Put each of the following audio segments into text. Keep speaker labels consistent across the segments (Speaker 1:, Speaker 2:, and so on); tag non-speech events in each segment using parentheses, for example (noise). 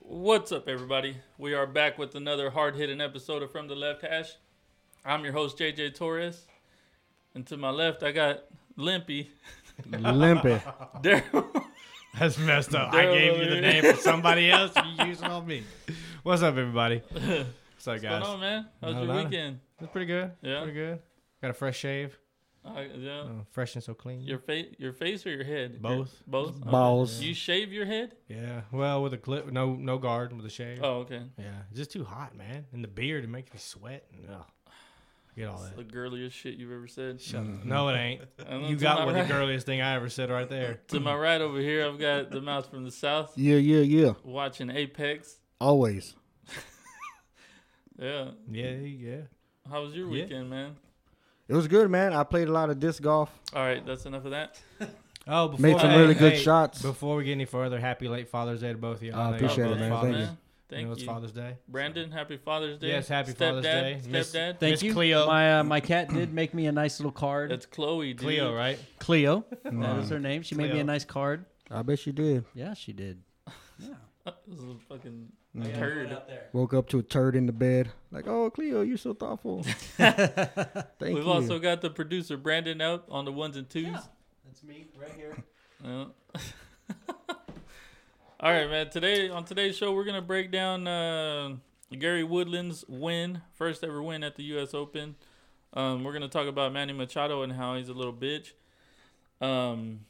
Speaker 1: What's up, everybody? We are back with another hard hitting episode of From the Left Hash. I'm your host, JJ Torres. And to my left, I got
Speaker 2: (laughs)
Speaker 1: Limpy.
Speaker 2: Limpy.
Speaker 1: Daryl.
Speaker 2: That's messed up.
Speaker 1: Daryl
Speaker 2: I gave you
Speaker 1: over
Speaker 2: the
Speaker 1: here.
Speaker 2: name for
Speaker 1: (laughs)
Speaker 2: somebody else. You used it on me. What's up, everybody? What's up,
Speaker 1: What's going
Speaker 2: guys?
Speaker 1: on, man? How's
Speaker 2: Not a
Speaker 1: your
Speaker 2: lot.
Speaker 1: weekend?
Speaker 2: That's pretty good.
Speaker 1: Yeah.
Speaker 2: Pretty good. Got a fresh shave.
Speaker 1: Uh, yeah.
Speaker 2: Uh, fresh and so clean.
Speaker 1: Your face, your face, or your head?
Speaker 2: Both.
Speaker 1: Your- both. Okay.
Speaker 3: Balls.
Speaker 1: You shave your head?
Speaker 2: Yeah. Well, with a clip, no, no guard, with a shave.
Speaker 1: Oh, okay.
Speaker 2: Yeah. It's just too hot, man. And the beard it makes me sweat. And, ugh. Get all
Speaker 1: That's the
Speaker 2: that.
Speaker 1: girliest shit you've ever said.
Speaker 2: Shut up. No, it ain't.
Speaker 1: (laughs) And then
Speaker 2: You
Speaker 1: to my
Speaker 2: got one of
Speaker 1: right-
Speaker 2: the girliest thing I ever said right there.
Speaker 1: To my right over here, I've got the mouse from the south
Speaker 3: Yeah, yeah, yeah.
Speaker 1: watching Apex.
Speaker 3: Always.
Speaker 1: Yeah.
Speaker 2: Yeah, yeah.
Speaker 1: How was your
Speaker 2: Yeah.
Speaker 1: weekend, man?
Speaker 3: It was good, man. I played a lot of disc golf.
Speaker 1: All right, that's enough of that.
Speaker 2: Oh, before
Speaker 3: Made some
Speaker 2: hey,
Speaker 3: really good
Speaker 2: hey,
Speaker 3: shots.
Speaker 2: Before we get any further, happy late Father's Day to both of you.
Speaker 3: I
Speaker 2: know
Speaker 3: appreciate
Speaker 2: y'all
Speaker 3: it,
Speaker 2: both
Speaker 3: man.
Speaker 2: fathers.
Speaker 3: Thank you.
Speaker 2: You know,
Speaker 1: Thank
Speaker 2: it's
Speaker 1: you.
Speaker 2: Father's Day.
Speaker 1: Brandon, happy Father's Day.
Speaker 2: Yes, happy Father's
Speaker 1: Stepdad,
Speaker 2: Day. Miss-
Speaker 1: Stepdad.
Speaker 2: Miss
Speaker 4: Thank you.
Speaker 2: Cleo.
Speaker 4: My uh, my cat did make me a nice little card.
Speaker 1: That's Chloe, dude.
Speaker 2: Cleo, right?
Speaker 4: Cleo. That
Speaker 3: Mm.
Speaker 4: was her name. She made me
Speaker 2: Cleo.
Speaker 4: a nice card.
Speaker 3: I bet you did.
Speaker 4: Yeah, she did.
Speaker 1: This is a fucking
Speaker 2: Mm-hmm.
Speaker 1: turd.
Speaker 3: Woke up to a turd in the bed. Like, oh, Cleo, you're so thoughtful. Thank
Speaker 1: We've
Speaker 3: you.
Speaker 1: also got the producer Brandon out on the ones and twos.
Speaker 4: That's me right here.
Speaker 1: Yeah. (laughs) All right, man. Today on today's show, we're gonna break down uh, Gary Woodland's win, first ever win at the U.S. Open. Um, we're gonna talk about Manny Machado and how he's a little bitch. Um,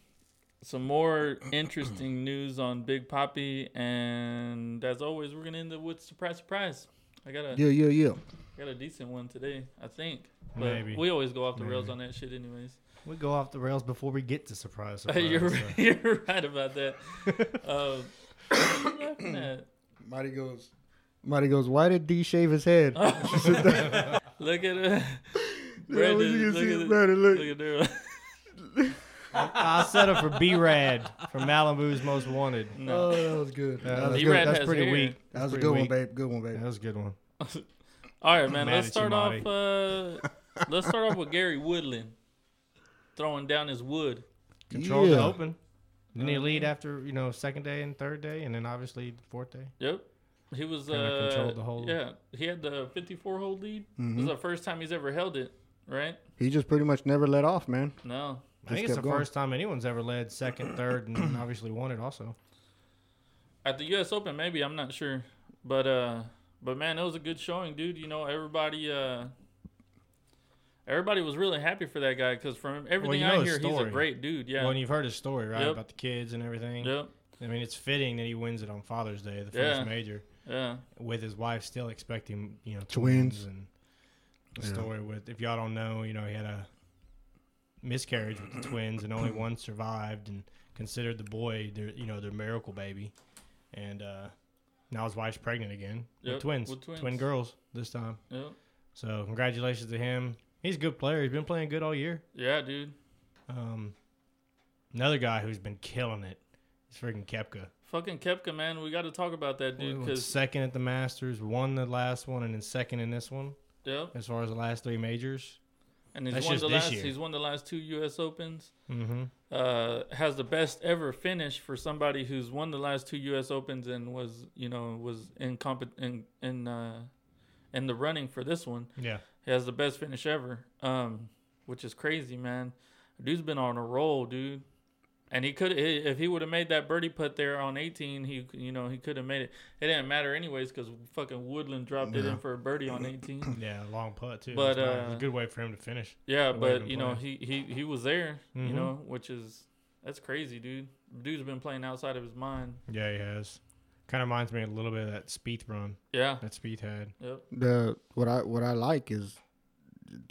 Speaker 1: some
Speaker 2: (clears throat)
Speaker 1: more interesting news on Big Poppy, and as always, we're gonna end it with surprise, surprise. I got a
Speaker 3: yeah, yeah, yeah.
Speaker 1: I got a decent one today, I think. But
Speaker 2: Maybe.
Speaker 1: we always go off the rails
Speaker 2: Maybe.
Speaker 1: on that shit, anyways.
Speaker 2: We go off the rails before we get to surprise.
Speaker 1: (laughs) you're,
Speaker 2: surprise, (laughs) so.
Speaker 1: you're right about that. um, what are you laughing at?
Speaker 3: Marty goes. Marty goes. Why did D shave his head?
Speaker 1: uh, Look at her.
Speaker 3: (laughs) Yeah, we
Speaker 1: Brandon,
Speaker 3: can
Speaker 1: look,
Speaker 3: see
Speaker 1: at
Speaker 3: it,
Speaker 1: her.
Speaker 3: Brandon, look.
Speaker 1: look at her.
Speaker 2: I set up for B Rad from Malibu's Most Wanted.
Speaker 1: No.
Speaker 3: Oh, that was good.
Speaker 2: Yeah,
Speaker 3: that was
Speaker 2: that's
Speaker 3: good.
Speaker 1: B-Rad
Speaker 3: That,
Speaker 2: That's
Speaker 1: has
Speaker 2: pretty
Speaker 1: hair.
Speaker 2: weak.
Speaker 3: that was a
Speaker 2: pretty
Speaker 3: good one,
Speaker 2: weak.
Speaker 3: babe. Good one, babe.
Speaker 2: That was a good one.
Speaker 1: All right, man.
Speaker 2: Mad
Speaker 1: Let's
Speaker 2: at you,
Speaker 1: start
Speaker 2: Marty.
Speaker 1: off. Uh, let's start off with Gary Woodland throwing down his wood.
Speaker 2: Controlled
Speaker 3: Yeah.
Speaker 2: the open. Didn't he lead after you know second day and third day, and then obviously the fourth day?
Speaker 1: Yep. He was
Speaker 2: Kinda
Speaker 1: uh,
Speaker 2: controlled the whole-
Speaker 1: yeah. He had the 54 hole lead. This is the first time he's ever held it, right?
Speaker 3: He just pretty much never let off, man.
Speaker 1: No.
Speaker 2: I think
Speaker 3: Just
Speaker 2: it's the
Speaker 3: kept going.
Speaker 2: first time anyone's ever led second, third, and obviously won it also.
Speaker 1: at the U.S. Open, maybe I'm not sure, but uh, but man, it was a good showing, dude. You know, everybody uh, everybody was really happy for that guy because from everything
Speaker 2: you know
Speaker 1: I
Speaker 2: his
Speaker 1: hear, he's a
Speaker 2: story.
Speaker 1: great dude. Yeah,
Speaker 2: Well, and you've heard his story, right,
Speaker 1: Yep.
Speaker 2: about the kids and everything.
Speaker 1: yep,
Speaker 2: I mean, it's fitting that he wins it on Father's Day, the
Speaker 1: Yeah.
Speaker 2: first major,
Speaker 1: yeah.
Speaker 2: with his wife still expecting, you know,
Speaker 3: Twins.
Speaker 2: twins, and the
Speaker 3: Yeah.
Speaker 2: story with. If y'all don't know, you know, he had a miscarriage with the twins, and only one survived, and considered the boy, their, you know, their miracle baby, and uh, now his wife's pregnant again
Speaker 1: Yep,
Speaker 2: with, twins,
Speaker 1: with twins.
Speaker 2: twin girls this time.
Speaker 1: Yep.
Speaker 2: So congratulations to him. He's a good player. He's been playing good all year.
Speaker 1: Yeah, dude.
Speaker 2: Um, another guy who's been killing it is freaking Kepka.
Speaker 1: Fucking Kepka, man. We got to talk about that dude
Speaker 2: Went
Speaker 1: because
Speaker 2: second at the Masters, won the last one, and then second in this one
Speaker 1: yep.
Speaker 2: as far as the last three majors.
Speaker 1: And he's
Speaker 2: That's
Speaker 1: won
Speaker 2: just
Speaker 1: the
Speaker 2: this
Speaker 1: last.
Speaker 2: year.
Speaker 1: He's won the last two U.S. Opens.
Speaker 2: Mm-hmm.
Speaker 1: Uh, has the best ever finish for somebody who's won the last two U.S. Opens and was, you know, was incompetent in in uh, in the running for this one.
Speaker 2: Yeah,
Speaker 1: He has the best finish ever, um, which is crazy, man. Dude's been on a roll, dude. And he could, if he would have made that birdie putt there on 18, he, you know, he could have made it. It didn't matter anyways because fucking Woodland dropped it in for a birdie on
Speaker 3: (coughs)
Speaker 1: 18.
Speaker 2: yeah, long putt too.
Speaker 1: But,
Speaker 2: It's nice. It's
Speaker 1: uh,
Speaker 2: a good way for him to finish.
Speaker 1: Yeah,
Speaker 2: Way
Speaker 1: but
Speaker 2: to
Speaker 1: you know, he he he was there, you
Speaker 2: Mhm.
Speaker 3: Mm-hmm.
Speaker 1: know, which is that's crazy, dude. Dude's been playing outside of his mind.
Speaker 2: Yeah, he has. Kind of reminds me a little bit of that Spieth run
Speaker 1: Yeah.
Speaker 2: that Spieth had.
Speaker 1: Yep.
Speaker 3: The what I what I like is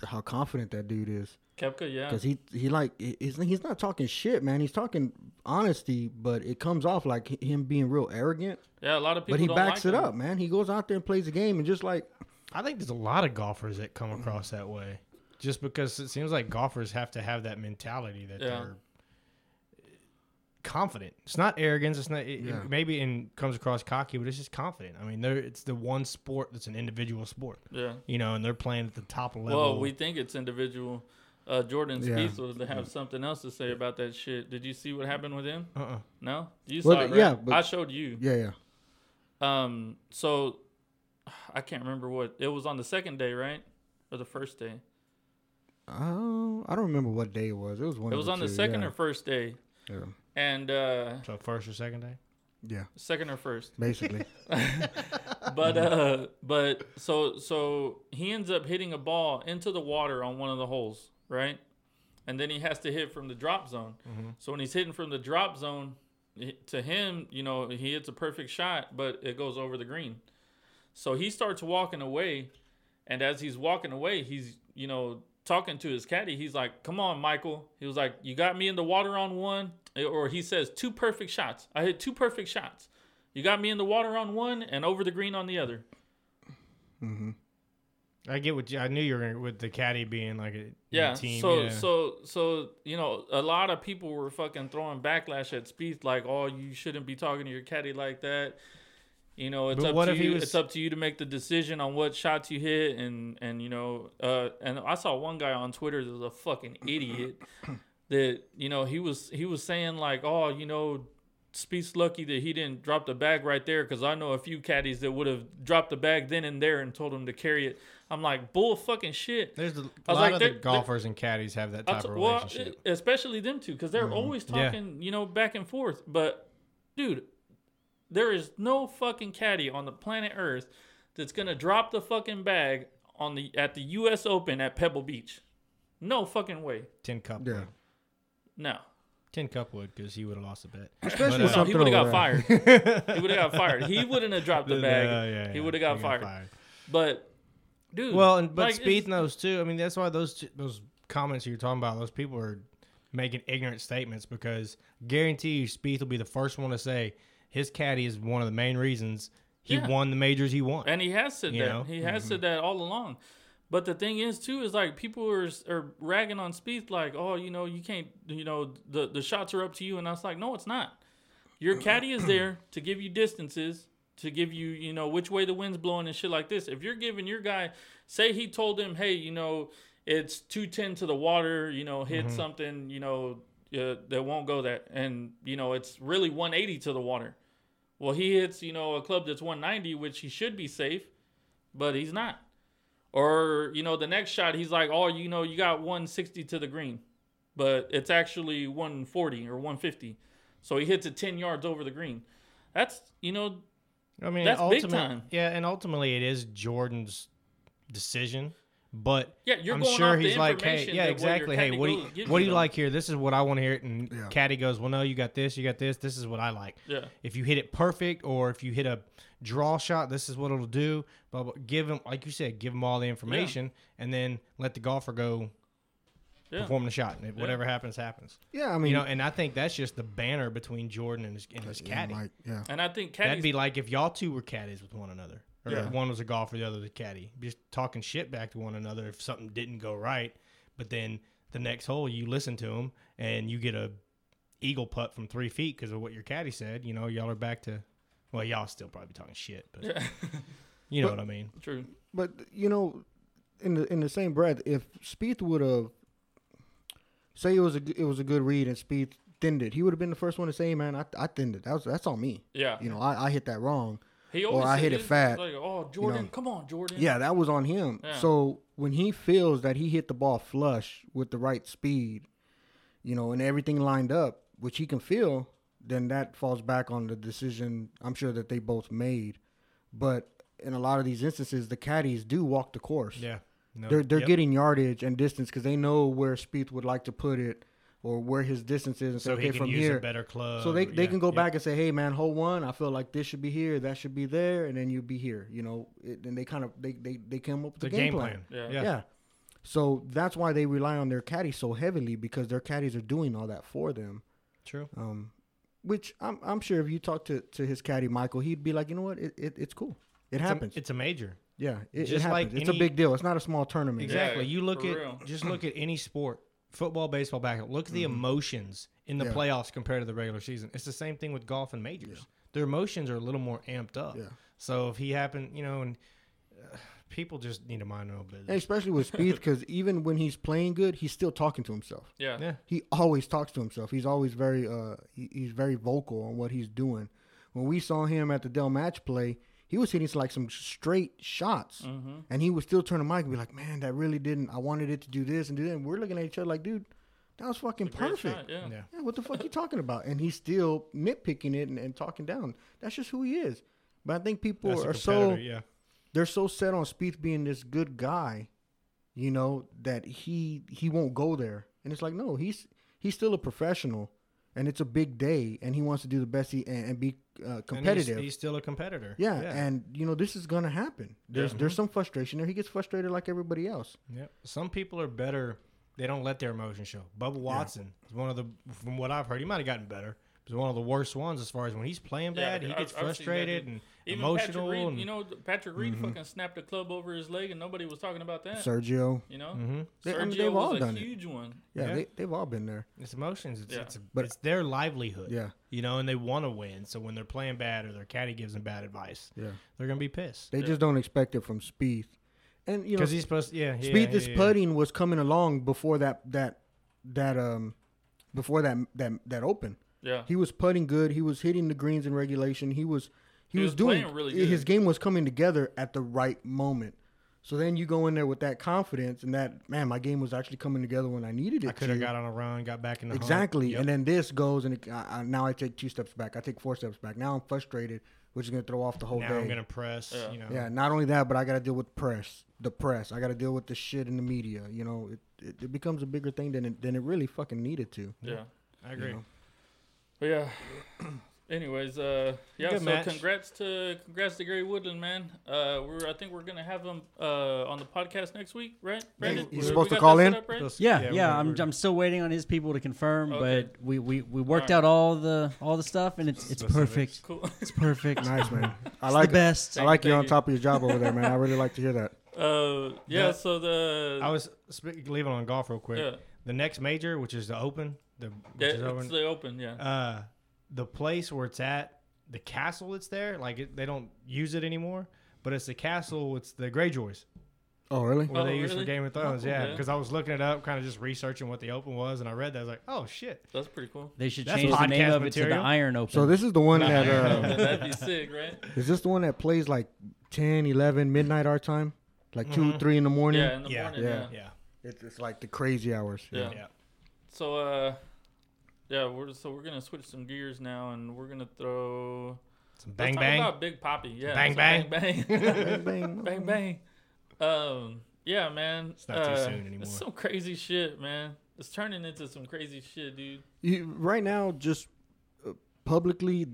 Speaker 3: how confident that dude is.
Speaker 1: Kepka, yeah.
Speaker 3: Cause he he like he- he's he's not talking shit, man. He's talking honesty, but it comes off like h- him being real arrogant.
Speaker 1: Yeah, a lot of people
Speaker 3: but he
Speaker 1: don't
Speaker 3: backs
Speaker 1: like
Speaker 3: it
Speaker 1: him.
Speaker 3: up, man. He goes out there and plays the game, and just like
Speaker 2: I think there's a lot of golfers that come across that way, just because it seems like golfers have to have that mentality that
Speaker 1: Yeah.
Speaker 2: they're eh, confident. It's not arrogance. It's not it, it-
Speaker 3: Yeah.
Speaker 2: maybe and comes across cocky, but it's just confident. I mean, there it's the one sport that's an individual sport.
Speaker 1: Yeah.
Speaker 2: you know, and they're playing at the top level.
Speaker 1: Well, we think it's individual. Uh, Jordan
Speaker 3: Yeah.
Speaker 1: Spieth would have something else to say about that shit. Did you see what happened with him?
Speaker 2: uh-uh.
Speaker 1: No, you saw
Speaker 3: Well,
Speaker 1: it. Right?
Speaker 3: yeah, but-
Speaker 1: I showed you.
Speaker 3: yeah, yeah.
Speaker 1: Um, so I can't remember what it was on the second day, right, or the first day.
Speaker 3: Oh, I don't remember what day it was. It was one.
Speaker 1: It
Speaker 3: of
Speaker 1: was on the
Speaker 3: two,
Speaker 1: second
Speaker 3: yeah.
Speaker 1: or first day,
Speaker 3: yeah.
Speaker 1: and uh,
Speaker 2: So first or second day?
Speaker 3: yeah,
Speaker 1: second or first.
Speaker 3: basically.
Speaker 1: (laughs) But uh, but so so he ends up hitting a ball into the water on one of the holes, right? And then he has to hit from the drop zone. So when he's hitting from the drop zone, it- to him, you know, he hits a perfect shot, but it goes over the green. So he starts walking away, and as he's walking away, he's you know talking to his caddy. He's like, "Come on, Michael." He was like, "You got me in the water on one," or he says, two perfect shots. I hit two perfect shots. You got me in the water on one and over the green on the other."
Speaker 2: I get what you, I knew you were gonna, with the caddy being like a
Speaker 1: Yeah.
Speaker 2: a team.
Speaker 1: so
Speaker 2: yeah.
Speaker 1: so so you know, a lot of people were fucking throwing backlash at Speed like, "Oh, you shouldn't be talking to your caddy like that." You know, it's
Speaker 2: But
Speaker 1: up
Speaker 2: what
Speaker 1: to
Speaker 2: if he
Speaker 1: you.
Speaker 2: was-
Speaker 1: It's up to you to make the decision on what shots you hit, and and you know, uh, and I saw one guy on Twitter that was a fucking
Speaker 2: (coughs)
Speaker 1: idiot. that you know he was he was saying like, "Oh, you know." Speed's lucky that he didn't drop the bag right there because I know a few caddies that would have dropped the bag then and there and told him to carry it. I'm like, bull fucking shit.
Speaker 2: there's the,
Speaker 1: I
Speaker 2: a
Speaker 1: was
Speaker 2: lot
Speaker 1: like,
Speaker 2: of
Speaker 1: there-
Speaker 2: the
Speaker 1: there-
Speaker 2: golfers and caddies have that type
Speaker 1: I'll
Speaker 2: of
Speaker 1: t- well,
Speaker 2: relationship. Mm-hmm.
Speaker 1: e- especially them two, because they're always
Speaker 2: Yeah.
Speaker 1: talking, you know, back and forth. But, dude, there is no fucking caddy on the planet Earth that's gonna drop the fucking bag on the at the U.S. Open at Pebble Beach. No fucking way.
Speaker 2: Tin cup.
Speaker 3: Yeah.
Speaker 2: would.
Speaker 1: No,
Speaker 2: Tin cup would because he would have lost a bet.
Speaker 3: Especially
Speaker 2: But,
Speaker 1: no,
Speaker 2: uh,
Speaker 1: he
Speaker 3: something
Speaker 1: would have got
Speaker 3: over
Speaker 1: fired.
Speaker 3: there.
Speaker 2: (laughs)
Speaker 1: he would have got fired. He wouldn't have dropped the
Speaker 2: Yeah,
Speaker 1: bag.
Speaker 2: yeah,
Speaker 1: he
Speaker 2: yeah,
Speaker 1: would have got, fired. But, dude,
Speaker 2: Well, and, but
Speaker 1: like,
Speaker 2: Speed
Speaker 1: it's-
Speaker 2: knows too. I mean, that's why those two, those comments you're talking about, those people are making ignorant statements because guarantee you, Speed will be the first one to say his caddy is one of the main reasons he
Speaker 1: Yeah.
Speaker 2: won the majors he won.
Speaker 1: And he has said
Speaker 2: You
Speaker 1: that.
Speaker 2: know? Mm-hmm.
Speaker 1: He has said that all along. But the thing is, too, is like people are, are ragging on Spieth, like, oh, you know, you can't, you know, the, the shots are up to you. And I was like, no, it's not. Your caddy is
Speaker 2: (clears throat)
Speaker 1: there to give you distances, to give you, you know, which way the wind's blowing and shit like this. If you're giving your guy, say he told him, hey, you know, it's 210 to the water, you know, hit
Speaker 2: Mm-hmm.
Speaker 1: something, you know, uh, that won't go that. And, you know, it's really 180 to the water. Well, he hits, you know, a club that's 190, which he should be safe, but he's not. Or, you know, the next shot, he's like, oh, you know, you got 160 to the green, but it's actually 140 or 150. So he hits it 10 yards over the green. That's, you know,
Speaker 2: I mean,
Speaker 1: That's big
Speaker 2: ultimate-
Speaker 1: time.
Speaker 2: Yeah, and ultimately it is Jordan's decision, but
Speaker 1: Yeah, you're
Speaker 2: I'm
Speaker 1: going
Speaker 2: sure
Speaker 1: off the
Speaker 2: he's like, hey,
Speaker 1: information
Speaker 2: yeah,
Speaker 1: that what your
Speaker 2: exactly. Hey,
Speaker 1: caddy
Speaker 2: what do
Speaker 1: goes-
Speaker 2: you,
Speaker 1: gives
Speaker 2: what
Speaker 1: you,
Speaker 2: do you
Speaker 1: though."
Speaker 2: like here? This is what I want to hear. And
Speaker 3: Yeah.
Speaker 2: Caddy goes, well, no, you got this, you got this. This is what I like.
Speaker 1: Yeah.
Speaker 2: If you hit it perfect, or if you hit a draw shot, this is what it'll do. But give him, like you said, give him all the information, and then let the golfer go
Speaker 1: Yeah.
Speaker 2: perform the shot, and if whatever happens, happens.
Speaker 3: Yeah, I mean,
Speaker 2: You know, and I think that's just the banner between Jordan and his, and his caddy.
Speaker 3: Like, yeah.
Speaker 1: And I think
Speaker 2: That'd
Speaker 1: caddies,
Speaker 2: be like if y'all two were caddies with one another, or
Speaker 3: Yeah.
Speaker 2: one was a golfer, the other was a caddy, just talking shit back to one another if something didn't go right. But then the next hole, you listen to them and you get a eagle putt from three feet because of what your caddy said. You know, y'all are back to, well, y'all still probably talking shit, but (laughs) you know what I mean.
Speaker 1: true.
Speaker 3: But you know, in the in the same breath, if Spieth would have say it was a g- it was a good read and Spieth thinned it, he would have been the first one to say, "Man, I, I thinned it. That was that's on me.
Speaker 1: Yeah.
Speaker 3: You know, I, I hit that wrong.
Speaker 1: He
Speaker 3: or
Speaker 1: always
Speaker 3: I
Speaker 1: said
Speaker 3: hit it
Speaker 1: this,
Speaker 3: fat,
Speaker 1: Like, oh, Jordan, come on, Jordan.
Speaker 3: Yeah, that was on him.
Speaker 1: Yeah.
Speaker 3: So when he feels that he hit the ball flush with the right speed, you know, and everything lined up, which he can feel, then that falls back on the decision I'm sure that they both made. But in a lot of these instances, the caddies do walk the course.
Speaker 2: Yeah. No,
Speaker 3: They're they're
Speaker 2: yep.
Speaker 3: getting yardage and distance because they know where Spieth would like to put it or where his distance is, and say,
Speaker 2: so
Speaker 3: okay,
Speaker 2: he can
Speaker 3: from
Speaker 2: use
Speaker 3: here.
Speaker 2: a better club.
Speaker 3: so they
Speaker 2: or-
Speaker 3: they
Speaker 2: yeah,
Speaker 3: can go
Speaker 2: yep.
Speaker 3: back and say, hey man, hole one, I feel like this should be here, that should be there, and then you'd be here. You know, it, and they kind of they they they came up with
Speaker 2: the
Speaker 3: a game, plan.
Speaker 1: Yeah.
Speaker 2: yeah.
Speaker 3: Yeah. So that's why they rely on their caddy so heavily because their caddies are doing all that for them.
Speaker 2: True.
Speaker 3: Um, which I'm I'm sure if you talk to, to his caddy Michael, he'd be like, you know what, it, it it's cool, it
Speaker 2: It's a-
Speaker 3: happens.
Speaker 2: It's a, major.
Speaker 3: yeah, it, it
Speaker 2: just
Speaker 3: happens.
Speaker 2: like
Speaker 3: it's a
Speaker 2: any-
Speaker 3: big deal. It's not a small tournament.
Speaker 2: Exactly.
Speaker 1: Yeah,
Speaker 2: you look
Speaker 1: for
Speaker 2: at
Speaker 1: real. Mm-hmm.
Speaker 2: just look at any sport, football, baseball, basketball. Look at the emotions in the
Speaker 3: Yeah.
Speaker 2: playoffs compared to the regular season. It's the same thing with golf and majors. Their emotions are a little more amped up.
Speaker 3: Yeah.
Speaker 2: So if he happened, you know, and uh, people just need to mind their own
Speaker 3: And
Speaker 2: business.
Speaker 3: especially with Spieth, because even when he's playing good, he's still talking to himself.
Speaker 1: Yeah.
Speaker 2: Yeah.
Speaker 3: He always talks to himself. He's always very uh he, he's very vocal on what he's doing, when we saw him at the Dell match play, he was hitting like some straight shots,
Speaker 1: Mm-hmm.
Speaker 3: and he would still turn the mic and be like, "Man, that really didn't. I wanted it to do this and do that." And we're looking at each other like, "Dude, that was fucking
Speaker 1: Great
Speaker 3: perfect."
Speaker 1: shot, yeah.
Speaker 2: Yeah.
Speaker 3: Yeah, what the fuck you talking about? And he's still nitpicking it and, and talking down. That's just who he is. But I think people
Speaker 2: That's a
Speaker 3: are so
Speaker 2: competitor, yeah.
Speaker 3: they're so set on Spieth being this good guy, you know, that he he won't go there. And it's like, no, he's he's still a professional, and it's a big day, and he wants to do the best he and, and be uh,
Speaker 2: And he's-
Speaker 3: competitive.
Speaker 2: He's, still a competitor.
Speaker 3: yeah, and you know this is gonna happen. There's
Speaker 2: Yeah.
Speaker 3: there's some frustration there. He gets frustrated like everybody else.
Speaker 2: Yep. Some people are better. They don't let their emotions show. Bubba Watson is one of the, from what I've heard, he might have gotten better. He's one of the worst ones as far as when he's playing
Speaker 1: Yeah,
Speaker 2: bad, he
Speaker 1: I've-
Speaker 2: gets
Speaker 1: I've seen that
Speaker 2: frustrated
Speaker 1: dude.
Speaker 2: and
Speaker 1: Even
Speaker 2: emotional.
Speaker 1: Patrick Reed,
Speaker 2: and, Mm-hmm.
Speaker 1: you know, Patrick Reed fucking snapped a club over his leg, and nobody was talking about that.
Speaker 3: Sergio,
Speaker 1: you know,
Speaker 2: Mhm.
Speaker 1: Sergio
Speaker 3: They- I mean, they've
Speaker 1: was
Speaker 3: all
Speaker 1: a
Speaker 3: done it.
Speaker 1: huge one.
Speaker 3: yeah,
Speaker 2: Yeah.
Speaker 3: They, they've all been there.
Speaker 2: It's emotions. It's
Speaker 1: Yeah.
Speaker 2: it's,
Speaker 3: But-
Speaker 2: it's their livelihood.
Speaker 3: Yeah.
Speaker 2: You know, and they want to win. So when they're playing bad or their caddy gives them bad advice,
Speaker 3: Yeah,
Speaker 2: they're gonna be pissed
Speaker 3: they just don't expect it from Spieth, and you know
Speaker 2: because he's supposed. Yeah. yeah
Speaker 3: Speed
Speaker 2: yeah,
Speaker 3: this
Speaker 2: yeah.
Speaker 3: putting was coming along before that that that um before that that that open.
Speaker 1: Yeah,
Speaker 3: He was putting good. He was hitting the greens in regulation. He was
Speaker 1: He
Speaker 3: he, was,
Speaker 1: was
Speaker 3: doing
Speaker 1: playing really
Speaker 3: his
Speaker 1: good.
Speaker 3: game was coming together at the right moment. So then you go in there with that confidence and that man, my game was actually coming together when I needed it.
Speaker 2: I could have
Speaker 3: to."
Speaker 2: got on a run, got back in the hunt.
Speaker 3: exactly.
Speaker 2: Yep.
Speaker 3: And then this goes and it, I, I, now I take two steps back. I take four steps back. Now I'm frustrated, which is going to throw off the whole
Speaker 2: now
Speaker 3: day.
Speaker 2: I'm gonna press.
Speaker 1: Yeah.
Speaker 2: You know.
Speaker 3: Yeah, not only that, but I got to deal with press, the press. I got to deal with the shit in the media. You know, it, it, it becomes a bigger thing than it, than it really fucking needed to.
Speaker 1: yeah,
Speaker 2: I agree.
Speaker 3: know.
Speaker 1: but yeah. (clears throat) Anyways, uh, yeah.
Speaker 2: Good
Speaker 1: so
Speaker 2: match.
Speaker 1: congrats to congrats to Gary Woodland, man. Uh, we're I think we're gonna have him uh on the podcast next week, right? Brandon,
Speaker 3: he's
Speaker 1: We- we
Speaker 3: supposed to
Speaker 1: got
Speaker 3: call
Speaker 1: that
Speaker 3: in?
Speaker 1: set up, right?
Speaker 4: (laughs) Yeah, yeah.
Speaker 2: we're-
Speaker 4: I'm,
Speaker 2: we're-
Speaker 4: I'm still waiting on his people to confirm,
Speaker 1: Okay.
Speaker 4: but we, we, we worked
Speaker 1: All right.
Speaker 4: out all the all the stuff, and it's it's perfect.
Speaker 1: Cool.
Speaker 4: (laughs) It's perfect. it's
Speaker 3: Nice
Speaker 2: (laughs)
Speaker 3: man, I
Speaker 4: the
Speaker 3: like it.
Speaker 4: best.
Speaker 3: I like
Speaker 1: Thank
Speaker 3: you're on
Speaker 1: you.
Speaker 3: top of your job over there, man. I really like to hear that.
Speaker 1: Uh, yeah.
Speaker 2: Yeah.
Speaker 1: So the
Speaker 2: I was sp- leaving on golf real quick.
Speaker 1: Yeah.
Speaker 2: The next major, which is the Open, the which
Speaker 1: yeah,
Speaker 2: is over
Speaker 1: it's
Speaker 2: in-
Speaker 1: the open, yeah.
Speaker 2: uh, the place where it's at, the castle that's there, like it, they don't use it anymore, but it's the castle. It's the Greyjoys
Speaker 3: Oh really?
Speaker 2: where
Speaker 1: Oh,
Speaker 2: they use for
Speaker 1: really?
Speaker 2: Game of Thrones.
Speaker 1: Oh,
Speaker 2: yeah,
Speaker 1: yeah.
Speaker 2: because I was looking it up, kind of just researching what the Open was, and I read that. I was like, oh shit,
Speaker 1: That's pretty cool.
Speaker 4: They should
Speaker 2: That's
Speaker 4: change the name
Speaker 2: podcast
Speaker 4: of it to the
Speaker 2: material.
Speaker 4: Iron Open.
Speaker 3: So this is the one that uh,
Speaker 2: (laughs)
Speaker 1: That'd be sick, right?
Speaker 3: is this the one that plays like 10, 11, midnight our time, like 2 three in the morning.
Speaker 1: Yeah, in the
Speaker 2: Mm-hmm. Yeah.
Speaker 1: morning.
Speaker 3: Yeah.
Speaker 1: Yeah.
Speaker 2: yeah,
Speaker 3: It's, it's like the crazy hours.
Speaker 1: Yeah.
Speaker 2: yeah.
Speaker 1: So uh, yeah, we're so we're gonna switch some gears now, and we're gonna throw
Speaker 2: Some
Speaker 1: let's
Speaker 2: bang
Speaker 1: talk
Speaker 2: bang.
Speaker 1: about Big Poppy. Yeah,
Speaker 2: Bang
Speaker 1: so bang bang. (laughs)
Speaker 3: (laughs) bang bang.
Speaker 1: bang bang. Um, yeah, man. It's
Speaker 2: not too soon anymore.
Speaker 1: It's some crazy shit, man. It's turning into some crazy shit, dude.
Speaker 3: you, right now just uh, publicly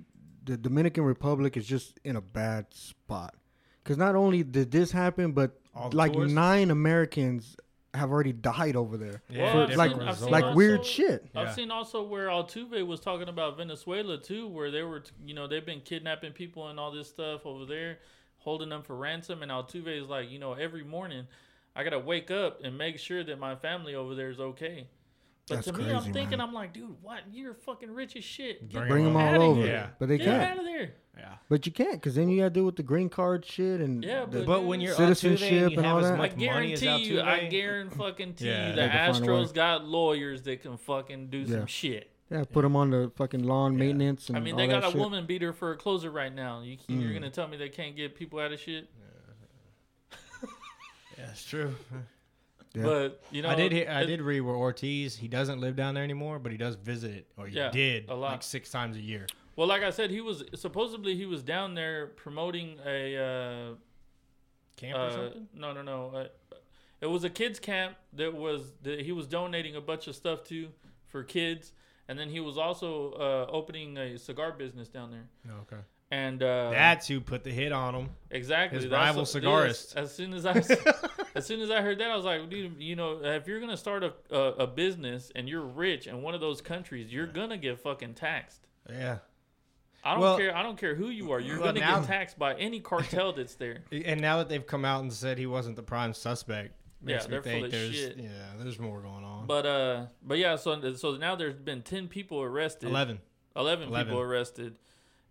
Speaker 3: the dominican republic is just in a bad spot because not only did this happen but
Speaker 2: All the
Speaker 3: like
Speaker 2: tourists?
Speaker 3: nine americans have already died over there
Speaker 2: Yeah,
Speaker 1: Well,
Speaker 2: different
Speaker 3: like
Speaker 1: I've seen
Speaker 3: like
Speaker 1: also-
Speaker 3: weird shit
Speaker 1: I've
Speaker 2: Yeah.
Speaker 1: seen also where Altuve was talking about Venezuela too, where they were, t- you know, they've been kidnapping people and all this stuff over there, holding them for ransom. And Altuve is like, you know, every morning I gotta wake up and make sure that my family over there is okay. But
Speaker 3: That's
Speaker 1: to me, I'm
Speaker 3: crazy,
Speaker 1: thinking,
Speaker 3: man.
Speaker 1: I'm like, dude, what? You're fucking rich as shit. Get,
Speaker 2: Bring
Speaker 3: bring them all
Speaker 1: outta
Speaker 3: over
Speaker 1: here.
Speaker 2: Yeah.
Speaker 3: but they
Speaker 1: out
Speaker 3: can't
Speaker 1: of there.
Speaker 2: yeah.
Speaker 3: but you can't because then you gotta deal with the green card shit and
Speaker 1: Yeah,
Speaker 3: the-
Speaker 2: But when you're
Speaker 3: Citizenship
Speaker 2: Altuve and you
Speaker 3: and all
Speaker 2: have
Speaker 3: that?
Speaker 2: as
Speaker 1: I
Speaker 2: much money as
Speaker 1: guarantee you, I
Speaker 2: Altuve,
Speaker 1: guarantee fucking
Speaker 2: Yeah.
Speaker 1: you, the
Speaker 2: They
Speaker 3: can find a way.
Speaker 1: Astros got lawyers that can fucking do
Speaker 3: Yeah.
Speaker 1: some shit.
Speaker 3: yeah put them on the fucking lawn maintenance and
Speaker 1: I mean,
Speaker 3: all
Speaker 1: they
Speaker 3: that
Speaker 1: got a
Speaker 3: shit. Mm.
Speaker 1: woman beater for a closer right now. You, You're gonna tell me they can't get people out of shit?
Speaker 2: yeah, it's true.
Speaker 3: Yeah.
Speaker 1: But you know,
Speaker 2: I did. Hear, I
Speaker 1: it-
Speaker 2: did read where Ortiz. He doesn't live down there anymore, but he does visit it, or he
Speaker 1: Yeah,
Speaker 2: did
Speaker 1: a lot.
Speaker 2: like six times a year.
Speaker 1: Well, like I said, he was supposedly he was down there promoting a uh,
Speaker 2: Camp or
Speaker 1: uh,
Speaker 2: something.
Speaker 1: no, no, no. Uh, it was a kids camp that was that he was donating a bunch of stuff to for kids, and then he was also uh, opening a cigar business down there.
Speaker 2: No, okay.
Speaker 1: And uh,
Speaker 2: That's who put the hit on him.
Speaker 1: Exactly.
Speaker 2: His
Speaker 1: That's-
Speaker 2: rival
Speaker 1: dude,
Speaker 2: cigarist.
Speaker 1: As, as soon as I, (laughs) as soon as I heard that, I was like, dude, you know, if you're gonna start a, a, a business and you're rich in one of those countries, you're gonna get fucking taxed.
Speaker 2: Yeah.
Speaker 1: I don't
Speaker 2: Well-
Speaker 1: care. I don't care who you are. You're
Speaker 2: Well,
Speaker 1: gonna
Speaker 2: now-
Speaker 1: get taxed by any cartel that's
Speaker 2: (laughs)
Speaker 1: there.
Speaker 2: And now that they've come out and said he wasn't the prime suspect, makes
Speaker 1: Yeah,
Speaker 2: me
Speaker 1: they're full
Speaker 2: think
Speaker 1: of
Speaker 2: there's
Speaker 1: shit.
Speaker 2: yeah, there's more going on.
Speaker 1: But uh, but yeah. So so now there's been ten people arrested.
Speaker 2: Eleven,
Speaker 1: 11
Speaker 2: Eleven.
Speaker 1: people arrested,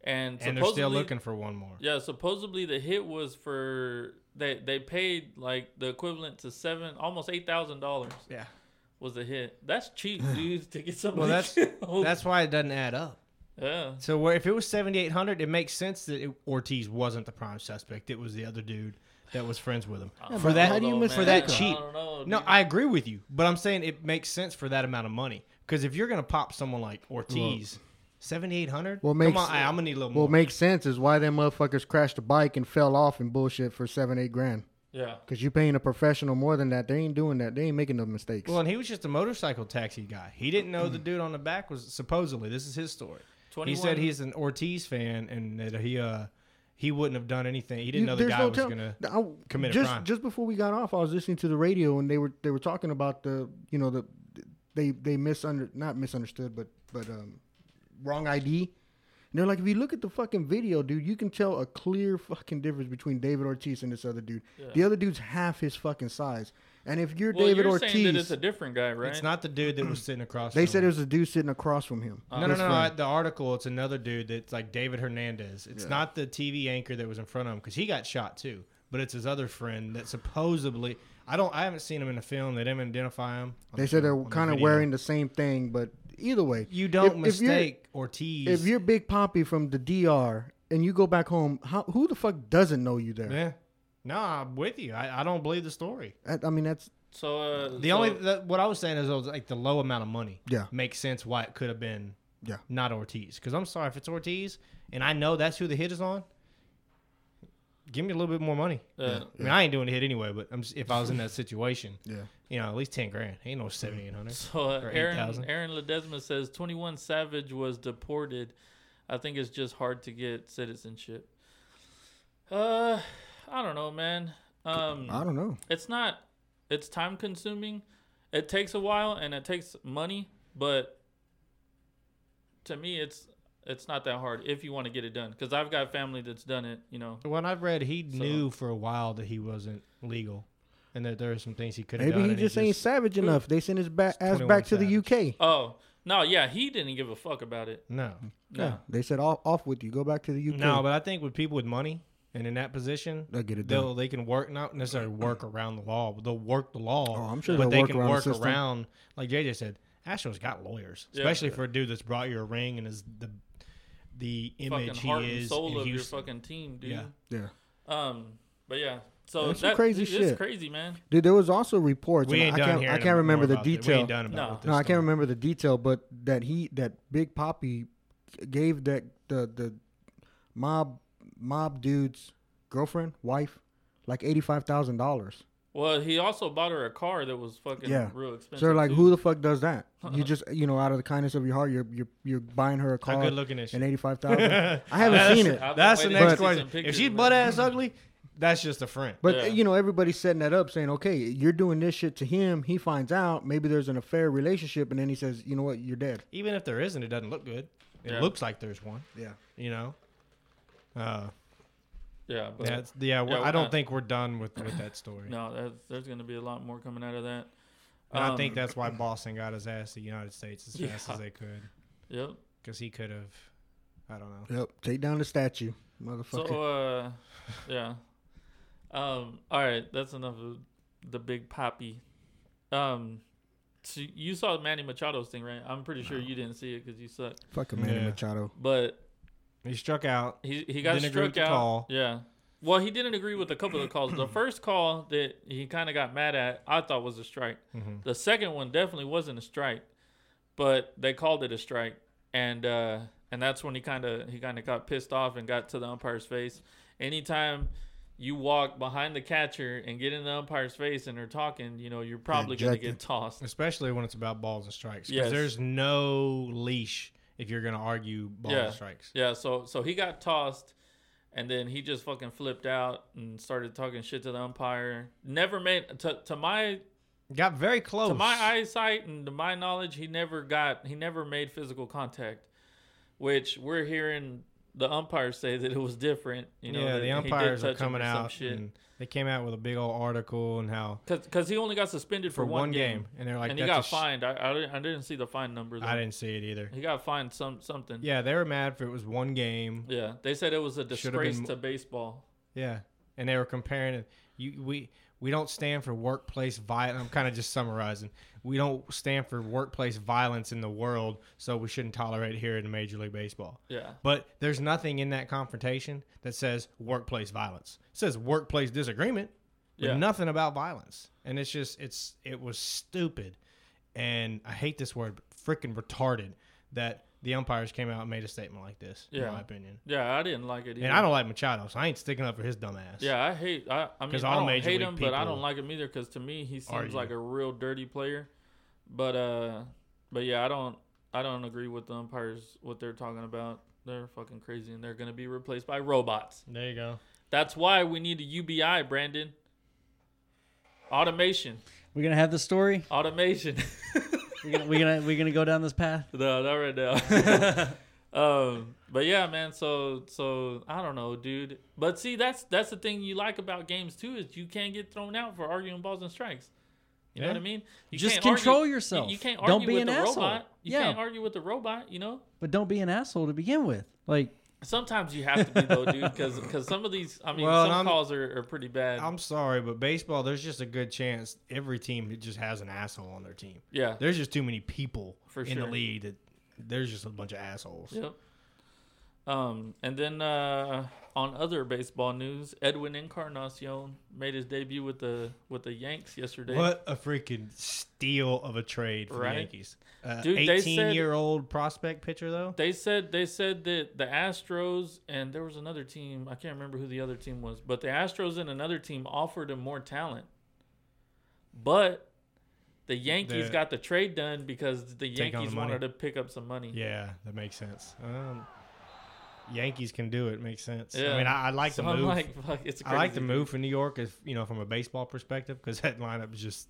Speaker 1: and
Speaker 2: and they're still
Speaker 1: supposedly-
Speaker 2: looking for one more.
Speaker 1: Yeah, supposedly the hit was for they they paid like the equivalent to seven almost eight thousand dollars.
Speaker 2: Yeah. (laughs)
Speaker 1: was a hit. That's cheap, dude, to get somebody
Speaker 2: Well,
Speaker 1: (laughs)
Speaker 2: that's
Speaker 1: killed.
Speaker 2: that's why it doesn't add up.
Speaker 1: Yeah.
Speaker 2: So where if it was 7,800, it makes sense that it, Ortiz wasn't the prime suspect. It was the other dude that was friends with him.
Speaker 1: I
Speaker 2: for
Speaker 1: don't
Speaker 2: that,
Speaker 1: know,
Speaker 3: how do you
Speaker 1: though,
Speaker 3: miss
Speaker 1: man.
Speaker 2: that
Speaker 1: I
Speaker 2: cheap?
Speaker 1: don't know,
Speaker 2: No,
Speaker 1: dude.
Speaker 2: I agree with you, but I'm saying it makes sense for that amount of money because if you're gonna pop someone like Ortiz, 7,800.
Speaker 3: What
Speaker 2: Come
Speaker 3: makes-
Speaker 2: on, I, am gonna need a little
Speaker 3: What
Speaker 2: more.
Speaker 3: makes sense is why them motherfuckers crashed the bike and fell off and bullshit for seven, eight grand.
Speaker 1: Yeah.
Speaker 3: Because you paying a professional more than that. They ain't doing that. They ain't making no mistakes.
Speaker 2: well, and he was just a motorcycle taxi guy. He didn't know the dude on the back was supposedly. This is his story. He
Speaker 1: 21
Speaker 2: said he's an Ortiz fan and that he uh he wouldn't have done anything. He didn't
Speaker 3: You-
Speaker 2: know the
Speaker 3: there's
Speaker 2: guy
Speaker 3: no
Speaker 2: was
Speaker 3: tell-
Speaker 2: gonna.
Speaker 3: I-
Speaker 2: commit a
Speaker 3: just,
Speaker 2: crime.
Speaker 3: Just before we got off, I was listening to the radio and they were they were talking about the you know the they they misunder not misunderstood but but um wrong ID. And they're like, if you look at the fucking video, dude, you can tell a clear fucking difference between David Ortiz and this other dude. The other dude's half his fucking size. And if you're
Speaker 1: Well,
Speaker 3: David
Speaker 1: you're saying that it's
Speaker 3: Ortiz,
Speaker 1: a different guy, right?
Speaker 2: It's not the dude that
Speaker 3: (clears throat)
Speaker 2: was sitting across.
Speaker 3: they
Speaker 2: from
Speaker 3: said
Speaker 2: him.
Speaker 3: it was a dude sitting across from him.
Speaker 2: No, no,
Speaker 3: His
Speaker 2: no, no.
Speaker 3: friend.
Speaker 2: at The article, it's another dude that's like David Hernandez. It's not the TV anchor that was in front of him because he got shot too. But it's his other friend that supposedly I don't. I haven't seen him in the film. They didn't identify him. on
Speaker 3: They
Speaker 2: the-
Speaker 3: said they're
Speaker 2: on the
Speaker 3: kind of
Speaker 2: video.
Speaker 3: wearing the same thing, but either way,
Speaker 2: You don't
Speaker 3: if- if you're-
Speaker 2: mistake Ortiz.
Speaker 3: if you're Big Poppy from the DR and you go back home, how, who the fuck doesn't know you there?
Speaker 2: yeah. No, I'm with you. I, I don't believe the story.
Speaker 3: I, I mean, that's
Speaker 1: So uh,
Speaker 2: The
Speaker 1: so-
Speaker 2: only the, what I was saying is it was like the low amount of money.
Speaker 3: Yeah.
Speaker 2: makes sense why it could have been.
Speaker 3: Yeah.
Speaker 2: not Ortiz because I'm sorry if it's Ortiz and I know that's who the hit is on. Give me a little bit more money.
Speaker 1: uh,
Speaker 2: I mean, I ain't doing the hit anyway, but I'm just, if I was in that situation,
Speaker 3: yeah.
Speaker 2: you know, at least ten grand. Ain't no seventy eight hundred.
Speaker 1: So uh,
Speaker 2: Or
Speaker 1: Aaron
Speaker 2: 8,000.
Speaker 1: Aaron Ledesma says 21 Savage was deported. I think it's just hard to get citizenship. Uh, I don't know, man.
Speaker 3: I
Speaker 1: Um,
Speaker 3: don't know.
Speaker 1: it's not. It's time consuming. It takes a while and it takes money, but to me, it's it's not that hard if you want to get it done. Because I've got family that's done it. You know.
Speaker 2: When I've read, he
Speaker 1: So-
Speaker 2: knew for a while that he wasn't legal, and that there were some things he could have
Speaker 3: Maybe
Speaker 2: done.
Speaker 3: he
Speaker 2: and
Speaker 3: just ain't savage enough. They sent his ba- ass
Speaker 2: 21
Speaker 3: back to
Speaker 2: savage.
Speaker 3: the UK.
Speaker 1: Oh no, yeah, he didn't give a fuck about it.
Speaker 2: no,
Speaker 1: No.
Speaker 3: They said off, off with you. Go back to the UK.
Speaker 2: no. But I think with people with money and in that position,
Speaker 3: They'll get it
Speaker 2: they'll they can work not necessarily work around the law, but they'll work the law.
Speaker 3: Oh, I'm sure
Speaker 2: but
Speaker 3: they'll
Speaker 2: they
Speaker 3: work
Speaker 2: can
Speaker 3: around the
Speaker 2: work
Speaker 3: system.
Speaker 2: around. Like JJ said, Astro's got lawyers,
Speaker 1: Yeah.
Speaker 2: especially for a dude that's brought you a ring and is the the
Speaker 1: Fucking
Speaker 2: image he
Speaker 1: heart and
Speaker 2: is
Speaker 1: soul
Speaker 2: in
Speaker 1: of your
Speaker 2: Houston.
Speaker 1: fucking team, dude.
Speaker 2: Yeah.
Speaker 3: yeah,
Speaker 1: Um, but yeah, so
Speaker 3: That's
Speaker 1: that's
Speaker 3: some crazy
Speaker 1: crazy shit.
Speaker 3: shit.
Speaker 1: crazy, man.
Speaker 3: dude. There was also reports.
Speaker 2: We
Speaker 3: and
Speaker 2: ain't
Speaker 3: I
Speaker 2: done
Speaker 3: can't. I
Speaker 2: hearing
Speaker 3: can't
Speaker 2: more
Speaker 3: remember the
Speaker 2: about this. We
Speaker 3: detail.
Speaker 2: ain't done about
Speaker 1: No.
Speaker 2: what this
Speaker 3: No, I
Speaker 2: done.
Speaker 3: can't remember the detail, but that he that Big Poppy gave that the the mob mob dude's girlfriend wife like eighty five thousand dollars.
Speaker 1: Well, he also bought her a car that was fucking
Speaker 3: Yeah.
Speaker 1: real expensive.
Speaker 3: So they're like,
Speaker 1: too. Uh-huh.
Speaker 3: who the fuck does that? You just you know out of the kindness of your heart, you're you're you're buying her a car.
Speaker 2: good looking is she?
Speaker 3: And eighty five
Speaker 1: (laughs)
Speaker 3: thousand. I
Speaker 2: (laughs)
Speaker 3: haven't seen it.
Speaker 1: I've been
Speaker 2: That's the
Speaker 1: waiting
Speaker 2: next
Speaker 1: to see
Speaker 2: question.
Speaker 1: some
Speaker 2: if
Speaker 1: pictures,
Speaker 2: she's
Speaker 1: man.
Speaker 2: butt ass ugly, that's just a friend.
Speaker 3: But
Speaker 1: Yeah.
Speaker 3: you know, everybody's setting that up, saying, "Okay, you're doing this shit to him." He finds out. Maybe there's an affair relationship, and then he says, "You know what? You're dead."
Speaker 2: Even if there isn't, it doesn't look good. It
Speaker 1: Yeah.
Speaker 2: looks like there's one.
Speaker 3: Yeah.
Speaker 2: You know. Uh,
Speaker 1: yeah, but
Speaker 2: that's yeah. we're
Speaker 1: we're
Speaker 2: I don't
Speaker 1: not-
Speaker 2: think we're done with, with that story.
Speaker 1: no, that's, there's gonna be a lot more coming out of that.
Speaker 2: And I think
Speaker 1: Um,
Speaker 2: that's
Speaker 1: (clears throat)
Speaker 2: why Boston got his ass to the United States as fast
Speaker 1: Yeah.
Speaker 2: as they could,
Speaker 1: Yep.
Speaker 2: because he could have. I don't know.
Speaker 3: Yep. Take down the statue, motherfucker.
Speaker 1: So, uh, yeah. Um. All right, that's enough of the big poppy. Um. So you saw Manny Machado's thing, right? I'm pretty sure you didn't see it because you suck.
Speaker 3: Fucking Manny
Speaker 2: Yeah.
Speaker 3: Machado.
Speaker 1: But
Speaker 2: He struck out.
Speaker 1: He he got
Speaker 2: Didn't agree with
Speaker 1: struck
Speaker 2: the
Speaker 1: out.
Speaker 2: call.
Speaker 1: Yeah. Well, he didn't agree with a couple of the calls.
Speaker 2: (clears throat)
Speaker 1: The first call that he kind of got mad at, I thought was a strike.
Speaker 2: Mm-hmm.
Speaker 1: The second one definitely wasn't a strike, but they called it a strike, and uh, and that's when he kind of he kind of got pissed off and got to the umpire's face. Anytime you walk behind the catcher and get in the umpire's face and they're talking, you know you're probably going to
Speaker 3: Ejected.
Speaker 1: get tossed.
Speaker 2: Especially when it's about balls and strikes.
Speaker 1: Yes.
Speaker 2: Because there's no leash if you're going to argue balls
Speaker 1: yeah.
Speaker 2: and strikes.
Speaker 1: Yeah, so so he got tossed and then he just fucking flipped out and started talking shit to the umpire. Never made to, to my
Speaker 2: Got very close.
Speaker 1: to my eyesight and to my knowledge, he never got he never made physical contact, which we're hearing the umpires say that it was different. You know,
Speaker 2: yeah,
Speaker 1: that
Speaker 2: the
Speaker 1: he did
Speaker 2: umpires
Speaker 1: touch
Speaker 2: are
Speaker 1: him
Speaker 2: coming
Speaker 1: or some
Speaker 2: out.
Speaker 1: shit.
Speaker 2: And they came out with a big old article and how
Speaker 1: Cause, 'cause he only got suspended
Speaker 2: for,
Speaker 1: for,
Speaker 2: one game, and they're like,
Speaker 1: and he
Speaker 2: "That's a
Speaker 1: got
Speaker 2: sh-"
Speaker 1: fined. I, I didn't I didn't see the fine number. Though.
Speaker 2: I didn't see it either.
Speaker 1: He got fined some something.
Speaker 2: Yeah, they were mad if it was one game.
Speaker 1: yeah. They said it was a
Speaker 2: Should've been
Speaker 1: disgrace
Speaker 2: mo-
Speaker 1: to baseball.
Speaker 2: Yeah, and they were comparing it. You we We don't stand for workplace violence. I'm kind of just summarizing. We don't stand for workplace violence in the world, so we shouldn't tolerate it here in Major League Baseball.
Speaker 1: Yeah.
Speaker 2: But there's nothing in that confrontation that says workplace violence. It says workplace disagreement, but
Speaker 1: Yeah.
Speaker 2: nothing about violence. And it's just it's it was stupid, and I hate this word, but freaking retarded that the umpires came out and made a statement like this.
Speaker 1: Yeah.
Speaker 2: In my opinion.
Speaker 1: Yeah, I didn't like it. Either.
Speaker 2: And I don't like Machado, so I ain't sticking up for his dumb ass.
Speaker 1: Yeah, I hate. I, I mean,
Speaker 2: 'Cause
Speaker 1: I
Speaker 2: all
Speaker 1: don't
Speaker 2: major
Speaker 1: hate
Speaker 2: league
Speaker 1: him, but I
Speaker 2: people
Speaker 1: don't like him either. Because to me, he
Speaker 2: are
Speaker 1: seems
Speaker 2: you.
Speaker 1: like a real dirty player. But uh, but yeah, I don't. I don't agree with the umpires what they're talking about. They're fucking crazy, and they're gonna be replaced by robots.
Speaker 2: There you go.
Speaker 1: That's why we need a UBI, Brandon. Automation,
Speaker 4: We're gonna have the story.
Speaker 1: automation. (laughs)
Speaker 4: We're gonna we're gonna, we're gonna go down this path.
Speaker 1: No, not right
Speaker 4: (laughs)
Speaker 1: now. (laughs) um, but yeah, man. So so I don't know, dude. But see, that's that's the thing you like about games too is you can't get thrown out for arguing balls and strikes. You know
Speaker 2: Yeah.
Speaker 1: what I mean? You
Speaker 4: Just
Speaker 1: can't argue-
Speaker 4: control
Speaker 1: you-
Speaker 4: yourself.
Speaker 1: You can't
Speaker 4: Don't
Speaker 1: argue
Speaker 4: be
Speaker 1: with
Speaker 4: an
Speaker 1: the
Speaker 4: asshole.
Speaker 1: robot. You
Speaker 4: Yeah.
Speaker 1: can't argue with the robot. You know.
Speaker 4: But don't be an asshole to begin with. Like
Speaker 1: Sometimes you have to be though, dude, because some of these. I mean,
Speaker 2: Well, and
Speaker 1: some
Speaker 2: I'm-
Speaker 1: calls are, are pretty bad.
Speaker 2: I'm sorry, but baseball, there's just a good chance every team just has an asshole on their team.
Speaker 1: yeah.
Speaker 2: There's just too many people
Speaker 1: For
Speaker 2: in
Speaker 1: sure.
Speaker 2: the league that there's just a bunch of assholes.
Speaker 1: Yep. Um, and then uh, on other baseball news, Edwin Encarnacion made his debut with the with the Yanks yesterday.
Speaker 2: What a freaking steal of a trade for
Speaker 1: Right.
Speaker 2: the Yankees. Uh,
Speaker 1: Dude, they said-
Speaker 2: 18 year old prospect pitcher, though.
Speaker 1: They said they said that the Astros and there was another team I can't remember who the other team was, but the Astros and another team offered him more talent. But the Yankees
Speaker 2: The-
Speaker 1: got the trade done because the
Speaker 2: Take on the
Speaker 1: Yankees
Speaker 2: money.
Speaker 1: wanted to pick up some money.
Speaker 2: Yeah, that makes sense. Um, Yankees can do it. Makes sense.
Speaker 1: Yeah.
Speaker 2: I mean, I, I like
Speaker 1: so
Speaker 2: the
Speaker 1: I'm
Speaker 2: move.
Speaker 1: like, fuck, it's
Speaker 2: I like
Speaker 1: crazy.
Speaker 2: the move for New York, if, you know, from a baseball perspective, because that lineup is just,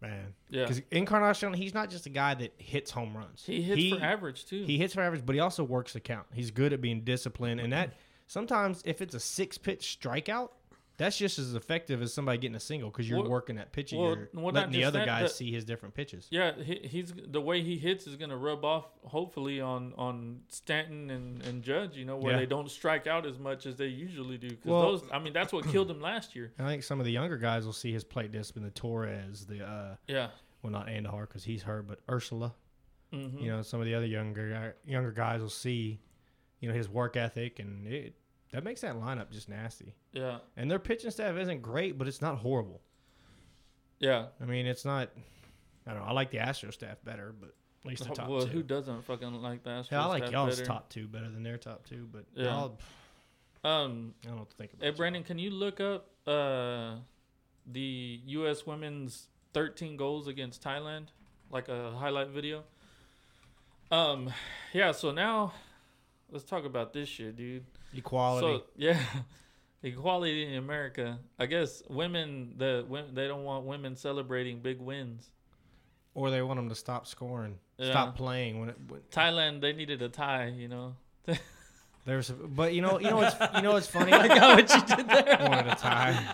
Speaker 2: man.
Speaker 1: Yeah,
Speaker 2: Because Encarnacion, he's not just a guy that hits home runs.
Speaker 1: he hits for average too.
Speaker 2: He hits for average, but he also works the count. He's good at being disciplined, and that sometimes if it's a six pitch strikeout, that's just as effective as somebody getting a single because you're
Speaker 1: Well-
Speaker 2: working that pitch. and
Speaker 1: well,
Speaker 2: you're
Speaker 1: well, not
Speaker 2: letting the
Speaker 1: just
Speaker 2: other
Speaker 1: that,
Speaker 2: guys
Speaker 1: the-
Speaker 2: see his different pitches.
Speaker 1: Yeah, he, he's the way he hits is gonna rub off hopefully on on Stanton and, and Judge. You know where
Speaker 2: Yeah.
Speaker 1: they don't strike out as much as they usually do. 'Cause
Speaker 2: Well-
Speaker 1: those, I mean, that's what killed him last
Speaker 2: (clears throat)
Speaker 1: year.
Speaker 2: I think some of the younger guys will see his plate discipline. The Torres, the uh,
Speaker 1: Yeah,
Speaker 2: well, not Andahar because he's hurt, but Ursula.
Speaker 1: hmm
Speaker 2: You know, some of the other younger younger guys will see, you know, his work ethic, and it that makes that lineup just nasty.
Speaker 1: yeah,
Speaker 2: And their pitching staff isn't great, but it's not horrible.
Speaker 1: yeah.
Speaker 2: I mean, it's not. I don't know. I like the Astro staff better, but at least the top
Speaker 1: well,
Speaker 2: two.
Speaker 1: who doesn't fucking like the Astros?
Speaker 2: Hell, I like
Speaker 1: staff
Speaker 2: y'all's
Speaker 1: better?
Speaker 2: top two better than their top two, but
Speaker 1: Yeah.
Speaker 2: y'all, pff,
Speaker 1: Um,
Speaker 2: I don't think about
Speaker 1: hey
Speaker 2: y'all.
Speaker 1: Brandon, can you look up uh the U.S. women's 13 goals against Thailand, like a highlight video? Um, yeah. So now, let's talk about this shit, dude.
Speaker 2: equality.
Speaker 1: So (laughs) yeah, equality in America. I guess women the women they don't want women celebrating big wins.
Speaker 2: or they want them to stop scoring,
Speaker 1: Yeah.
Speaker 2: stop playing when it. When,
Speaker 1: Thailand they needed a tie, you
Speaker 2: (laughs)
Speaker 1: know.
Speaker 2: there's, but you know, you know, it's you know,
Speaker 1: (laughs)
Speaker 2: it's funny.
Speaker 4: I got what you did there.
Speaker 2: one at a time.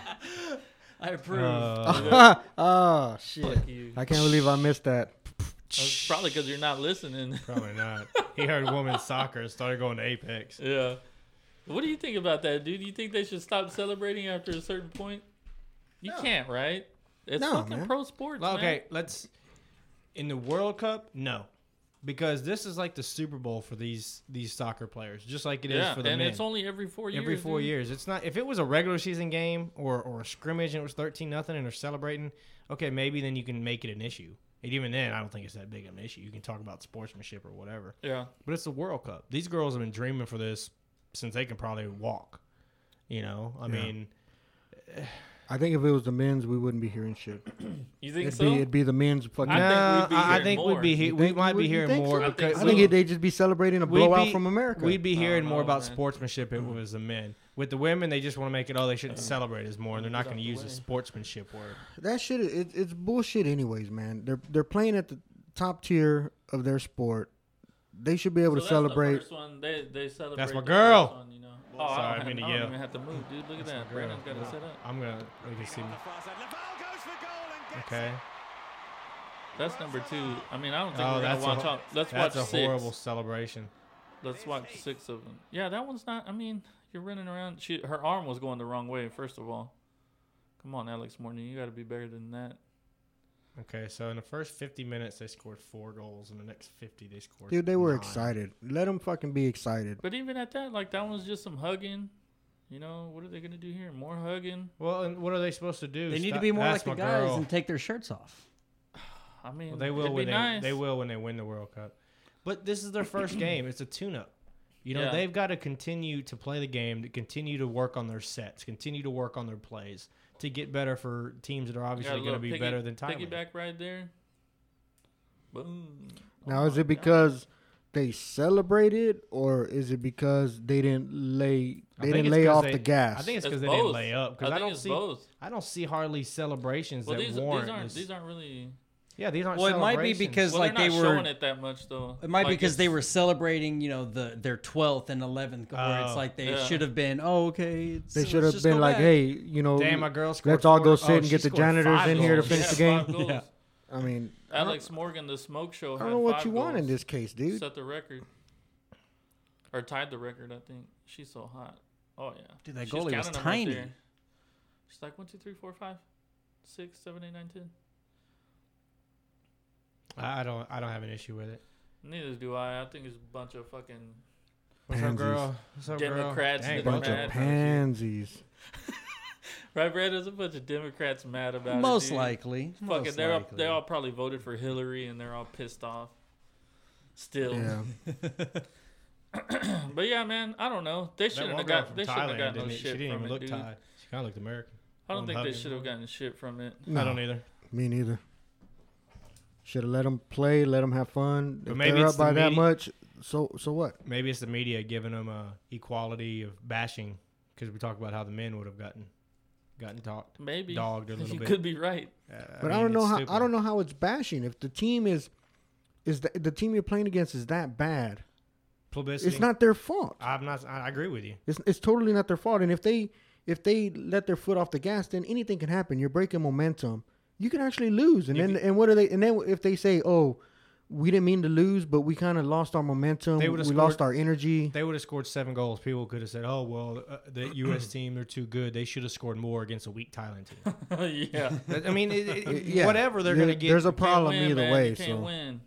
Speaker 4: I approve.
Speaker 2: Uh,
Speaker 3: (laughs) oh shit!
Speaker 1: Fuck you.
Speaker 3: I can't believe I missed that.
Speaker 1: That's probably because you're not listening. (laughs)
Speaker 2: probably not. He heard women's soccer and started going to Apex.
Speaker 1: yeah. What do you think about that, dude? You think they should stop celebrating after a certain point? You can't, right? It's
Speaker 3: No,
Speaker 1: fucking
Speaker 3: man.
Speaker 1: pro sports,
Speaker 2: Well,
Speaker 1: man.
Speaker 2: okay, let's. In the World Cup, no, because this is like the Super Bowl for these these soccer players, just like it is
Speaker 1: Yeah,
Speaker 2: for
Speaker 1: and
Speaker 2: the men.
Speaker 1: it's only every four years.
Speaker 2: every four
Speaker 1: dude.
Speaker 2: years. It's not if it was a regular season game or or a scrimmage and it was thirteen nothing and they're celebrating. Okay, maybe then you can make it an issue. And even then, I don't think it's that big of an issue. You can talk about sportsmanship or whatever.
Speaker 1: Yeah.
Speaker 2: But it's the World Cup. These girls have been dreaming for this since they can probably walk. You know, I
Speaker 3: Yeah.
Speaker 2: mean,
Speaker 3: I think if it was the men's, we wouldn't be hearing shit.
Speaker 1: You think
Speaker 3: It'd
Speaker 1: so?
Speaker 3: be it'd be the men's fucking.
Speaker 1: I think
Speaker 2: nah,
Speaker 1: we'd be
Speaker 2: I I
Speaker 1: hearing
Speaker 2: think we'd
Speaker 1: more.
Speaker 2: be he-
Speaker 3: You
Speaker 2: we
Speaker 3: think
Speaker 2: might
Speaker 3: we
Speaker 2: be
Speaker 3: would? You
Speaker 2: hearing
Speaker 3: think
Speaker 2: more
Speaker 1: so? I think
Speaker 2: because
Speaker 3: I think they'd just be celebrating a
Speaker 2: We'd
Speaker 3: blowout
Speaker 2: be-
Speaker 3: from America.
Speaker 2: We'd be
Speaker 1: I
Speaker 2: hearing
Speaker 4: Oh,
Speaker 1: don't
Speaker 2: more
Speaker 1: know,
Speaker 2: about
Speaker 1: man.
Speaker 2: sportsmanship if it was the men. With the women, they just want to make it, oh, they shouldn't celebrate as more, and they're not
Speaker 1: Get
Speaker 2: going to
Speaker 1: out the
Speaker 2: use
Speaker 1: way.
Speaker 2: the sportsmanship word.
Speaker 3: that shit it, it's bullshit anyways man they're they're playing at the top tier of their sport they should be able to
Speaker 1: So that's the
Speaker 3: celebrate
Speaker 1: first one. They- they celebrate
Speaker 2: That's my
Speaker 1: the
Speaker 2: girl.
Speaker 1: first one, you know. Oh, I
Speaker 2: Sorry,
Speaker 1: don't
Speaker 2: I
Speaker 1: have-
Speaker 2: mean to
Speaker 1: I don't
Speaker 2: yell.
Speaker 1: even have to move, dude. Look at that. Brandon's got it set up.
Speaker 2: I'm gonna. We can see. me. Okay.
Speaker 5: Okay.
Speaker 1: That's number two. I mean, I don't think
Speaker 2: Oh,
Speaker 1: we're gonna
Speaker 2: that's a
Speaker 1: watch
Speaker 2: hor-
Speaker 1: all. Let's
Speaker 2: That's
Speaker 1: watch
Speaker 2: a
Speaker 1: six.
Speaker 2: horrible celebration.
Speaker 1: Let's watch six of them. Yeah, that one's not. I mean, you're running around. She, her arm was going the wrong way. First of all, Come on, Alex Morgan, you got to be better than that.
Speaker 2: Okay, so in the first 50 minutes, they scored four goals. In the next 50, they scored.
Speaker 3: Dude, they were
Speaker 2: nine.
Speaker 3: excited. Let them fucking be excited.
Speaker 1: But even at that, like that was just some hugging. You know what are they gonna do here? More hugging.
Speaker 2: Well, and what are they supposed to do?
Speaker 4: They need to
Speaker 2: Stop-
Speaker 4: be more
Speaker 2: that's
Speaker 4: like the
Speaker 2: my
Speaker 4: guys
Speaker 2: girl.
Speaker 4: and take their shirts off.
Speaker 1: I mean,
Speaker 2: Well, they will
Speaker 1: It'd be
Speaker 2: when they,
Speaker 1: nice.
Speaker 2: they will when they win the World Cup. But
Speaker 1: (clears throat)
Speaker 2: this is their first game. It's a tune-up. You know,
Speaker 1: Yeah.
Speaker 2: they've got to continue to play the game, to continue to work on their sets, continue to work on their plays to get better for teams that are
Speaker 1: Got a
Speaker 2: obviously going to
Speaker 1: little
Speaker 2: be
Speaker 1: piggy-
Speaker 2: better than Thailand.
Speaker 1: Piggyback right there. Boom.
Speaker 3: Now,
Speaker 1: Oh
Speaker 3: is
Speaker 1: my
Speaker 3: it because they celebrated, or is it because they didn't lay
Speaker 2: I
Speaker 3: they
Speaker 2: think
Speaker 3: didn't
Speaker 2: it's
Speaker 3: lay
Speaker 2: 'cause
Speaker 3: off
Speaker 2: they-
Speaker 3: the gas?
Speaker 2: I think it's
Speaker 1: It's
Speaker 2: because they didn't
Speaker 1: both.
Speaker 2: lay up.
Speaker 1: God.
Speaker 2: Because I,
Speaker 1: think
Speaker 2: don't
Speaker 1: it's
Speaker 2: see,
Speaker 1: both.
Speaker 2: I don't see hardly celebrations
Speaker 1: Well,
Speaker 2: that
Speaker 1: these, these
Speaker 2: warrant.
Speaker 1: aren't
Speaker 2: this.
Speaker 1: these aren't really.
Speaker 2: yeah, these aren't.
Speaker 4: Well, it might be
Speaker 2: celebrations.
Speaker 4: because- It's
Speaker 1: Well,
Speaker 4: like
Speaker 1: they're not
Speaker 4: they were-
Speaker 1: showing it that much though.
Speaker 4: It might
Speaker 1: Like,
Speaker 4: be because they
Speaker 1: it's-
Speaker 4: were celebrating, you know, the their twelfth and eleventh. where
Speaker 2: Oh.
Speaker 4: it's like they
Speaker 1: Yeah.
Speaker 4: should have been. Oh, okay. it's-
Speaker 3: they
Speaker 4: let's
Speaker 3: should have
Speaker 4: just
Speaker 3: been
Speaker 4: go
Speaker 3: like,
Speaker 4: back."
Speaker 3: hey, you know,
Speaker 2: damn, my girl scored.
Speaker 3: let's all
Speaker 2: four-
Speaker 3: go
Speaker 2: oh,
Speaker 3: sit and
Speaker 2: she
Speaker 3: get the
Speaker 2: scored
Speaker 3: janitors
Speaker 2: five
Speaker 3: in here to
Speaker 2: goals.
Speaker 3: finish the
Speaker 1: Yeah,
Speaker 3: game.
Speaker 1: five goals.
Speaker 2: Yeah.
Speaker 3: I mean, I don't,
Speaker 1: Alex Morgan, the smoke show.
Speaker 3: I
Speaker 1: Had
Speaker 3: don't know what
Speaker 1: five
Speaker 3: you want in
Speaker 1: goals.
Speaker 3: this case, dude.
Speaker 1: Set the record. Or tied the record, I think. She's so hot. Oh yeah.
Speaker 4: Dude, that
Speaker 1: She's
Speaker 4: goalie was
Speaker 1: counting 'em right
Speaker 4: tiny.
Speaker 1: there. She's like one, two, three, four, five, six, seven, eight, nine, ten.
Speaker 2: (laughs) I I don't. I don't have an issue with it.
Speaker 1: Neither do I. I think it's a bunch of fucking
Speaker 2: What's up,
Speaker 3: Pansies.
Speaker 2: girl? What's up, girl?
Speaker 1: Democrats
Speaker 2: Dang,
Speaker 1: that
Speaker 2: bro.
Speaker 1: are
Speaker 3: bunch
Speaker 1: mad.
Speaker 3: of pansies.
Speaker 1: right, Brad. There's a bunch of Democrats mad about it.
Speaker 4: Most
Speaker 1: dude.
Speaker 4: likely.
Speaker 1: Fucking,
Speaker 4: most
Speaker 1: they're all,
Speaker 4: likely.
Speaker 1: they all probably voted for Hillary and they're all pissed off. Still,
Speaker 3: Yeah,
Speaker 1: (laughs) but yeah, man, I don't know. They
Speaker 2: That
Speaker 1: shouldn't
Speaker 2: one
Speaker 1: have
Speaker 2: girl from
Speaker 1: got. They shouldn't have
Speaker 2: Thailand
Speaker 1: got no
Speaker 2: didn't. e- She
Speaker 1: shit
Speaker 2: didn't
Speaker 1: from
Speaker 2: even
Speaker 1: it,
Speaker 2: look
Speaker 1: dude.
Speaker 2: Thai. She kind of looked American.
Speaker 1: I don't
Speaker 2: I'm
Speaker 1: think they
Speaker 2: hugging.
Speaker 1: should have gotten shit from it.
Speaker 2: I
Speaker 3: No,
Speaker 2: don't either.
Speaker 3: me neither. Should have let them play, let them have fun.
Speaker 2: But
Speaker 3: if
Speaker 2: maybe
Speaker 3: they're
Speaker 2: it's
Speaker 3: up
Speaker 2: the
Speaker 3: by that
Speaker 2: media-
Speaker 3: much, so so what?
Speaker 2: Maybe it's the media giving them a equality of bashing because we talked about how the men would have gotten gotten talked.
Speaker 1: Maybe
Speaker 2: Dogged a
Speaker 1: (laughs)
Speaker 2: little
Speaker 1: you
Speaker 2: bit.
Speaker 1: could be right.
Speaker 2: Uh,
Speaker 3: But I,
Speaker 2: mean,
Speaker 3: don't know
Speaker 2: it's
Speaker 3: how
Speaker 2: stupid.
Speaker 3: I don't know how it's bashing if the team is is the, the team you're playing against is that bad.
Speaker 2: Publicity.
Speaker 3: It's not their fault.
Speaker 2: I'm not. I I agree with you.
Speaker 3: It's it's totally not their fault. And if they if they let their foot off the gas, then anything can happen. You're breaking momentum. You can actually lose. And
Speaker 2: You
Speaker 3: then and what are they? And then if they say, "Oh, we didn't mean to lose, but we kind of lost our momentum.
Speaker 2: They
Speaker 3: we
Speaker 2: would've
Speaker 3: lost
Speaker 2: scored-
Speaker 3: our energy."
Speaker 2: They would have scored seven goals. People could have said, "Oh well, uh,
Speaker 3: (clears throat)
Speaker 2: the U.S. team they're too good. They should have scored more against a weak Thailand
Speaker 3: (laughs)
Speaker 2: team."
Speaker 1: yeah,
Speaker 2: But, I mean, it, it-
Speaker 3: Uh, yeah.
Speaker 2: whatever they're
Speaker 3: There-
Speaker 2: going to get.
Speaker 3: There's a problem
Speaker 1: Can't win,
Speaker 3: either
Speaker 1: man.
Speaker 3: way.
Speaker 1: You can't
Speaker 3: so
Speaker 1: win.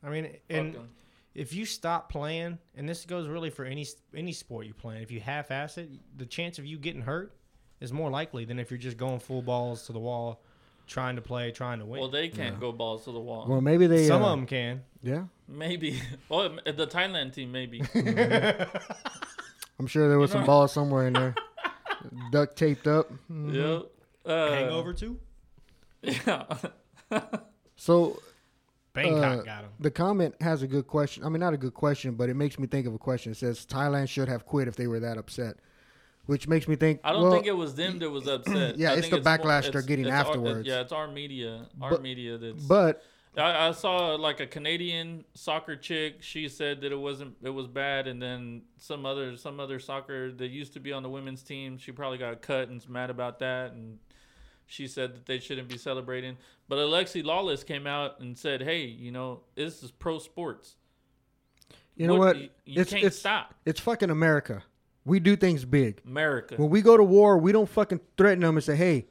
Speaker 2: I mean,
Speaker 1: Fuck
Speaker 2: and
Speaker 1: 'em.
Speaker 2: if you stop playing, and this goes really for any any sport you play, if you half-ass it, the chance of you getting hurt is more likely than if you're just going full balls to the wall, trying to play, trying to win.
Speaker 1: well, they can't go balls to the wall.
Speaker 3: well, maybe they
Speaker 2: Some
Speaker 3: uh,
Speaker 2: of them can.
Speaker 3: Yeah,
Speaker 1: maybe. (laughs) Well, the Thailand team,
Speaker 3: (laughs)
Speaker 1: maybe.
Speaker 3: Mm-hmm. I'm sure there was some
Speaker 1: know-
Speaker 3: balls somewhere
Speaker 1: (laughs)
Speaker 3: in there, duct taped up. Mhm.
Speaker 1: yep. Uh,
Speaker 2: Hangover too.
Speaker 1: (laughs) Yeah.
Speaker 3: So
Speaker 2: Bangkok
Speaker 3: uh,
Speaker 2: got him.
Speaker 3: The comment has a good question. I mean, not a good question, but it makes me think of a question. It says Thailand should have quit if they were that upset, which makes me think.
Speaker 1: I don't
Speaker 3: well,
Speaker 1: think it was them that was
Speaker 3: (clears throat)
Speaker 1: upset.
Speaker 3: Yeah,
Speaker 1: I
Speaker 3: it's
Speaker 1: think
Speaker 3: the
Speaker 1: more-
Speaker 3: backlash they're getting
Speaker 1: our-
Speaker 3: afterwards.
Speaker 1: yeah, it's our media. Our
Speaker 3: But-
Speaker 1: media that's.
Speaker 3: But
Speaker 1: I, I saw like a Canadian soccer chick. She said that it wasn't. It was bad, and then some other some other soccer that used to be on the women's team. She probably got cut and's mad about that, and she said that they shouldn't be celebrating. But Alexi Lawless came out and said, "Hey, you know this is pro sports.
Speaker 3: you know what?
Speaker 1: You, you
Speaker 3: it's
Speaker 1: can't
Speaker 3: it's
Speaker 1: stop
Speaker 3: it's fucking America. We do things big.
Speaker 1: America."
Speaker 3: When we go to war, we don't fucking threaten them and say, "Hey,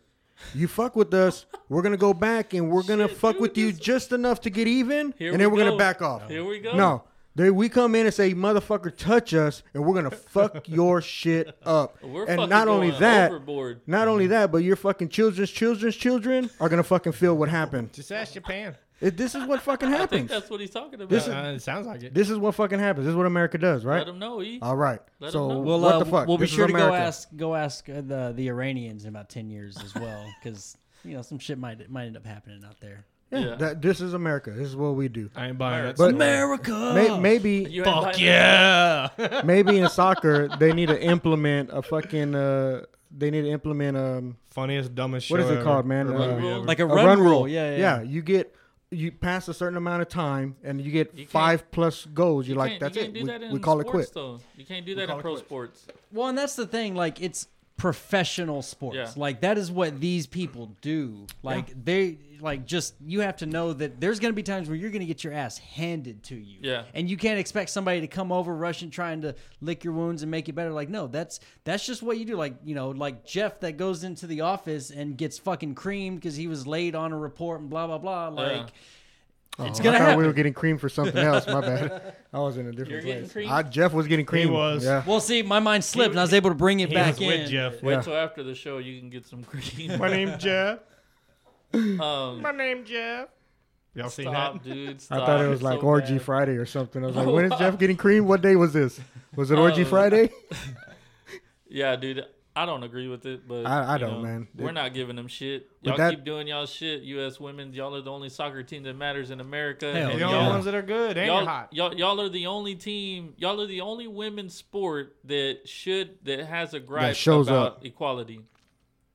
Speaker 3: you fuck with us, we're gonna go back and we're gonna
Speaker 1: Shit,
Speaker 3: fuck
Speaker 1: dude,
Speaker 3: with you
Speaker 1: this-
Speaker 3: just enough to get even,
Speaker 1: Here
Speaker 3: and then
Speaker 1: we
Speaker 3: we're
Speaker 1: go.
Speaker 3: gonna back off."
Speaker 1: Here we go.
Speaker 3: No. They, we come in and say, motherfucker, touch us, and
Speaker 1: (laughs)
Speaker 3: we're gonna fuck your shit up.
Speaker 1: we're
Speaker 3: and
Speaker 1: fucking
Speaker 3: not only
Speaker 1: going
Speaker 3: that,
Speaker 1: overboard.
Speaker 3: Not only that, but your fucking children's children's children are gonna fucking feel what happened.
Speaker 2: Just ask Japan.
Speaker 3: It, this is what fucking
Speaker 1: (laughs) I think
Speaker 3: happens.
Speaker 1: that's what he's talking about.
Speaker 2: Uh, it sounds like it.
Speaker 3: This is what fucking happens. This is what America does, right?
Speaker 1: Let him know. E.
Speaker 3: All right.
Speaker 1: Let 'em
Speaker 3: so
Speaker 1: know.
Speaker 4: We'll,
Speaker 3: what
Speaker 4: uh,
Speaker 3: the fuck?
Speaker 4: We'll be
Speaker 3: This is
Speaker 4: sure to go
Speaker 3: America.
Speaker 4: ask go ask uh, the the Iranians in about ten years as well, because you know some shit might might end up happening out there.
Speaker 3: Yeah,
Speaker 1: Yeah.
Speaker 3: That, this is America. This is what we do.
Speaker 2: I ain't buying that.
Speaker 3: But-
Speaker 2: story.
Speaker 4: America.
Speaker 3: May, maybe,
Speaker 1: (laughs) You ain't
Speaker 2: Fuck
Speaker 1: biting-
Speaker 2: yeah!
Speaker 3: maybe in soccer they need to implement a fucking. Uh, they need to implement um
Speaker 2: (laughs) Funniest, dumbest show.
Speaker 3: What is it
Speaker 2: ever.
Speaker 3: called, man?
Speaker 2: Or
Speaker 3: Uh,
Speaker 2: movie ever.
Speaker 4: like a run, rule. Yeah, yeah.
Speaker 3: yeah. You get you pass a certain amount of time and you get
Speaker 1: You can't-
Speaker 3: five plus goals. You're
Speaker 1: You
Speaker 3: like
Speaker 1: can't-
Speaker 3: that's
Speaker 1: you
Speaker 3: it.
Speaker 1: can't do
Speaker 3: We,
Speaker 1: that in
Speaker 3: we call it
Speaker 1: sports,
Speaker 3: quit.
Speaker 1: Though. You can't do that
Speaker 2: call
Speaker 1: in
Speaker 2: it
Speaker 1: pro
Speaker 2: quits.
Speaker 1: sports.
Speaker 4: Well, and that's the thing. Like it's professional sports.
Speaker 1: Yeah.
Speaker 4: Like that is what these people do. Like they like just you have to know that there's going to be times where you're going to get your ass handed to you.
Speaker 1: Yeah.
Speaker 4: And you can't expect somebody to come over rushing trying to lick your wounds and make you better. Like no, that's that's just what you do. Like, you know, like Jeff that goes into the office and gets fucking creamed cuz he was late on a report and blah blah blah like It's
Speaker 3: Oh,
Speaker 4: gonna
Speaker 3: I thought
Speaker 4: happen.
Speaker 3: we were getting cream for something else.
Speaker 1: (laughs)
Speaker 3: My bad. I was in a different
Speaker 1: You're getting
Speaker 3: place.
Speaker 1: cream?
Speaker 3: I, Jeff was getting cream.
Speaker 2: was.
Speaker 3: Yeah.
Speaker 4: Well, see, my mind slipped, and I was able to bring it
Speaker 2: He
Speaker 4: back
Speaker 2: was
Speaker 4: in.
Speaker 2: with Jeff.
Speaker 1: Wait
Speaker 3: Yeah.
Speaker 1: till after the show. You can get some
Speaker 2: (laughs)
Speaker 1: cream.
Speaker 2: My name's Jeff.
Speaker 1: um,
Speaker 2: My name's Jeff. Y'all seen
Speaker 1: stop,
Speaker 2: that?
Speaker 1: dude.
Speaker 3: I
Speaker 1: Stop.
Speaker 3: thought it was
Speaker 1: It's
Speaker 3: like
Speaker 1: so
Speaker 3: Orgy
Speaker 1: bad.
Speaker 3: Friday or something.
Speaker 1: (laughs)
Speaker 3: I was like, when is Jeff getting cream? What day was this? Was it Orgy
Speaker 1: Oh. (laughs)
Speaker 3: Friday?
Speaker 1: Yeah, dude. I don't agree with it, but
Speaker 3: I- I
Speaker 1: you
Speaker 3: don't,
Speaker 1: know,
Speaker 3: man.
Speaker 1: We're
Speaker 3: It-
Speaker 1: not giving them shit.
Speaker 3: But
Speaker 1: Y'all
Speaker 3: that-
Speaker 1: keep doing y'all shit. U.S. women, y'all are the only soccer team that matters in America.
Speaker 4: Hell
Speaker 1: and
Speaker 2: They're the
Speaker 4: yeah.
Speaker 2: only
Speaker 1: y'all-
Speaker 2: ones that are good and
Speaker 1: y'all,
Speaker 2: they're hot.
Speaker 1: y'all, y'all are the only team. Y'all are the only women's sport that should that has a gripe
Speaker 3: shows
Speaker 1: about
Speaker 3: up.
Speaker 1: equality.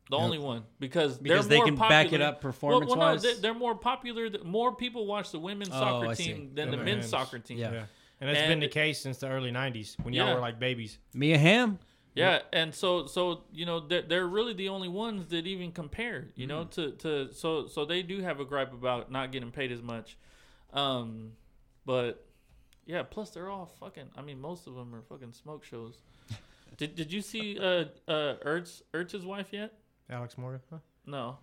Speaker 1: The only one because
Speaker 4: Because
Speaker 1: they're
Speaker 4: they
Speaker 1: more
Speaker 4: can
Speaker 1: popular.
Speaker 4: back it up
Speaker 1: Well, well, no,
Speaker 4: performance-wise?
Speaker 1: they- they're more popular. th- More people watch the women's
Speaker 4: Oh,
Speaker 1: soccer
Speaker 4: I see.
Speaker 1: team than the
Speaker 2: Yeah.
Speaker 1: men's soccer team.
Speaker 4: Yeah.
Speaker 2: Yeah. And that's been
Speaker 1: And-
Speaker 2: the case since the early 90s when y'all
Speaker 1: Yeah.
Speaker 2: were like babies.
Speaker 4: Mia Hamm.
Speaker 1: Yeah, and so so you know they're, they're really the only ones that even compare. You
Speaker 2: Mm.
Speaker 1: know to to so so they do have a gripe about not getting paid as much, um, but yeah. Plus they're all fucking. I mean, most of them are fucking smoke shows.
Speaker 2: (laughs)
Speaker 1: did Did you see uh uh Ertz Ertz's wife yet?
Speaker 2: Alex Morgan. Huh?
Speaker 1: No,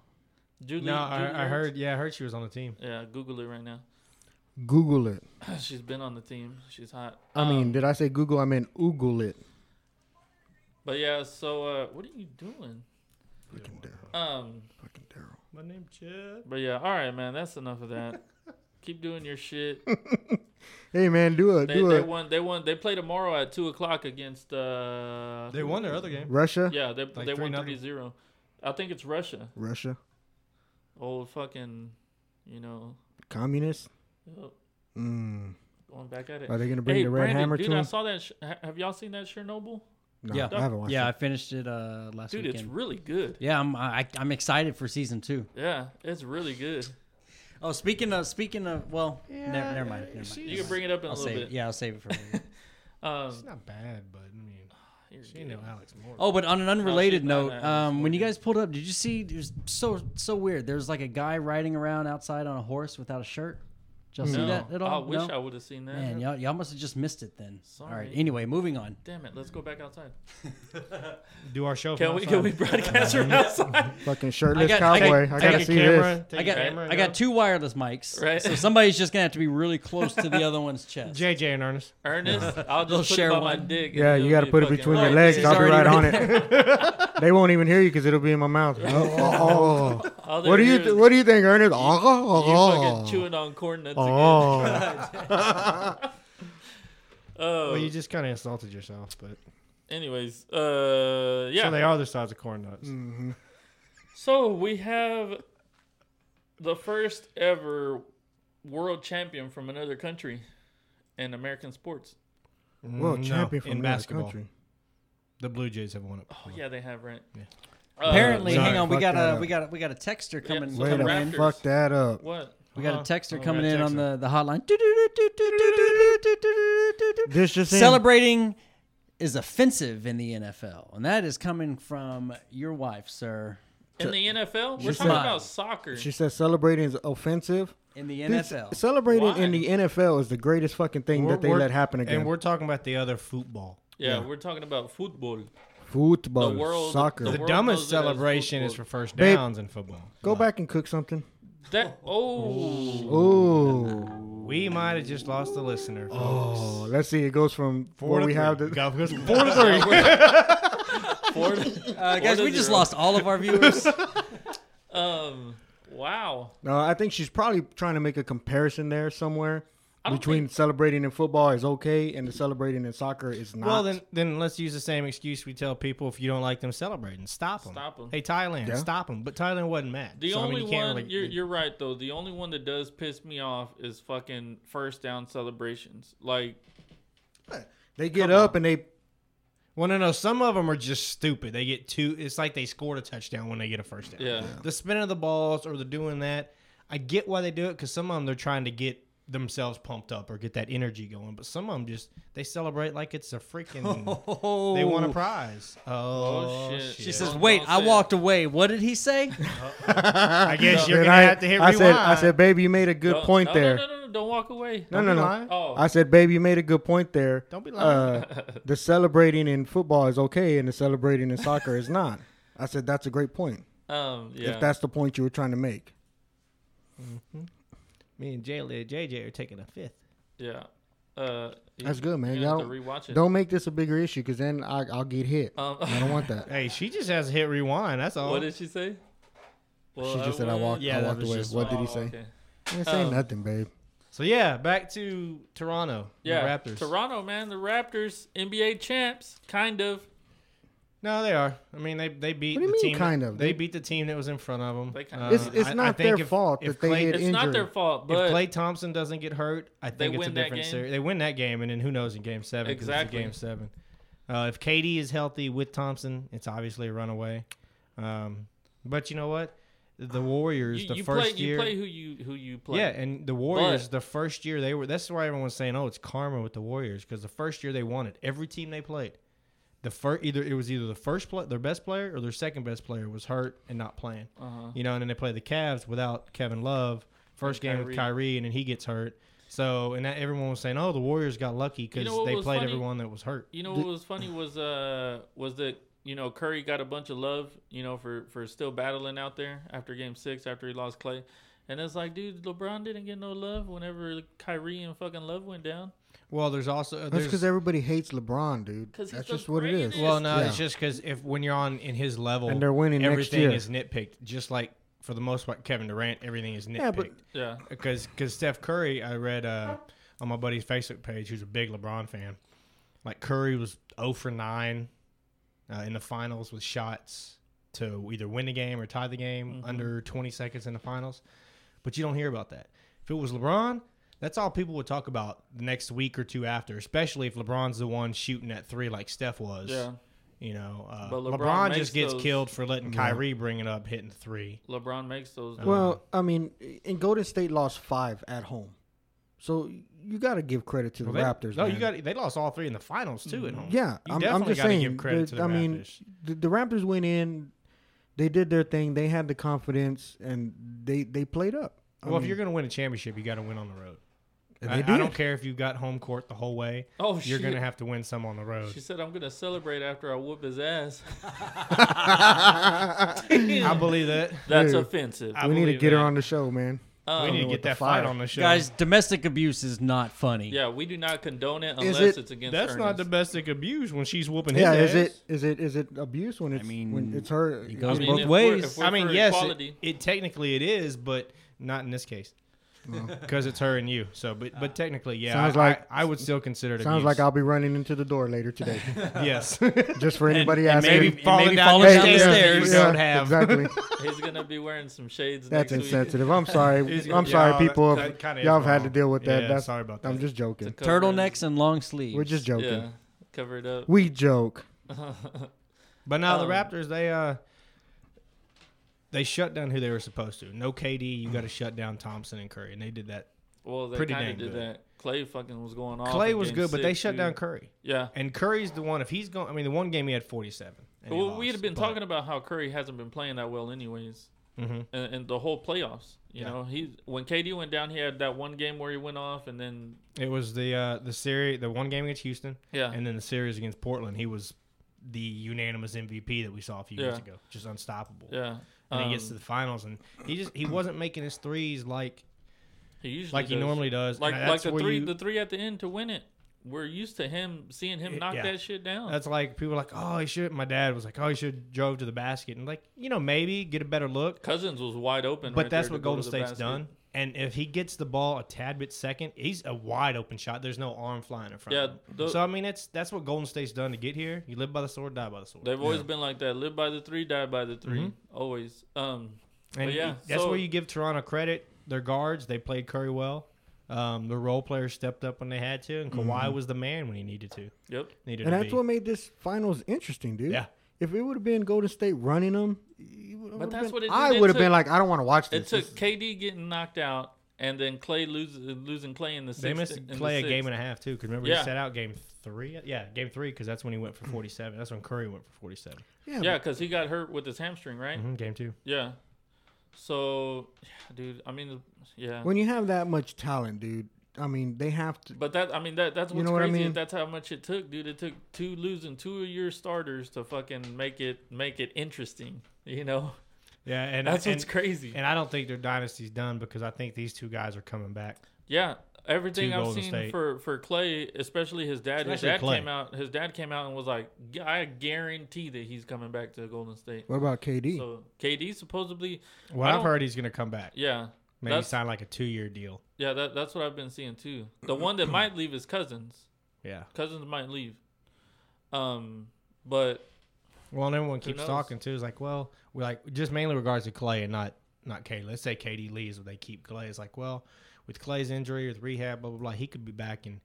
Speaker 1: Julie.
Speaker 2: No,
Speaker 1: Julie
Speaker 2: I, I
Speaker 1: Ertz?
Speaker 2: heard. Yeah, I heard she was on the team.
Speaker 1: Yeah, Google it right now. (clears throat)
Speaker 3: Google it.
Speaker 1: She's been on the team. She's hot.
Speaker 3: I mean,
Speaker 1: Um,
Speaker 3: did I say Google? I meant Oogle it.
Speaker 1: but yeah. So uh, what are you doing?
Speaker 3: Fucking Daryl.
Speaker 1: Um.
Speaker 3: Fucking Daryl.
Speaker 2: My name's Jeff.
Speaker 1: But yeah, all right, man. That's enough of
Speaker 3: (laughs)
Speaker 1: that. Keep doing your shit.
Speaker 3: Hey man, do a
Speaker 1: They,
Speaker 3: do
Speaker 1: they
Speaker 3: a
Speaker 1: won. They won. They play tomorrow at two o'clock against. Uh,
Speaker 2: They won their other game.
Speaker 3: Russia.
Speaker 1: Yeah, they they won
Speaker 2: 3-0.
Speaker 1: 3-0. I think it's Russia.
Speaker 3: Russia.
Speaker 1: Old fucking, you know,
Speaker 3: Communist.
Speaker 1: yep,
Speaker 3: Mm.
Speaker 1: going back at it.
Speaker 3: Are they gonna bring
Speaker 1: Hey,
Speaker 3: the red
Speaker 1: Brandon,
Speaker 3: hammer
Speaker 1: dude,
Speaker 3: to
Speaker 1: I
Speaker 3: him?
Speaker 1: saw that. Sh- ha- have y'all seen that Chernobyl?
Speaker 3: No,
Speaker 4: yeah,
Speaker 3: I haven't watched
Speaker 4: yeah, I
Speaker 3: it.
Speaker 4: finished it uh, last
Speaker 1: Dude, it's
Speaker 4: weekend.
Speaker 1: really good.
Speaker 4: yeah, I'm I, I'm excited for season two.
Speaker 1: Yeah, it's really good.
Speaker 4: Oh, speaking of speaking of, well, never, never mind. Never mind.
Speaker 2: she-
Speaker 1: You can bring it up in a
Speaker 4: I'll
Speaker 1: little
Speaker 4: save it.
Speaker 1: bit.
Speaker 4: Yeah, I'll save it
Speaker 1: (laughs)
Speaker 4: for. Later.
Speaker 1: Um,
Speaker 2: She's not bad, but I mean,
Speaker 1: here
Speaker 2: she
Speaker 1: you
Speaker 2: ain't no
Speaker 1: go.
Speaker 2: Alex Morgan.
Speaker 4: oh, but on an unrelated
Speaker 1: she's not
Speaker 4: note,
Speaker 1: an
Speaker 4: um, when you
Speaker 1: Alex
Speaker 4: guys pulled up, did you see? It was so so weird. There was like a guy riding around outside on a horse without a shirt. Did y'all see
Speaker 1: No,
Speaker 4: that at all?
Speaker 1: I wish
Speaker 4: no?
Speaker 1: I would have seen that.
Speaker 4: Man, y'all, y'all must have just missed it then. All right.
Speaker 1: Sorry.
Speaker 4: Anyway, moving on.
Speaker 1: Damn it! Let's go back outside.
Speaker 2: Do our show.
Speaker 1: Oh, Can
Speaker 2: from
Speaker 1: we can we
Speaker 2: outside.
Speaker 1: broadcast
Speaker 4: (laughs)
Speaker 1: from outside?
Speaker 3: Fucking shirtless
Speaker 4: got- I
Speaker 3: cowboy. I,
Speaker 4: got- I
Speaker 3: gotta
Speaker 4: got
Speaker 3: see
Speaker 2: camera,
Speaker 3: this.
Speaker 2: Take
Speaker 4: I got
Speaker 2: a camera.
Speaker 4: I got two wireless mics.
Speaker 1: (laughs) Right.
Speaker 4: So somebody's just gonna have to be really close to
Speaker 1: (laughs)
Speaker 4: the other one's chest.
Speaker 2: JJ and Ernest.
Speaker 1: Ernest, I'll
Speaker 4: They'll
Speaker 1: just put
Speaker 4: share
Speaker 1: it by my
Speaker 4: one.
Speaker 1: dick. and
Speaker 3: Yeah,
Speaker 1: it'll
Speaker 3: you gotta
Speaker 1: be a
Speaker 3: put it
Speaker 1: fucking-
Speaker 3: between
Speaker 1: Oh,
Speaker 3: your legs.
Speaker 4: he's
Speaker 3: I'll be
Speaker 4: already
Speaker 3: right on it. (laughs) they won't even hear you because it'll be in my mouth. Oh, oh, oh.
Speaker 1: all
Speaker 3: What do
Speaker 1: they
Speaker 3: you
Speaker 1: do
Speaker 3: th-
Speaker 1: is-
Speaker 3: What do you think, Ernest?
Speaker 1: You
Speaker 3: Oh,
Speaker 1: fucking
Speaker 3: oh,
Speaker 1: chewing on corn nuts again. (laughs)
Speaker 3: oh.
Speaker 1: Oh,
Speaker 2: Well, you just kind of insulted yourself, but
Speaker 1: anyways, uh, yeah. Mm.
Speaker 2: so they are the size of corn nuts.
Speaker 1: So we have the first ever world champion from another country in American sports.
Speaker 3: Well,
Speaker 2: Mm, No,
Speaker 3: champion from
Speaker 2: Mm-hmm. in
Speaker 3: another
Speaker 2: basketball.
Speaker 3: country.
Speaker 2: The Blue Jays have won it.
Speaker 1: Oh yeah, they have right.
Speaker 2: Yeah.
Speaker 1: Uh,
Speaker 4: Apparently,
Speaker 3: sorry,
Speaker 4: hang on, we
Speaker 3: fuck
Speaker 4: got
Speaker 3: that
Speaker 4: a
Speaker 3: up.
Speaker 4: we got a, we got a texter coming.
Speaker 1: so the
Speaker 3: Way
Speaker 4: coming
Speaker 1: Raptors-
Speaker 3: to
Speaker 4: in.
Speaker 3: fuck
Speaker 1: (laughs)
Speaker 3: that up.
Speaker 1: what?
Speaker 4: We got a
Speaker 2: Uh-huh.
Speaker 4: texter
Speaker 1: Oh, we
Speaker 4: coming
Speaker 2: got a
Speaker 4: in on the
Speaker 2: texter.
Speaker 4: the hotline.
Speaker 3: This just in.
Speaker 4: Celebrating is offensive in the NFL, and that is coming from your wife, sir.
Speaker 1: In the NFL, we're talking
Speaker 3: She
Speaker 4: said-
Speaker 1: about soccer.
Speaker 3: She says celebrating is offensive.
Speaker 4: In the
Speaker 3: Dude,
Speaker 4: NFL,
Speaker 3: celebrating
Speaker 1: Why?
Speaker 3: in the NFL is the greatest fucking thing
Speaker 2: We're-
Speaker 3: that they
Speaker 2: we're-
Speaker 3: let happen again.
Speaker 2: And we're talking about the other football.
Speaker 1: yeah, we're talking about football.
Speaker 3: Football,
Speaker 1: The world-
Speaker 3: soccer.
Speaker 1: the
Speaker 2: The
Speaker 1: world
Speaker 2: dumbest
Speaker 1: knows it as
Speaker 2: celebration is
Speaker 1: football.
Speaker 2: for first
Speaker 3: Babe,
Speaker 2: downs in football.
Speaker 3: Go back and cook something.
Speaker 1: That oh,
Speaker 3: Oh,
Speaker 2: We might have just lost a listener.
Speaker 3: oh, let's see. It goes from
Speaker 2: Four
Speaker 3: where
Speaker 2: to
Speaker 3: we
Speaker 2: three.
Speaker 3: have the (laughs)
Speaker 2: Go- goes four to
Speaker 1: (laughs)
Speaker 2: three.
Speaker 1: Ford,
Speaker 4: uh, guys,
Speaker 1: Four to
Speaker 4: we just
Speaker 1: zero.
Speaker 4: lost all of our viewers.
Speaker 1: um, wow.
Speaker 3: No, I think she's probably trying to make a comparison there somewhere
Speaker 1: don't
Speaker 3: between celebrating in football is okay and the celebrating in soccer is not.
Speaker 2: Well, then, then let's use the same excuse we tell people if you don't like them celebrating, stop them.
Speaker 1: Stop 'em.
Speaker 2: Hey, Thailand,
Speaker 3: Yeah.
Speaker 2: stop them. But Thailand wasn't mad.
Speaker 1: The
Speaker 2: so,
Speaker 1: only
Speaker 2: I mean, you can't
Speaker 1: one
Speaker 2: really-
Speaker 1: you're, you're right though. The only one that does piss me off is fucking first down celebrations. Like
Speaker 3: they get up and they
Speaker 2: Well, no, no. Some of them are just stupid. They get two. It's like they scored a touchdown when they get a first down.
Speaker 1: Yeah. Yeah.
Speaker 2: The spinning of the balls or the doing that. I get why they do it because some of them they're trying to get themselves pumped up or get that energy going. But some of them just they celebrate like it's a freaking (laughs)
Speaker 4: Oh,
Speaker 2: they won a prize. Oh,
Speaker 1: Oh, shit.
Speaker 2: shit!
Speaker 1: She
Speaker 4: She says,
Speaker 1: Don't-
Speaker 4: "Wait,
Speaker 1: don't
Speaker 4: I
Speaker 1: say
Speaker 4: walked away. What did he say?"
Speaker 2: (laughs) I guess you're
Speaker 3: And
Speaker 2: gonna have to hit
Speaker 3: I
Speaker 2: rewind.
Speaker 3: said, I said, baby, you made a good
Speaker 1: Don't-
Speaker 3: point
Speaker 1: no,
Speaker 3: there.
Speaker 1: No, no, no, no, don't walk away.
Speaker 3: No,
Speaker 2: Don't
Speaker 3: no,
Speaker 2: be
Speaker 3: no.
Speaker 2: lying.
Speaker 1: Oh,
Speaker 3: I said, baby, you made a good point there.
Speaker 2: Don't be lying.
Speaker 3: Uh, the celebrating in football is okay, and the celebrating in soccer is not. I said that's a great point.
Speaker 1: um, yeah.
Speaker 3: If that's the point you were trying to make,
Speaker 2: Me and Jay, JJ are taking a fifth.
Speaker 1: yeah. Uh, you-
Speaker 3: That's good, man.
Speaker 1: You're gonna
Speaker 3: Y'all
Speaker 1: have to rewatch it.
Speaker 3: don't make this a bigger issue because then I, I'll get hit. I
Speaker 1: Um, (laughs)
Speaker 3: don't want that.
Speaker 2: Hey, she just has to hit rewind. That's all.
Speaker 1: what did she say? Well,
Speaker 3: she just said I
Speaker 1: went-
Speaker 3: walked.
Speaker 2: Yeah,
Speaker 3: I
Speaker 2: that
Speaker 3: walked
Speaker 2: was
Speaker 3: away.
Speaker 2: just-
Speaker 3: What did he
Speaker 1: Oh,
Speaker 3: say?
Speaker 1: okay.
Speaker 3: He didn't say
Speaker 1: Um,
Speaker 3: nothing, babe.
Speaker 2: so yeah, back to Toronto. the
Speaker 1: Yeah,
Speaker 2: Raptors.
Speaker 1: Toronto, man, the Raptors, NBA champs, kind of.
Speaker 2: No, they are. I mean, they they beat
Speaker 3: What do you
Speaker 2: the
Speaker 3: mean,
Speaker 2: team.
Speaker 3: kind of?
Speaker 2: They,
Speaker 3: They-
Speaker 2: beat the team that was in front of them.
Speaker 1: They kind-
Speaker 2: Uh,
Speaker 1: It's-
Speaker 3: it's
Speaker 2: I- I
Speaker 3: not
Speaker 2: think
Speaker 3: their fault that they
Speaker 2: Klay-
Speaker 3: hit-
Speaker 1: It's not their
Speaker 3: Injury.
Speaker 1: fault,
Speaker 2: If
Speaker 1: but
Speaker 2: Klay Thompson doesn't get hurt, I think it's a
Speaker 1: win that
Speaker 2: different
Speaker 1: game.
Speaker 2: series. They win that game, and then who knows in Game Seven? 'cause
Speaker 1: Exactly.
Speaker 2: It's a game Seven. Uh, if KD is healthy with Thompson, it's obviously a runaway. Um, but you know what? The Warriors,
Speaker 1: you,
Speaker 2: the
Speaker 1: you play
Speaker 2: first year,
Speaker 1: you play who you who you play.
Speaker 2: yeah, and the Warriors,
Speaker 1: But-
Speaker 2: the first year they were. That's why everyone's saying, "Oh, it's karma with the Warriors," because the first year they won it. Every team they played, the first either it was either the first play, their best player or their second best player was hurt and not playing.
Speaker 1: Uh-huh.
Speaker 2: You know, and then they play the Cavs without Kevin Love. First
Speaker 1: And
Speaker 2: game with Kyrie, and then he gets hurt. So, and that, everyone was saying, "Oh, the Warriors got lucky because
Speaker 1: know what
Speaker 2: they
Speaker 1: was
Speaker 2: played
Speaker 1: funny?
Speaker 2: everyone that was hurt."
Speaker 1: You know what was funny was uh was that you know Curry got a bunch of love you know for for still battling out there after Game Six after he lost Clay, and it's like dude LeBron didn't get no love whenever Kyrie and fucking Love went down.
Speaker 2: Well, there's also uh,
Speaker 3: That's
Speaker 2: there's,
Speaker 3: because everybody hates LeBron, dude.
Speaker 1: 'Cause he's
Speaker 3: That's
Speaker 1: the
Speaker 3: just what it is.
Speaker 1: greatest.
Speaker 2: Well, no,
Speaker 3: Yeah.
Speaker 2: it's just because if when you're on in his level,
Speaker 3: And they're winning next
Speaker 2: everything
Speaker 3: year.
Speaker 2: is nitpicked. Just like for the most part, Kevin Durant, everything is nitpicked.
Speaker 3: Yeah, but-
Speaker 1: Yeah,
Speaker 2: because because Steph Curry, I read uh, on my buddy's Facebook page, who's a big LeBron fan. Like Curry was 0 for 9 uh, in the finals with shots to either win the game or tie the game
Speaker 1: Mm-hmm.
Speaker 2: under 20 seconds in the finals, but you don't hear about that. If it was LeBron, that's all people would talk about the next week or two after, especially if LeBron's the one shooting at three like Steph was.
Speaker 1: yeah.
Speaker 2: You know, uh,
Speaker 1: But LeBron
Speaker 2: LeBron, just
Speaker 1: makes
Speaker 2: gets
Speaker 1: those-
Speaker 2: killed for letting Kyrie bring it up, hitting three.
Speaker 1: LeBron makes those.
Speaker 2: uh,
Speaker 3: Well, I mean, and Golden State lost five at home, so you got to give credit to the
Speaker 2: Well, they-
Speaker 3: Raptors.
Speaker 2: No, you
Speaker 3: man.
Speaker 2: got they lost all three in the finals too
Speaker 1: Mm-hmm.
Speaker 2: at home.
Speaker 3: Yeah,
Speaker 2: You
Speaker 3: I'm, I'm
Speaker 2: definitely
Speaker 3: just
Speaker 2: gotta
Speaker 3: saying.
Speaker 2: give credit
Speaker 3: the-
Speaker 2: to the
Speaker 3: I mean,
Speaker 2: Raptors.
Speaker 3: the, the Raptors went in, they did their thing, they had the confidence, and they they played up. I
Speaker 2: well, if
Speaker 3: mean, (laughs)
Speaker 2: you're going to win a championship, you got to win on the road.
Speaker 3: and
Speaker 2: I,
Speaker 3: they
Speaker 2: I
Speaker 3: did.
Speaker 2: don't care if you got home court the whole way.
Speaker 1: Oh,
Speaker 2: you're
Speaker 1: shit.
Speaker 2: going to have to win some on the road.
Speaker 1: she said I'm gonna celebrate after I whoop his ass.
Speaker 2: I believe that.
Speaker 1: That's
Speaker 3: Dude.
Speaker 1: offensive.
Speaker 2: I
Speaker 3: we need to
Speaker 2: believe
Speaker 3: get her
Speaker 2: that.
Speaker 3: on the show, man.
Speaker 1: Um,
Speaker 2: we need to
Speaker 3: with
Speaker 2: get
Speaker 3: the
Speaker 2: that fight
Speaker 3: fire.
Speaker 2: on the show,
Speaker 4: Guys, domestic abuse is not funny.
Speaker 1: yeah, we do not condone it
Speaker 3: Is
Speaker 1: unless
Speaker 3: it-
Speaker 1: it's against.
Speaker 2: That's not
Speaker 1: Ernest.
Speaker 2: domestic abuse when she's whooping his
Speaker 3: Yeah,
Speaker 2: ass.
Speaker 3: is it is it is it abuse when it's when
Speaker 4: mean,
Speaker 3: it's her?
Speaker 4: it
Speaker 3: it's
Speaker 4: goes
Speaker 1: I mean,
Speaker 4: both
Speaker 1: if
Speaker 3: both-
Speaker 1: we're-
Speaker 4: ways.
Speaker 1: if we're
Speaker 2: I mean,
Speaker 1: for
Speaker 2: yes, it,
Speaker 1: equality-
Speaker 2: it technically it is, but not in this case because it's her and you. So, but but technically, yeah,
Speaker 3: Mm. Sounds
Speaker 2: I,
Speaker 3: like-
Speaker 2: I, I would still consider it.
Speaker 3: Sounds
Speaker 2: abuse.
Speaker 3: like I'll be running into the door later
Speaker 2: (laughs)
Speaker 3: today,
Speaker 2: yes.
Speaker 3: just for anybody
Speaker 2: and
Speaker 3: asking.
Speaker 2: maybe
Speaker 4: And
Speaker 2: falling down
Speaker 3: Hey,
Speaker 4: down the
Speaker 2: stairs that
Speaker 4: stairs.
Speaker 2: you don't have. (laughs)
Speaker 3: exactly.
Speaker 1: he's gonna be wearing some shades.
Speaker 3: That's
Speaker 1: next Week.
Speaker 3: insensitive. I'm sorry.
Speaker 2: It's-
Speaker 3: I'm
Speaker 2: yeah,
Speaker 3: sorry,
Speaker 2: that-
Speaker 3: people.
Speaker 2: that
Speaker 3: have-
Speaker 2: kinda is
Speaker 3: y'all have had
Speaker 2: wrong.
Speaker 3: to deal with that.
Speaker 2: Yeah,
Speaker 3: That's
Speaker 2: sorry about
Speaker 3: I'm
Speaker 2: that.
Speaker 3: just
Speaker 1: to
Speaker 3: joking.
Speaker 1: cover it.
Speaker 4: Turtlenecks and long sleeves.
Speaker 3: We're just joking.
Speaker 1: Yeah, cover it up.
Speaker 3: We joke.
Speaker 2: But now
Speaker 1: Um,
Speaker 2: the Raptors, they uh, they shut down who they were supposed to. No KD, you got to shut down Thompson and Curry, and they did that.
Speaker 1: Well, they
Speaker 2: Pretty
Speaker 1: kind
Speaker 2: dang
Speaker 1: of did
Speaker 2: good.
Speaker 1: that. Clay fucking was going off.
Speaker 2: Clay
Speaker 1: in
Speaker 2: was
Speaker 1: game
Speaker 2: good, but they
Speaker 1: six,
Speaker 2: shut
Speaker 1: dude.
Speaker 2: down Curry.
Speaker 1: Yeah.
Speaker 2: And Curry's the one. If he's going, I mean, the one game he had 47. and he
Speaker 1: Well, we had
Speaker 2: lost,
Speaker 1: been
Speaker 2: but-
Speaker 1: talking about how Curry hasn't been playing that well, anyways,
Speaker 2: Mhm.
Speaker 1: and, and the whole playoffs. You
Speaker 2: Yeah.
Speaker 1: know, he when KD went down, he had that one game where he went off, and then
Speaker 2: It was the uh, the series, the one game against Houston,
Speaker 1: yeah,
Speaker 2: and then the series against Portland. He was the unanimous MVP that we saw a few years
Speaker 1: Yeah.
Speaker 2: ago, just unstoppable.
Speaker 1: yeah.
Speaker 2: And he gets
Speaker 1: Um,
Speaker 2: to the finals, and he just he wasn't making his threes like
Speaker 1: he usually
Speaker 2: like he
Speaker 1: does.
Speaker 2: normally does. and
Speaker 1: like like
Speaker 2: that's
Speaker 1: the
Speaker 2: where
Speaker 1: three
Speaker 2: you-
Speaker 1: the three at the end to win it. We're used to him seeing him
Speaker 2: Yeah,
Speaker 1: knock
Speaker 2: yeah.
Speaker 1: that shit down.
Speaker 2: That's like people are like, oh, he should. My dad was like, oh, he should drove to the basket and like, you know, maybe get a better look.
Speaker 1: Cousins was wide open,
Speaker 2: But
Speaker 1: right
Speaker 2: that's
Speaker 1: there
Speaker 2: what
Speaker 1: to go
Speaker 2: Golden
Speaker 1: to the
Speaker 2: State's
Speaker 1: basket.
Speaker 2: done. And if he gets the ball a tad bit second, he's a wide open shot. There's no arm flying in front. of
Speaker 1: Yeah,
Speaker 2: him.
Speaker 1: the-
Speaker 2: so I mean, it's that's what Golden State's done to get here. You live by the sword, die by the sword.
Speaker 1: They've always been like that. Live by the three, die by the 3
Speaker 2: Mm-hmm.
Speaker 1: Always. Um,
Speaker 2: and
Speaker 1: but yeah,
Speaker 2: that's
Speaker 1: so-
Speaker 2: where you give Toronto credit. Their guards, they played Curry well. Um, the role players stepped up when they had to, and Kawhi was the man when he needed to.
Speaker 1: yep.
Speaker 3: Mm-hmm.
Speaker 2: Needed
Speaker 3: And
Speaker 2: to
Speaker 3: that's
Speaker 2: be.
Speaker 3: what made this finals interesting, dude.
Speaker 2: Yeah.
Speaker 3: If it would have been Golden State running them, you would've
Speaker 1: that's
Speaker 3: been-
Speaker 1: what it-
Speaker 3: I
Speaker 1: it
Speaker 3: would have
Speaker 1: took-
Speaker 3: been like, I don't want to watch
Speaker 1: It
Speaker 3: this.
Speaker 1: took
Speaker 3: This-
Speaker 1: KD getting knocked out and then Clay loses losing Clay in the sixth.
Speaker 2: They missed
Speaker 1: in the
Speaker 2: Clay a
Speaker 1: sixth.
Speaker 2: game and a half too, because remember
Speaker 1: Yeah.
Speaker 2: he sat out game three. Yeah, game three, because that's when he went for forty-seven. That's when Curry went for 47
Speaker 3: Yeah,
Speaker 1: Yeah,
Speaker 3: but
Speaker 1: because he got hurt with his hamstring, right?
Speaker 2: Mm-hmm, game two.
Speaker 1: Yeah. So, yeah, dude. I mean, yeah.
Speaker 3: when you have that much talent, dude, I mean, they have to.
Speaker 1: But that I mean that that's
Speaker 3: You
Speaker 1: what's
Speaker 3: know what I
Speaker 1: crazy. is
Speaker 3: mean?
Speaker 1: That's how much it took, dude. It took two losing two of your starters to fucking make it make it interesting. You know,
Speaker 2: Yeah, and
Speaker 1: that's
Speaker 2: and,
Speaker 1: what's crazy.
Speaker 2: and I don't think their dynasty's done because I think these two guys are coming back.
Speaker 1: yeah, everything
Speaker 2: To
Speaker 1: I've
Speaker 2: Golden
Speaker 1: seen
Speaker 2: State.
Speaker 1: for for Clay, especially his dad.
Speaker 2: Especially
Speaker 1: his dad
Speaker 2: Klay.
Speaker 1: came out. His dad came out and was like, "Gu- "I guarantee that he's coming back to Golden State."
Speaker 3: What about KD?
Speaker 1: So KD supposedly,
Speaker 2: Well,
Speaker 1: I
Speaker 2: I've
Speaker 1: don't-
Speaker 2: heard he's going to come back.
Speaker 1: yeah,
Speaker 2: Maybe
Speaker 1: That's-
Speaker 2: sign like a two-year deal.
Speaker 1: yeah. That that's what I've been seeing too. The one that might leave is Cousins.
Speaker 2: Yeah.
Speaker 1: Cousins might leave. Um, but
Speaker 2: Well, and everyone keeps
Speaker 1: knows?
Speaker 2: talking too. It's like, well, we like just mainly regards to Clay and not not Katie. Let's say Katie leaves, but they keep Clay. It's like, well, with Clay's injury, with rehab, blah blah blah, he could be back in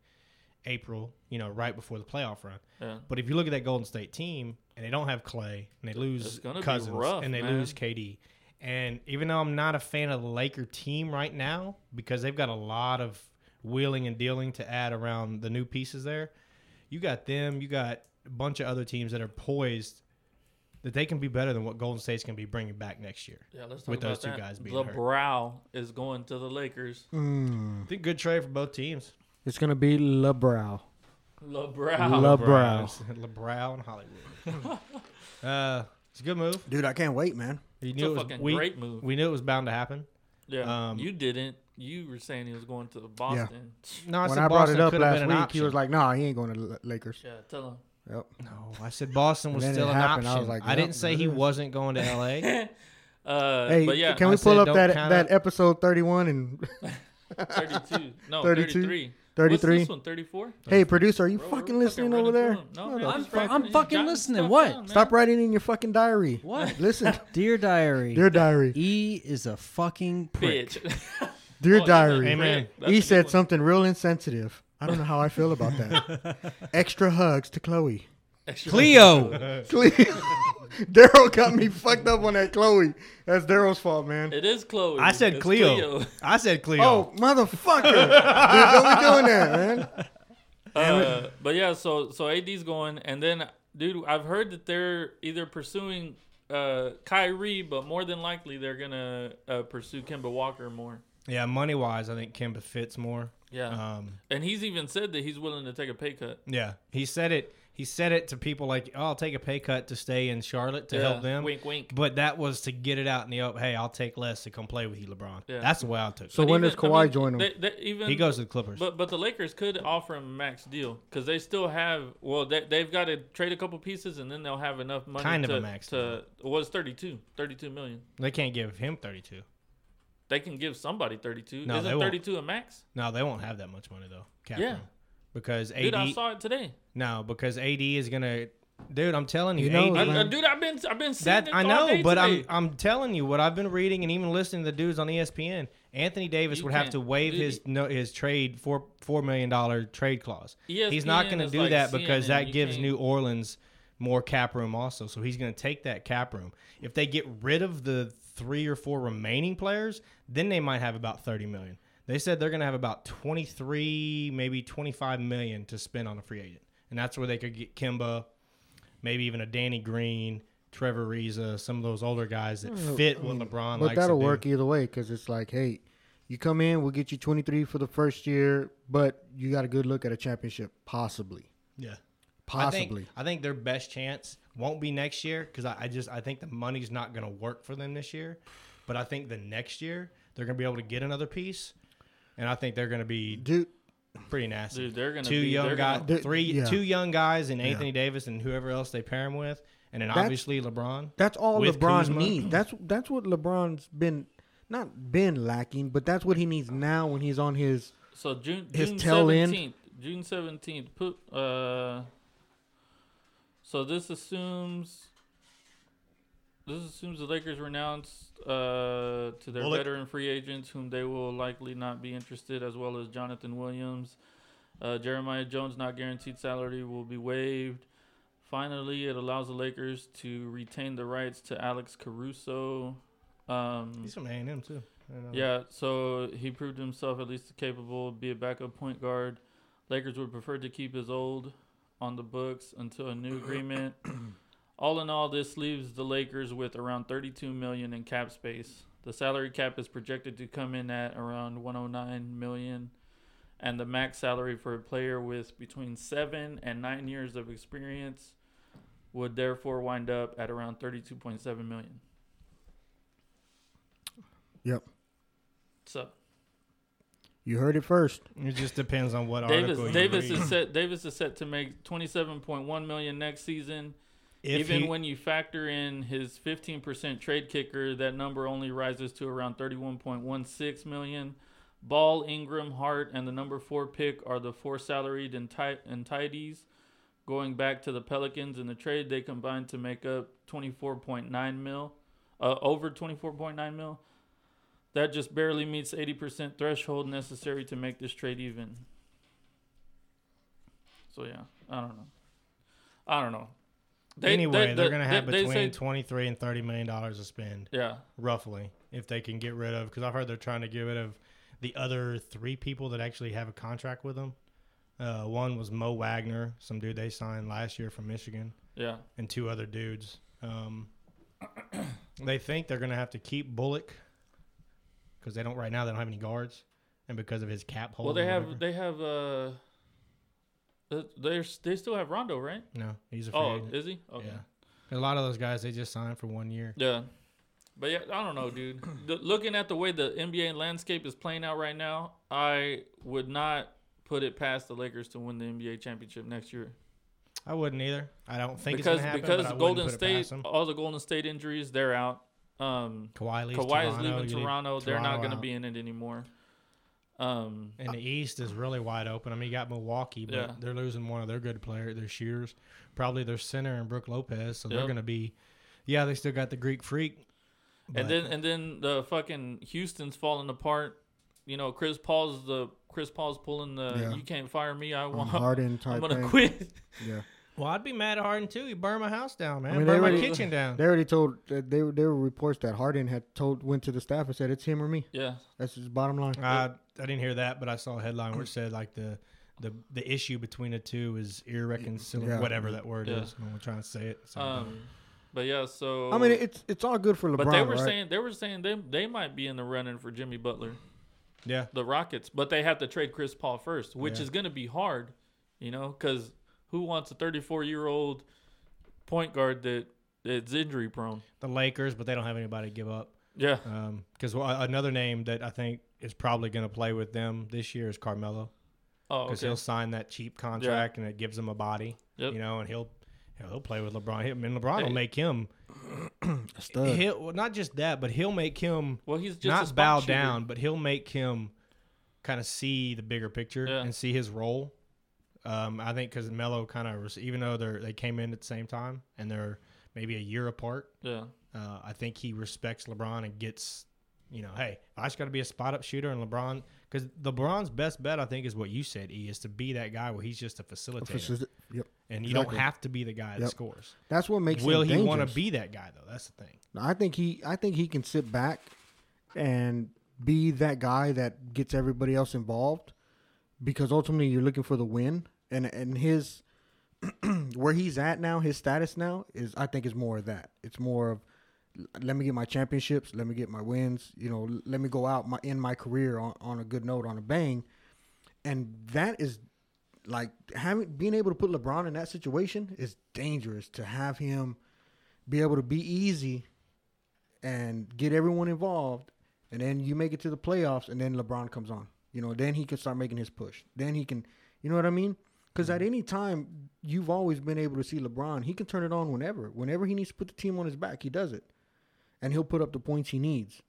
Speaker 2: April. You know, right before the playoff run.
Speaker 1: yeah.
Speaker 2: But if you look at that Golden State team and they don't have Clay and they
Speaker 1: It's
Speaker 2: lose
Speaker 1: gonna be
Speaker 2: Cousins
Speaker 1: rough,
Speaker 2: and they
Speaker 1: man.
Speaker 2: lose KD, and even though I'm not a fan of the Laker team right now because they've got a lot of wheeling and dealing to add around the new pieces there, you got them, you got a bunch of other teams that are poised that they can be better than what Golden State's going to be bringing back next year.
Speaker 1: Yeah, let's talk
Speaker 2: with
Speaker 1: about
Speaker 2: those two
Speaker 1: that.
Speaker 2: guys being hurt. Mm.
Speaker 1: LeBrow is going to the Lakers.
Speaker 2: I think good trade for both teams.
Speaker 3: It's gonna be LeBrow.
Speaker 1: LeBrow.
Speaker 3: Love- LeBrow.
Speaker 2: (laughs) LeBrow and Hollywood.
Speaker 1: (laughs)
Speaker 2: uh, it's a good move.
Speaker 3: Dude, I can't wait, man.
Speaker 2: You
Speaker 1: it's
Speaker 2: knew
Speaker 1: a
Speaker 2: it was,
Speaker 1: fucking
Speaker 2: we,
Speaker 1: great move.
Speaker 2: we knew it was bound to happen.
Speaker 1: yeah,
Speaker 2: um,
Speaker 1: you didn't. You were saying he was going to Boston. (laughs)
Speaker 2: No, I
Speaker 3: when
Speaker 2: said
Speaker 3: I brought
Speaker 2: Boston
Speaker 3: it up
Speaker 2: could have
Speaker 3: last
Speaker 2: been an
Speaker 3: week,
Speaker 2: option.
Speaker 3: he was like, "Nah, he ain't going to the Lakers."
Speaker 1: Yeah, tell him.
Speaker 3: Yep.
Speaker 2: "No." Oh, I said Boston was
Speaker 3: then it
Speaker 2: still an
Speaker 3: happened. I
Speaker 2: option. I,
Speaker 3: was like, "Yep,
Speaker 2: didn't say he
Speaker 3: it is."
Speaker 2: wasn't going to L.A.
Speaker 3: (laughs)
Speaker 1: Uh,
Speaker 3: Hey,
Speaker 1: but yeah,
Speaker 3: can
Speaker 2: I
Speaker 3: we
Speaker 2: said
Speaker 3: pull up
Speaker 2: don't
Speaker 3: that
Speaker 2: count
Speaker 3: that
Speaker 2: out-
Speaker 3: episode thirty-one and
Speaker 1: 32.
Speaker 2: (laughs)
Speaker 1: No,
Speaker 3: 32?
Speaker 1: 33. What's
Speaker 3: thirty-three?
Speaker 1: this one? 34?
Speaker 3: Hey, producer, are you
Speaker 1: Bro, we're
Speaker 3: fucking listening
Speaker 1: running
Speaker 3: over there?
Speaker 1: through 'em. No,
Speaker 3: Mother-
Speaker 1: man,
Speaker 4: I'm
Speaker 1: just
Speaker 4: fu- I'm
Speaker 1: writing-
Speaker 4: fucking
Speaker 1: jotting
Speaker 4: listening.
Speaker 1: stuff
Speaker 4: What?
Speaker 1: down, man.
Speaker 3: Stop writing in your fucking diary.
Speaker 1: (laughs)
Speaker 4: What?
Speaker 3: Listen,
Speaker 4: Dear
Speaker 3: (laughs)
Speaker 4: diary,
Speaker 3: dear
Speaker 1: Oh,
Speaker 3: diary,
Speaker 4: E is a fucking
Speaker 1: (laughs)
Speaker 4: prick.
Speaker 1: bitch.
Speaker 3: dear
Speaker 1: Oh,
Speaker 3: diary.
Speaker 1: that's a
Speaker 2: Amen.
Speaker 1: great- that's a
Speaker 3: he
Speaker 1: good
Speaker 3: said
Speaker 1: one.
Speaker 3: something real insensitive. I don't know how I feel about that.
Speaker 1: (laughs)
Speaker 3: Extra hugs to Chloe.
Speaker 1: Extra-
Speaker 4: (laughs) Cleo.
Speaker 3: Please. (laughs) Daryl got me fucked up on that Chloe. That's Daryl's fault, man.
Speaker 1: It is Chloe.
Speaker 2: I said
Speaker 1: It's
Speaker 2: Cleo. I said Cleo.
Speaker 3: Oh, motherfucker. Dude, don't be doing that, man.
Speaker 1: Uh, but yeah, so so AD's going, and then dude, I've heard that they're either pursuing uh Kyrie, but more than likely they're gonna uh, pursue Kemba Walker more.
Speaker 2: yeah. Money wise, I think Kimba fits more.
Speaker 1: Yeah,
Speaker 3: Uh-huh.
Speaker 2: Um,
Speaker 1: and he's even said that he's willing to take a pay cut.
Speaker 2: yeah, he said it. He said it to people like, "Oh, I'll take a pay cut to stay in Charlotte to
Speaker 1: Yeah.
Speaker 2: help them."
Speaker 1: Wink, wink.
Speaker 2: But that was to get it out in the open. Hey, I'll take less to come play with you, LeBron.
Speaker 1: Yeah.
Speaker 2: That's the way I took it.
Speaker 3: So when does
Speaker 1: Even-
Speaker 3: Kawhi
Speaker 1: I mean,
Speaker 3: join
Speaker 1: They,
Speaker 3: them?
Speaker 1: they, even
Speaker 2: He goes to the Clippers.
Speaker 1: But but the Lakers could offer him a max deal because they still have well they they've got to trade a couple pieces and then they'll have enough money
Speaker 2: Kind of
Speaker 1: to,
Speaker 2: a max
Speaker 1: to was 32 32 million.
Speaker 2: they can't give him thirty-two.
Speaker 1: They can give somebody 32.
Speaker 2: No, they
Speaker 1: Isn't
Speaker 2: won't.
Speaker 1: 32 a max?
Speaker 2: No, they won't have that much money though. Cap
Speaker 1: Yeah.
Speaker 2: room. Because AD,
Speaker 1: Dude, I saw it today.
Speaker 2: No, because AD is gonna. Dude, I'm telling you,
Speaker 3: You know,
Speaker 2: AD,
Speaker 1: I,
Speaker 3: man.
Speaker 1: I- dude, I've been I've been seeing
Speaker 2: that
Speaker 1: it
Speaker 2: I
Speaker 1: all
Speaker 2: know,
Speaker 1: day
Speaker 2: but I'm
Speaker 1: today.
Speaker 2: I'm telling you what I've been reading and even listening to the dudes on E ESPN. Anthony Davis
Speaker 1: You
Speaker 2: would have
Speaker 1: can't
Speaker 2: to waive
Speaker 1: do
Speaker 2: his no, his trade four four million dollar trade clause. he's
Speaker 1: ESPN
Speaker 2: not going to
Speaker 1: is
Speaker 2: do
Speaker 1: like
Speaker 2: that because
Speaker 1: CNN,
Speaker 2: that
Speaker 1: you
Speaker 2: gives
Speaker 1: can't-
Speaker 2: New Orleans more cap room also. So he's going to take that cap room. If they get rid of the three or four remaining players, then they might have about thirty million. They said they're going to have about twenty three, maybe twenty five million to spend on a free agent, and that's where they could get Kimba, maybe even a Danny Green, Trevor Reza, some of those older guys that fit what LeBron
Speaker 3: Mm. But
Speaker 2: likes
Speaker 3: that'll
Speaker 2: to do.
Speaker 3: work either way because it's like, hey, you come in, we'll get you 23 for the first year, but you got a good look at a championship, possibly.
Speaker 2: Yeah.
Speaker 3: Possibly.
Speaker 2: I think, I think their best chance won't be next year because I, I just I think the money's not going to work for them this year. But I think the next year they're going to be able to get another piece, and I think they're going to be
Speaker 3: Dude,
Speaker 2: pretty nasty.
Speaker 1: Dude, they're gonna
Speaker 2: two
Speaker 1: be-
Speaker 2: young
Speaker 1: they're
Speaker 2: guys,
Speaker 1: gonna-
Speaker 3: They're-
Speaker 2: three
Speaker 3: yeah.
Speaker 2: two young guys, and Anthony Davis and whoever else they pair him with, and then obviously LeBron.
Speaker 3: That's all
Speaker 2: With
Speaker 3: LeBron
Speaker 2: Kuzma.
Speaker 3: needs. That's that's what LeBron's been not been lacking, but that's what he needs now when he's on his
Speaker 1: So June
Speaker 3: his
Speaker 1: June
Speaker 3: tail end.
Speaker 1: seventeenth. June seventeenth. Put uh. So this assumes. This assumes the Lakers renounce uh, to their
Speaker 2: Well, it-
Speaker 1: veteran free agents, whom they will likely not be interested, as well as Jonathan Williams. Uh, Jeremiah Jones' not guaranteed salary will be waived. Finally, it allows the Lakers to retain the rights to Alex Caruso, Um,
Speaker 2: He's from A and M too. I don't know.
Speaker 1: yeah, so he proved himself at least capable of be a backup point guard. Lakers would prefer to keep his old on the books until a new agreement. all in all, this leaves the Lakers with around 32 million in cap space. The salary cap is projected to come in at around 109 million, and the max salary for a player with between seven and nine years of experience would therefore wind up at around 32.7 million.
Speaker 3: Yep.
Speaker 1: So
Speaker 3: You heard it first.
Speaker 2: It just depends on what
Speaker 1: Davis
Speaker 2: article you
Speaker 1: Davis
Speaker 2: read.
Speaker 1: is set Davis is set to make 27.1 million next season.
Speaker 2: If
Speaker 1: Even
Speaker 2: he-
Speaker 1: when you factor in his 15% trade kicker, that number only rises to around 31.16 million. Ball, Ingram, Hart, and the number four pick are the four salaried enti- entities. Going back to the Pelicans in the trade, they combined to make up 24.9 mil, uh, over 24.9 mil. That just barely meets 80% threshold necessary to make this trade even. So yeah, I don't know. I don't know.
Speaker 2: anyway, they, are going to have
Speaker 1: they- they
Speaker 2: between
Speaker 1: say-
Speaker 2: 23 and 30 million dollars to spend
Speaker 1: yeah,
Speaker 2: roughly if they can get rid of because I've heard they're trying to get rid of the other three people that actually have a contract with them. Uh, one was Mo Wagner, some dude they signed last year from Michigan,
Speaker 1: yeah,
Speaker 2: and two other dudes. Um, (clears throat) they think they're going to have to keep Bullock because they don't right now. They don't have any guards, and because of his cap hold.
Speaker 1: Well, they
Speaker 2: or
Speaker 1: have
Speaker 2: whatever-
Speaker 1: they have uh, there's they still have Rondo, right?
Speaker 2: no. He's a free
Speaker 1: Oh,
Speaker 2: agent.
Speaker 1: is he? Okay.
Speaker 2: Yeah. A lot of those guys they just signed for one year.
Speaker 1: Yeah. But yeah, I don't know, dude. The, looking at the way the NBA landscape is playing out right now, I would not put it past the Lakers to win the NBA championship next year.
Speaker 2: I wouldn't either. I don't think
Speaker 1: Because
Speaker 2: it's gonna happen.
Speaker 1: because
Speaker 2: but I wouldn't
Speaker 1: Golden
Speaker 2: put it
Speaker 1: State,
Speaker 2: past them.
Speaker 1: all the Golden State injuries, they're out. Um,
Speaker 2: Kawhi leaves
Speaker 1: Kawhi is
Speaker 2: Toronto,
Speaker 1: leaving
Speaker 2: you leave
Speaker 1: Toronto. They're not
Speaker 2: Toronto
Speaker 1: going to
Speaker 2: out.
Speaker 1: be in it anymore. Um, (laughs)
Speaker 2: And the East is really wide open. I mean, you got Milwaukee, but
Speaker 1: Yeah.
Speaker 2: they're losing one of their good players, their shooters, probably their center and Brooke Lopez. So
Speaker 1: Yep.
Speaker 2: they're going to be, yeah, they still got the Greek Freak. but
Speaker 1: And then and then the fucking Houston's falling apart. You know, Chris Paul's the Chris Paul's pulling the
Speaker 3: Yeah.
Speaker 1: you can't fire me. I
Speaker 3: On
Speaker 1: want. (laughs)
Speaker 3: Harden
Speaker 1: I'm
Speaker 3: type
Speaker 1: gonna
Speaker 3: thing.
Speaker 1: quit. (laughs)
Speaker 3: Yeah.
Speaker 2: well, I'd be mad at Harden too. He burned my house down, man.
Speaker 3: I mean, they
Speaker 2: burned my
Speaker 3: already-
Speaker 2: kitchen down.
Speaker 3: They already told that they there were reports that Harden had told went to the staff and said it's him or me.
Speaker 1: yeah,
Speaker 3: That's his bottom line.
Speaker 1: Ah.
Speaker 2: I, I didn't hear that, but I saw a headline where it said like the the the issue between the two is irreconcilable,
Speaker 3: Yeah.
Speaker 2: whatever that word
Speaker 1: Yeah.
Speaker 2: is. I'm not trying to say it. So.
Speaker 1: um, but yeah. So
Speaker 3: I mean, it's it's all good for LeBron,
Speaker 1: but they were
Speaker 3: right?
Speaker 1: saying they were saying they they might be in the running for Jimmy Butler,
Speaker 2: yeah,
Speaker 1: the Rockets, but they have to trade Chris Paul first, which
Speaker 2: Yeah.
Speaker 1: is gonna be hard, you know, because who wants a 34 year old point guard that that's injury prone?
Speaker 2: the Lakers, but they don't have anybody to give up.
Speaker 1: Yeah,
Speaker 2: Because another name that I think is probably going to play with them this year is Carmelo,
Speaker 1: oh
Speaker 2: because
Speaker 1: okay,
Speaker 2: he'll sign that cheap contract and it gives him a body,
Speaker 1: Yep.
Speaker 2: you know, and he'll he'll, he'll play with LeBron. I mean, LeBron
Speaker 1: Hey.
Speaker 2: will make him.
Speaker 1: (laughs)
Speaker 3: Stud.
Speaker 2: He'll well, not just that, but he'll make him
Speaker 1: well he's just a
Speaker 2: not
Speaker 1: spot
Speaker 2: bow
Speaker 1: shooter.
Speaker 2: down, but he'll make him kind of see the bigger picture
Speaker 1: Yeah.
Speaker 2: and see his role. Um, I think because Melo kind of, even though they are they came in at the same time and they're maybe a year apart,
Speaker 1: Yeah,
Speaker 2: uh, I think he respects LeBron and gets, you know, hey, I just got to be a spot up shooter and LeBron, because LeBron's best bet, I think, is what you said, E, is to be that guy where he's just a facilitator.
Speaker 3: Faci- Yep.
Speaker 2: and you
Speaker 3: exactly.
Speaker 2: don't have to be the guy that
Speaker 3: Yep.
Speaker 2: scores.
Speaker 3: That's what makes
Speaker 2: Will
Speaker 3: him
Speaker 2: he want to
Speaker 3: dangerous.
Speaker 2: be that guy, though? That's the thing.
Speaker 3: I think he I think he can sit back and be that guy that gets everybody else involved because ultimately you're looking for the win and and his (clears throat) where he's at now, his status now is I think is more of that. It's more of let me get my championships, let me get my wins, you know, l- let me go out my end my career on, on a good note, on a bang. And that is like having being able to put LeBron in that situation is dangerous to have him be able to be easy and get everyone involved, and then you make it to the playoffs, and then LeBron comes on. You know, then he can start making his push. Then he can, you know what I mean? Because at any time, you've always been able to see LeBron. He can turn it on whenever. Whenever he needs to put the team on his back, he does it, and he'll put up the points he needs.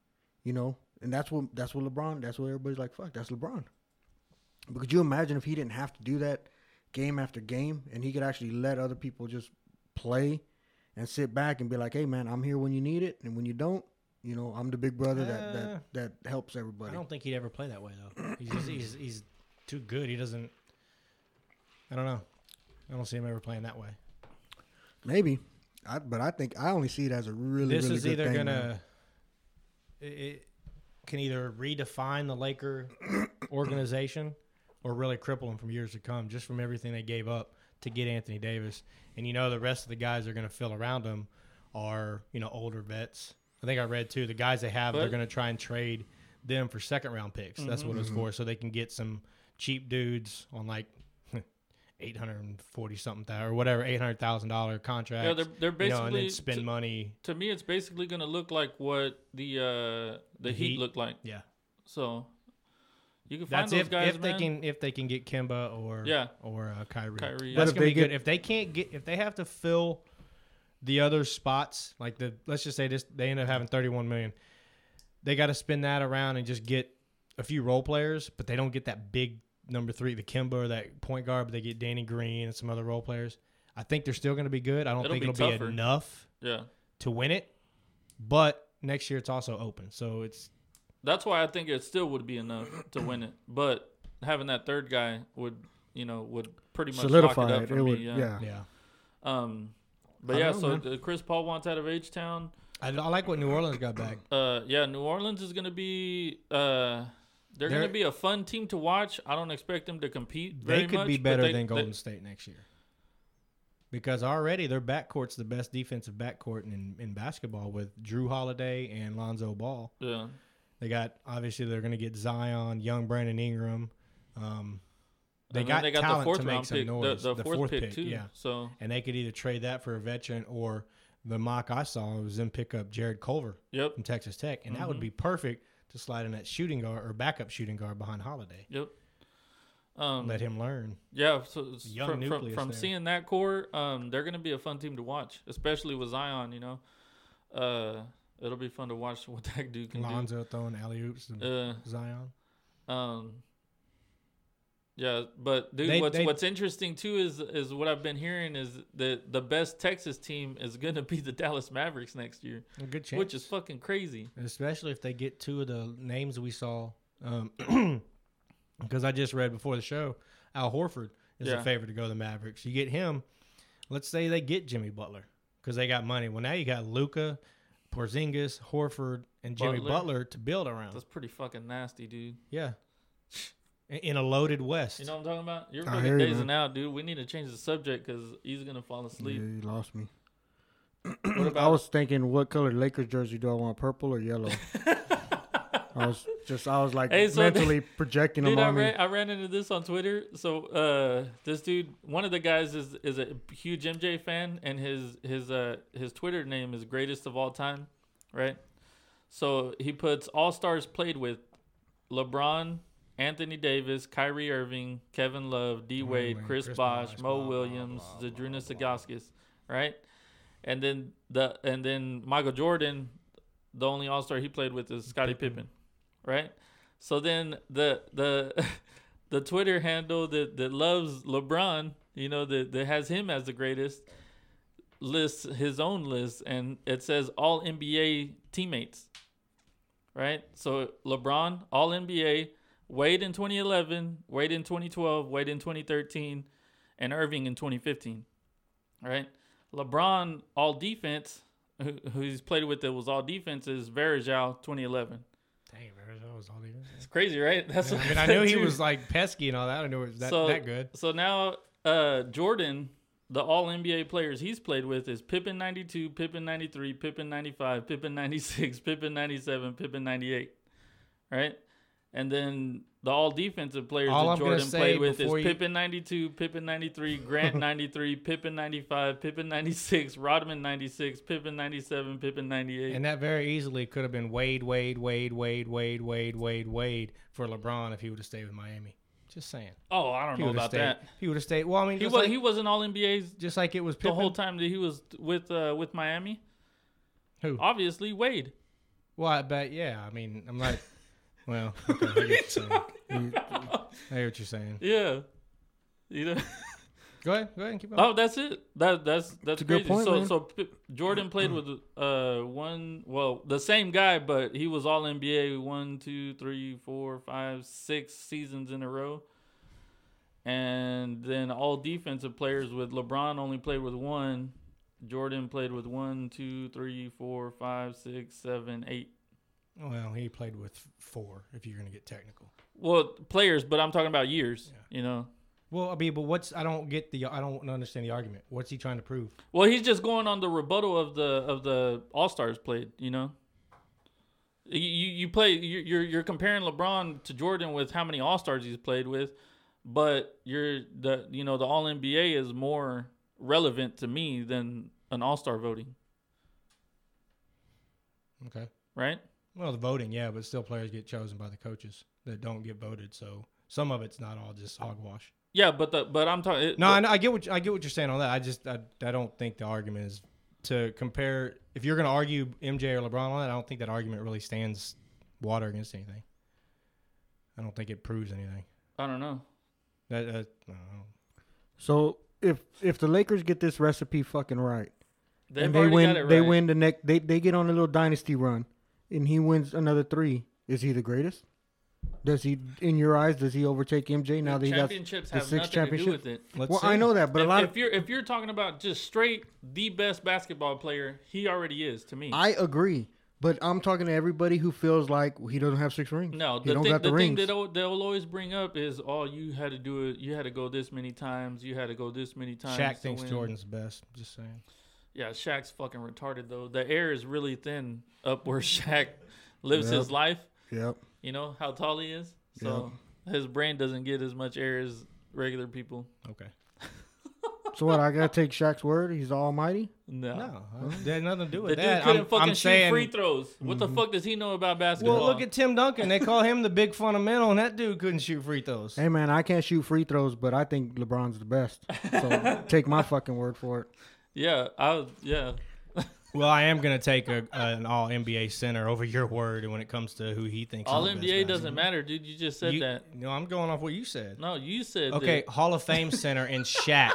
Speaker 3: You know, and that's what that's what LeBron. That's what everybody's like. Fuck, that's LeBron. But could you imagine if he didn't have to do that game after game, and he could actually let other people just play? and sit back and be like, "Hey, man, I'm here when you need it, and when you don't, you know, I'm the big brother that
Speaker 2: Uh,
Speaker 3: that, that helps
Speaker 2: I
Speaker 3: everybody."
Speaker 2: don't think he'd ever play that way, (clears throat) though. He's, just, he's, he's too good. He doesn't. I don't know. I don't see him ever playing that way.
Speaker 3: Maybe, I, but I think I only see it as a really
Speaker 2: this
Speaker 3: really
Speaker 2: is
Speaker 3: good
Speaker 2: either
Speaker 3: thing,
Speaker 2: gonna
Speaker 3: man.
Speaker 2: it, it can either redefine
Speaker 3: (coughs)
Speaker 2: the Laker organization or really cripple them from years to come, just from everything they gave up to get Anthony Davis. And you know, the rest of the guys they're going to fill around him are you know older vets. I think I read too the guys they have they're
Speaker 1: But-
Speaker 2: going to try and trade them for second round picks. That's what
Speaker 3: Mm-hmm.
Speaker 2: it's for, so they can get some cheap dudes on like. (laughs) 840 something thou- or whatever $800,000 contract.
Speaker 1: Yeah, they're- they're
Speaker 2: you know, and
Speaker 1: basically-
Speaker 2: then spend money.
Speaker 1: To me, it's basically gonna look like what the uh, the, Heat,
Speaker 2: Heat?
Speaker 1: looked like.
Speaker 2: Yeah.
Speaker 1: So you can find
Speaker 2: That's
Speaker 1: those
Speaker 2: if,
Speaker 1: guys,
Speaker 2: if
Speaker 1: man.
Speaker 2: they can if they can get Kimba or
Speaker 1: Yeah.
Speaker 2: or uh, Kyrie.
Speaker 1: Kyrie, yeah.
Speaker 2: That's
Speaker 3: But if
Speaker 2: gonna
Speaker 3: they
Speaker 2: be good.
Speaker 3: get-
Speaker 2: If they can't get if they have to fill the other spots, like the let's just say this, they end up having thirty one million. They got to spin that around and just get a few role players, but they don't get that big number three, the Kimba or that point guard, but they get Danny Green and some other role players. I think they're still going to be good. I don't
Speaker 1: It'll
Speaker 2: think
Speaker 1: be
Speaker 2: it'll
Speaker 1: tougher.
Speaker 2: be enough
Speaker 1: yeah,
Speaker 2: to win it, but next year it's also open, so it's
Speaker 1: that's why I think it still would be enough to win it. But having that third guy would, you know, would pretty much Lock
Speaker 3: Solidified.
Speaker 1: it up
Speaker 3: It,
Speaker 1: for me.
Speaker 3: would. Yeah.
Speaker 2: yeah.
Speaker 1: Um, but
Speaker 3: I
Speaker 1: yeah,
Speaker 3: don't
Speaker 1: so
Speaker 3: know,
Speaker 1: the Chris Paul wants out of H Town.
Speaker 2: I, I like what New Orleans got back.
Speaker 1: Uh, yeah, New Orleans is gonna be uh, they're, gonna
Speaker 2: They're-
Speaker 1: be a fun team to watch. I don't expect them to compete. Very
Speaker 2: They could
Speaker 1: much,
Speaker 2: be
Speaker 1: but
Speaker 2: better
Speaker 1: they-
Speaker 2: than
Speaker 1: they-
Speaker 2: Golden State next year. Because already their backcourt's the best defensive backcourt in, in basketball with Drew Holiday and Lonzo Ball.
Speaker 1: yeah,
Speaker 2: They got obviously they're going to get Zion, young Brandon Ingram. Um, they,
Speaker 1: And then
Speaker 2: got
Speaker 1: they got
Speaker 2: talent
Speaker 1: the fourth
Speaker 2: to make
Speaker 1: round
Speaker 2: some
Speaker 1: pick, the,
Speaker 2: noise.
Speaker 1: the, fourth, pick, too.
Speaker 2: yeah.
Speaker 1: So
Speaker 2: And they could either trade that for a veteran or the mock I saw was them pick up Jared Culver
Speaker 1: yep,
Speaker 2: from Texas Tech, and that would
Speaker 1: Mhm.
Speaker 2: be perfect to slide in that shooting guard or backup shooting guard behind Holiday.
Speaker 1: yep. Um,
Speaker 2: Let him learn.
Speaker 1: yeah. So it's
Speaker 2: Young
Speaker 1: from, from,
Speaker 2: nucleus
Speaker 1: from
Speaker 2: there.
Speaker 1: seeing that core, um, they're gonna be a fun team to watch, especially with Zion. You know, uh, it'll be fun to watch (laughs) what that dude can
Speaker 2: Lonzo throwing alley oops and
Speaker 1: do. Uh,
Speaker 2: Zion.
Speaker 1: Um. Yeah, but dude,
Speaker 2: They-
Speaker 1: what's
Speaker 2: they-
Speaker 1: what's interesting too is is what I've been hearing is that the best Texas team is gonna be the Dallas Mavericks next year,
Speaker 2: A good chance.
Speaker 1: which is fucking crazy.
Speaker 2: especially if they get two of the names we saw. Um, (clears throat) because I just read before the show, Al Horford is
Speaker 1: Yeah.
Speaker 2: a favorite to go to the Mavericks. You get him. Let's say they get Jimmy Butler because they got money. Well, now you got Luca, Porzingis, Horford, and Jimmy
Speaker 1: Butler.
Speaker 2: Butler, to build around.
Speaker 1: That's pretty fucking nasty, dude.
Speaker 2: yeah, In- in a loaded West.
Speaker 1: You know what I'm talking about? You're
Speaker 3: I hear
Speaker 1: fucking
Speaker 3: you,
Speaker 1: dazing
Speaker 3: man.
Speaker 1: out, dude. We need to change the subject because he's gonna fall
Speaker 3: Yeah,
Speaker 1: asleep.
Speaker 3: you lost me.
Speaker 1: (clears throat) What
Speaker 3: I
Speaker 1: about?
Speaker 3: was thinking, what color Lakers jersey do I want? Purple
Speaker 1: (laughs)
Speaker 3: or yellow? I was just, I was like
Speaker 1: Hey, so- (laughs)
Speaker 3: mentally projecting
Speaker 1: Dude,
Speaker 3: them
Speaker 1: I
Speaker 3: on me.
Speaker 1: ran, I ran into this on Twitter. So uh, this dude, one of the guys is is a huge MJ fan, and his his uh his Twitter name is greatest of all time, right? So he puts all stars played with LeBron, Anthony Davis, Kyrie Irving, Kevin Love, D Wade,
Speaker 2: Wade,
Speaker 1: Chris,
Speaker 2: Chris
Speaker 1: Bosh,
Speaker 2: Bosh,
Speaker 1: Mo
Speaker 2: blah, blah,
Speaker 1: Williams, Zadrunas Sagoskis, right? And then the and then Michael Jordan, the only All Star he played with is Scottie Pippen, right? So then the the (laughs) the Twitter handle that that loves LeBron, you know, that that has him as the greatest, lists his own list, and it says all NBA teammates, right? So LeBron, all NBA, Wade in 2011, Wade in 2012, Wade in 2013, and Irving in 2015, right? LeBron, all defense, who, who he's played with that was all defense, is Varejao 2011.
Speaker 2: Dang, man, that was all
Speaker 1: (laughs)
Speaker 2: he did.
Speaker 1: It's crazy, right? That's
Speaker 2: I
Speaker 1: what
Speaker 2: mean, I knew he
Speaker 1: Dude.
Speaker 2: was like pesky and all that. I knew it was that,
Speaker 1: So-
Speaker 2: that good.
Speaker 1: So now, uh, Jordan, the all NBA players he's played with is Pippen 92, Pippen 93, Pippen 95, Pippen 96, (laughs) Pippen 97, Pippen 98. Right? And then the all defensive players
Speaker 2: All
Speaker 1: that
Speaker 2: I'm gonna
Speaker 1: Jordan
Speaker 2: say
Speaker 1: played with is
Speaker 2: before you-
Speaker 1: Pippen 92, Pippen 93,
Speaker 2: (laughs)
Speaker 1: Grant 93, Pippen 95, Pippen 96, Rodman 96, Pippen 97, Pippen 98.
Speaker 2: And that very easily could have been Wade, Wade, Wade, Wade, Wade, Wade, Wade, Wade for LeBron if he would have stayed with Miami. Just saying.
Speaker 1: oh, I don't
Speaker 2: He
Speaker 1: know
Speaker 2: would
Speaker 1: about
Speaker 2: have stayed.
Speaker 1: that.
Speaker 2: He would have stayed. Well, I mean,
Speaker 1: He
Speaker 2: just,
Speaker 1: was
Speaker 2: like,
Speaker 1: he wasn't all NBA's
Speaker 2: just like it was
Speaker 1: the
Speaker 2: Pippen.
Speaker 1: whole time that he was with uh, with Miami.
Speaker 2: Who?
Speaker 1: Obviously Wade.
Speaker 2: Well, I bet. Yeah. I mean,
Speaker 1: (laughs)
Speaker 2: I'm like, well, okay, I, get what you're saying. I hear what you're saying.
Speaker 1: Yeah. You know.
Speaker 3: (laughs)
Speaker 2: Go ahead. Go ahead and keep going.
Speaker 1: Oh, that's it. That that's that's
Speaker 3: a
Speaker 1: crazy.
Speaker 3: good point,
Speaker 1: so
Speaker 3: man.
Speaker 1: so P- Jordan played with uh one well the same guy, but he was all NBA one two three four five six seasons in a row. And then all defensive players with LeBron only played with one. Jordan played with one, two, three, four, five, six, seven, eight.
Speaker 2: Well, he played with four. If you're going to get technical.
Speaker 1: Well, players, but I'm talking about years. You know.
Speaker 2: Well, I mean, but what's I don't get the I don't understand the argument. What's he trying to prove?
Speaker 1: Well, he's just going on the rebuttal of the of the All Stars played. You know. You you you play you- you're you're comparing LeBron to Jordan with how many All Stars he's played with, but you're the you know the All NBA is more relevant to me than an All Star voting,
Speaker 2: Okay.
Speaker 1: right?
Speaker 2: Well, the voting, yeah, but still players get chosen by the coaches that don't get voted. So some of it's not all just hogwash.
Speaker 1: Yeah, but the but I'm talking
Speaker 2: No, I, know- I get what you- I get what you're saying on that. I just I, I don't think the argument is to compare. If you're going to argue MJ or LeBron on that, I don't think that argument really stands water against anything. I don't think it proves anything.
Speaker 1: I don't know.
Speaker 2: That, that I don't know.
Speaker 3: So if if the Lakers get this recipe fucking right,
Speaker 1: They've
Speaker 3: and they
Speaker 1: already
Speaker 3: win,
Speaker 1: got it right.
Speaker 3: they win the next, they they get on a little dynasty run, and he wins another three. Is he the greatest? Does he, in your eyes, does he overtake MJ now that
Speaker 1: The
Speaker 3: he got?
Speaker 1: championships
Speaker 3: the
Speaker 1: have
Speaker 3: six
Speaker 1: nothing to do with it.
Speaker 2: Let's
Speaker 3: Well,
Speaker 2: see.
Speaker 3: I know that, but
Speaker 1: But if,
Speaker 3: a lot of
Speaker 1: if you're if you're talking about just straight the best basketball player, he already is to me.
Speaker 3: I agree, but I'm talking to everybody who feels like he doesn't have six rings.
Speaker 1: no,
Speaker 3: he
Speaker 1: the
Speaker 3: don't
Speaker 1: thing,
Speaker 3: got the,
Speaker 1: the thing
Speaker 3: rings.
Speaker 1: that they'll, they'll always bring up is, oh, you had to do it. You had to go this many times. You had to go this many times.
Speaker 2: Shaq
Speaker 1: to
Speaker 2: thinks
Speaker 1: win."
Speaker 2: Jordan's best. Just saying.
Speaker 1: Yeah, Shaq's fucking retarded though. The air is really thin up where (laughs) Shaq lives his
Speaker 3: Yep.
Speaker 1: life.
Speaker 3: Yep.
Speaker 1: You know how tall he is, so his brain doesn't get as much air as regular people.
Speaker 2: Okay.
Speaker 3: So what? I gotta take Shaq's word. He's almighty.
Speaker 1: No.
Speaker 2: No, that had nothing to do with
Speaker 1: The dude
Speaker 2: that.
Speaker 1: couldn't
Speaker 2: I'm,
Speaker 1: fucking
Speaker 2: I'm
Speaker 1: shoot
Speaker 2: saying. Mm-hmm.
Speaker 1: free throws. What the fuck does he know about basketball?
Speaker 2: well, look at Tim Duncan. They call him the big fundamental, and that dude couldn't shoot
Speaker 3: (laughs)
Speaker 2: free throws.
Speaker 3: Hey man, I can't shoot free throws, but I think LeBron's the best. So take my fucking word for it.
Speaker 1: Yeah, I was, yeah.
Speaker 2: Well, I am gonna take a, an All NBA center over your word when it comes to who he thinks.
Speaker 1: All
Speaker 2: is the best
Speaker 1: NBA doesn't
Speaker 2: basketball.
Speaker 1: matter, dude. You just said
Speaker 2: You-
Speaker 1: that.
Speaker 2: No, I'm going off what you said.
Speaker 1: No, you said
Speaker 2: Okay,
Speaker 1: that.
Speaker 2: Hall of Fame
Speaker 1: (laughs)
Speaker 2: center and Shaq.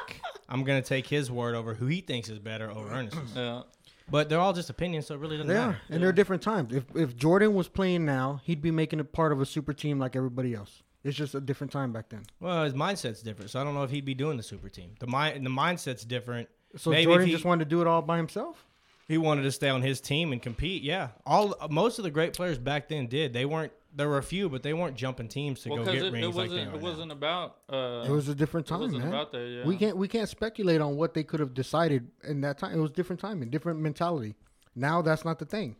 Speaker 2: I'm gonna take his word over who he thinks is better over Ernest's.
Speaker 1: Yeah.
Speaker 2: But they're all just opinions, so it really doesn't
Speaker 3: They
Speaker 2: matter.
Speaker 3: are, and they're different times. If if Jordan was playing now, he'd be making a part of a super team like everybody else. It's just a different time back then.
Speaker 2: Well, his mindset's different, so I don't know if he'd be doing the super team. The mind, the mindset's different.
Speaker 3: So
Speaker 2: Maybe if
Speaker 3: Jordan
Speaker 2: he-
Speaker 3: just wanted to do it all by himself.
Speaker 2: He wanted to stay on his team and compete. Yeah, all most of the great players back then did. They weren't. There were a few, but they weren't jumping teams to
Speaker 1: Well,
Speaker 2: go
Speaker 1: because
Speaker 2: get
Speaker 1: it, it
Speaker 2: rings
Speaker 1: wasn't
Speaker 2: like they are
Speaker 1: it
Speaker 2: now.
Speaker 1: wasn't about uh
Speaker 3: It was a different time,
Speaker 1: wasn't
Speaker 3: man.
Speaker 1: about that, yeah.
Speaker 3: We can't we can't speculate on what they could have decided in that time. It was different time and different mentality. Now that's not the thing.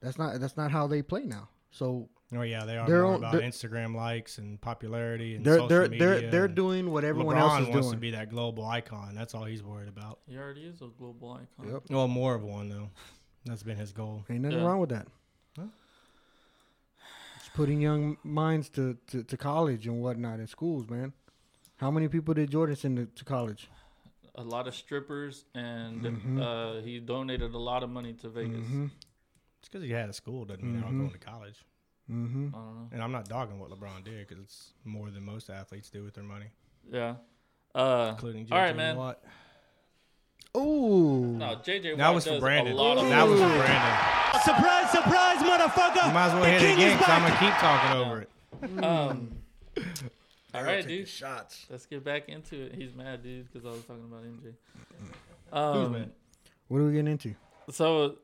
Speaker 3: That's not that's not how they play now. So
Speaker 2: Oh yeah, they are
Speaker 3: They're
Speaker 2: more
Speaker 3: on-
Speaker 2: about
Speaker 3: they're-
Speaker 2: Instagram likes and popularity and
Speaker 3: they're
Speaker 2: social
Speaker 3: they're
Speaker 2: media.
Speaker 3: they're they're
Speaker 2: and
Speaker 3: doing what everyone
Speaker 2: LeBron
Speaker 3: else is
Speaker 2: wants
Speaker 3: doing.
Speaker 2: to be that global icon. That's all he's worried about.
Speaker 1: he already is a global icon.
Speaker 3: Yep.
Speaker 2: Well, more of one though. That's been his goal.
Speaker 3: Ain't nothing
Speaker 1: Yeah.
Speaker 3: wrong with that.
Speaker 2: Well.
Speaker 3: It's putting young minds to, to, to college and whatnot in schools, man. How many people did Jordan send to, to college?
Speaker 1: A lot of strippers and
Speaker 3: Mm-hmm.
Speaker 1: uh he donated a lot of money to Vegas.
Speaker 2: It's because he had a school doesn't mean
Speaker 3: Mm-hmm.
Speaker 2: they're all going to college.
Speaker 1: I don't know.
Speaker 2: And I'm not dogging what LeBron did because it's more than most athletes do with their money,
Speaker 1: Yeah. Uh
Speaker 2: including JJ
Speaker 1: all right, man.
Speaker 2: Watt.
Speaker 3: Ooh.
Speaker 1: No, JJ
Speaker 2: That
Speaker 1: Watt
Speaker 2: was for
Speaker 1: does
Speaker 2: Brandon.
Speaker 1: a lot of
Speaker 2: That was for Brandon.
Speaker 5: Surprise, surprise, motherfucker!
Speaker 2: You might as well hit it again because I'm gonna keep talking over it.
Speaker 1: um
Speaker 3: (laughs)
Speaker 1: All right, dude.
Speaker 3: Shots.
Speaker 1: Let's get back into it. He's mad, dude, because I was talking about MJ. Um,
Speaker 2: mad?
Speaker 3: What are we getting into?
Speaker 1: So,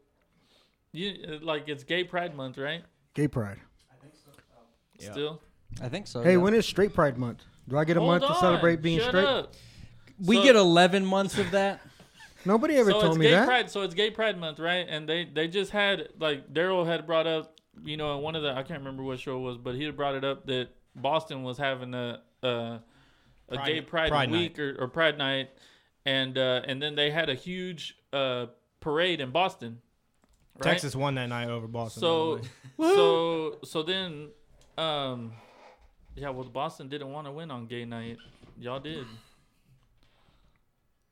Speaker 1: you like it's Gay Pride Month, right?
Speaker 3: Gay pride.
Speaker 2: Yeah.
Speaker 1: Still,
Speaker 4: I think so.
Speaker 3: Hey,
Speaker 4: yeah.
Speaker 3: when is straight pride month? Do I get a
Speaker 1: Oh, Hold
Speaker 3: month to
Speaker 1: on,
Speaker 3: celebrate being
Speaker 1: shut
Speaker 3: straight?
Speaker 1: up.
Speaker 4: we
Speaker 1: so-
Speaker 4: get 11 months of that.
Speaker 3: Nobody ever
Speaker 1: So
Speaker 3: told
Speaker 1: it's
Speaker 3: me
Speaker 1: Gay
Speaker 3: that.
Speaker 1: Pride. So it's Gay Pride Month, right? And they they just had like Daryl had brought up, you know, in one of the I can't remember what show it was, but he had brought it up that Boston was having a a, a
Speaker 2: Pride-
Speaker 1: Gay Pride,
Speaker 2: Pride
Speaker 1: Week or, or Pride Night, and uh, and then they had a huge uh, parade in Boston. right?
Speaker 2: Texas won that night over Boston. by the
Speaker 1: So, (laughs)
Speaker 2: way.
Speaker 1: so, so then, um, yeah. Well, Boston didn't want to win on gay night. Y'all did.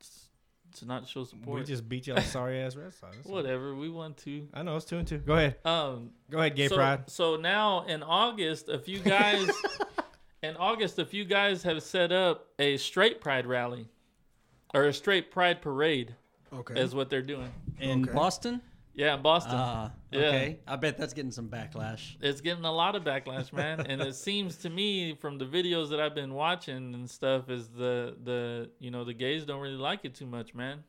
Speaker 1: S- To not show support.
Speaker 2: we just beat y'all sorry ass Red Sox. That's all.
Speaker 1: Whatever. We won two.
Speaker 2: I know it's two and two. Go ahead.
Speaker 1: Um.
Speaker 2: Go ahead, Gay
Speaker 1: so,
Speaker 2: Pride.
Speaker 1: So now in August, a few
Speaker 2: (laughs)
Speaker 1: guys. in August, a few guys have set up a straight pride rally, or a straight pride parade.
Speaker 3: Okay.
Speaker 1: Is what they're doing.
Speaker 4: In Boston?
Speaker 1: Yeah, in Boston.
Speaker 2: Uh-huh.
Speaker 4: Uh,
Speaker 1: Yeah.
Speaker 4: Okay. I bet that's getting some backlash.
Speaker 1: it's getting a lot of backlash, man. and it seems to me from the videos that I've been watching and stuff is the the you know the gays don't really like it too much, man.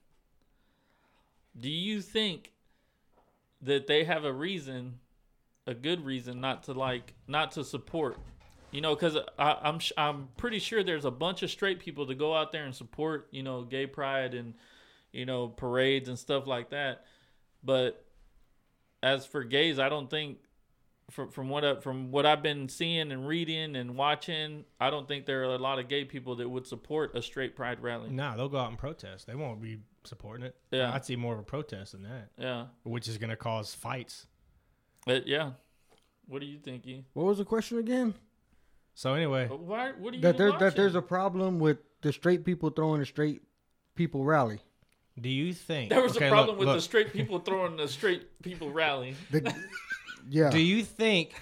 Speaker 1: Do you think that they have a reason a good reason not to like not to support. You know, because I'm sh- I'm pretty sure there's a bunch of straight people to go out there and support. You know, gay pride and you know parades and stuff like that. But as for gays, I don't think from from what I, from what I've been seeing and reading and watching, I don't think there are a lot of gay people that would support a straight pride rally.
Speaker 2: Nah, they'll go out and protest. They won't be supporting it.
Speaker 1: Yeah.
Speaker 2: I'd see more of a protest than that,
Speaker 1: Yeah,
Speaker 2: which is going to cause fights.
Speaker 1: but yeah. What do you think? E?
Speaker 3: What was the question again?
Speaker 2: So anyway,
Speaker 1: But Why? What do you
Speaker 3: That there's
Speaker 1: watching? (laughs)
Speaker 3: that there's a problem with the straight people throwing a straight people rally.
Speaker 2: do you think
Speaker 1: There was
Speaker 2: okay,
Speaker 1: a
Speaker 2: look,
Speaker 1: problem with the
Speaker 2: look.
Speaker 1: straight people throwing the straight people rally.
Speaker 3: The, yeah.
Speaker 2: Do you think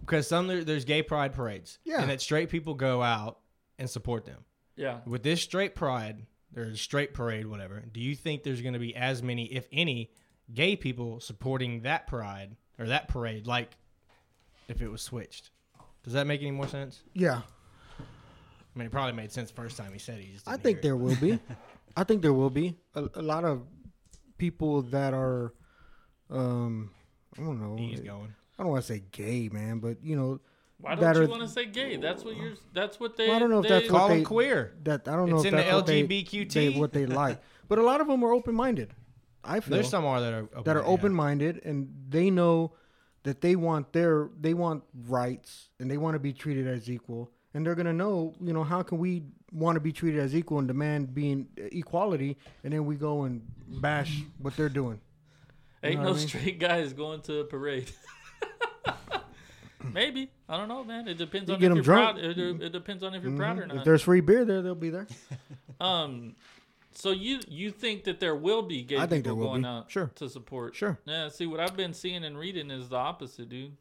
Speaker 2: because some there, there's gay pride parades,
Speaker 3: Yeah.
Speaker 2: and that straight people go out and support them
Speaker 1: Yeah.
Speaker 2: with this straight pride or straight parade, whatever? Do you think there's going to be as many, if any, gay people supporting that pride or that parade, like if it was switched? Does that make any more sense?
Speaker 3: yeah.
Speaker 2: I mean, it probably made sense first time he said it. he just
Speaker 3: I
Speaker 2: didn't
Speaker 3: think
Speaker 2: hear
Speaker 3: there will be. I think there will be a, a lot of people that are, um, I don't know.
Speaker 2: it. He's going.
Speaker 3: I don't want to say gay, man, but you know,
Speaker 1: Why
Speaker 3: that
Speaker 1: don't you
Speaker 3: are-
Speaker 1: want to say gay? That's what you're. That's what they.
Speaker 3: Well, I don't know
Speaker 1: they,
Speaker 3: if that's what
Speaker 2: Call him
Speaker 3: they-
Speaker 2: queer.
Speaker 3: that I don't know
Speaker 2: It's
Speaker 3: if
Speaker 2: in the
Speaker 3: that's what they-
Speaker 2: LGBTQT.
Speaker 3: they, what they like. But a lot of them are open minded. I feel
Speaker 2: There's some are that are
Speaker 3: that are
Speaker 2: yeah.
Speaker 3: open minded and they know that they want their they want rights and they want to be treated as equal and they're going to know you know how can we want to be treated as equal and demand being equality and then we go and bash what they're doing
Speaker 1: Ain't
Speaker 3: know
Speaker 1: no
Speaker 3: what I mean?
Speaker 1: straight guys going to a parade. (laughs) Maybe I don't know, man. It depends
Speaker 3: You
Speaker 1: on
Speaker 3: get
Speaker 1: if
Speaker 3: 'em
Speaker 1: you're
Speaker 3: drunk.
Speaker 1: proud. It, it depends on if you're proud or
Speaker 3: Mm-hmm. if
Speaker 1: not.
Speaker 3: there's free beer there they'll be there
Speaker 1: Um, so you you think that there will be gay
Speaker 3: I think
Speaker 1: people
Speaker 3: there will
Speaker 1: going
Speaker 3: be.
Speaker 1: out
Speaker 3: Sure.
Speaker 1: to support?
Speaker 3: Sure.
Speaker 1: Yeah. See, what I've been seeing and reading is the opposite, dude.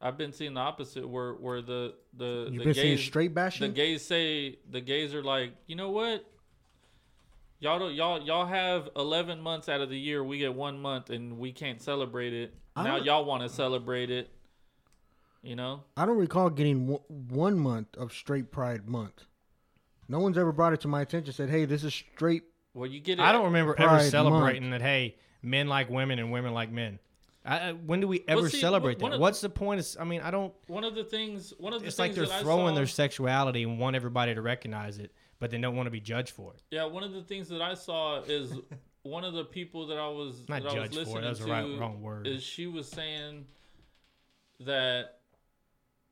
Speaker 1: I've been seeing the opposite, where where the the
Speaker 3: you've
Speaker 1: the
Speaker 3: been seeing
Speaker 1: gays
Speaker 3: straight
Speaker 1: the
Speaker 3: bashing
Speaker 1: gays say the gays are like, you know what? Y'all don't y'all y'all have eleven months out of the year. We get one month and we can't celebrate it.
Speaker 3: I
Speaker 1: now
Speaker 3: don't-
Speaker 1: y'all want to celebrate it. You know?
Speaker 3: i don't recall getting w- one month of straight pride month no one's ever brought it to my attention said hey this is straight
Speaker 1: Well, you get it.
Speaker 2: I don't remember ever
Speaker 3: Pride
Speaker 2: celebrating that. Hey, men like women and women like men. I, I- when do we ever
Speaker 1: see,
Speaker 2: celebrate
Speaker 1: one
Speaker 2: that?
Speaker 1: of-
Speaker 2: What's the point? Of, I mean, I don't.
Speaker 1: One of the things. One of the
Speaker 2: It's like
Speaker 1: things
Speaker 2: they're
Speaker 1: that I
Speaker 2: throwing
Speaker 1: saw-
Speaker 2: their sexuality and want everybody to recognize it, but they don't want to be judged for it.
Speaker 1: Yeah, one of the things that I saw is one of the people that I was
Speaker 2: Not
Speaker 1: that I was
Speaker 2: judge for it,
Speaker 1: listening
Speaker 2: that was
Speaker 1: to
Speaker 2: the right- wrong word.
Speaker 1: is she was saying that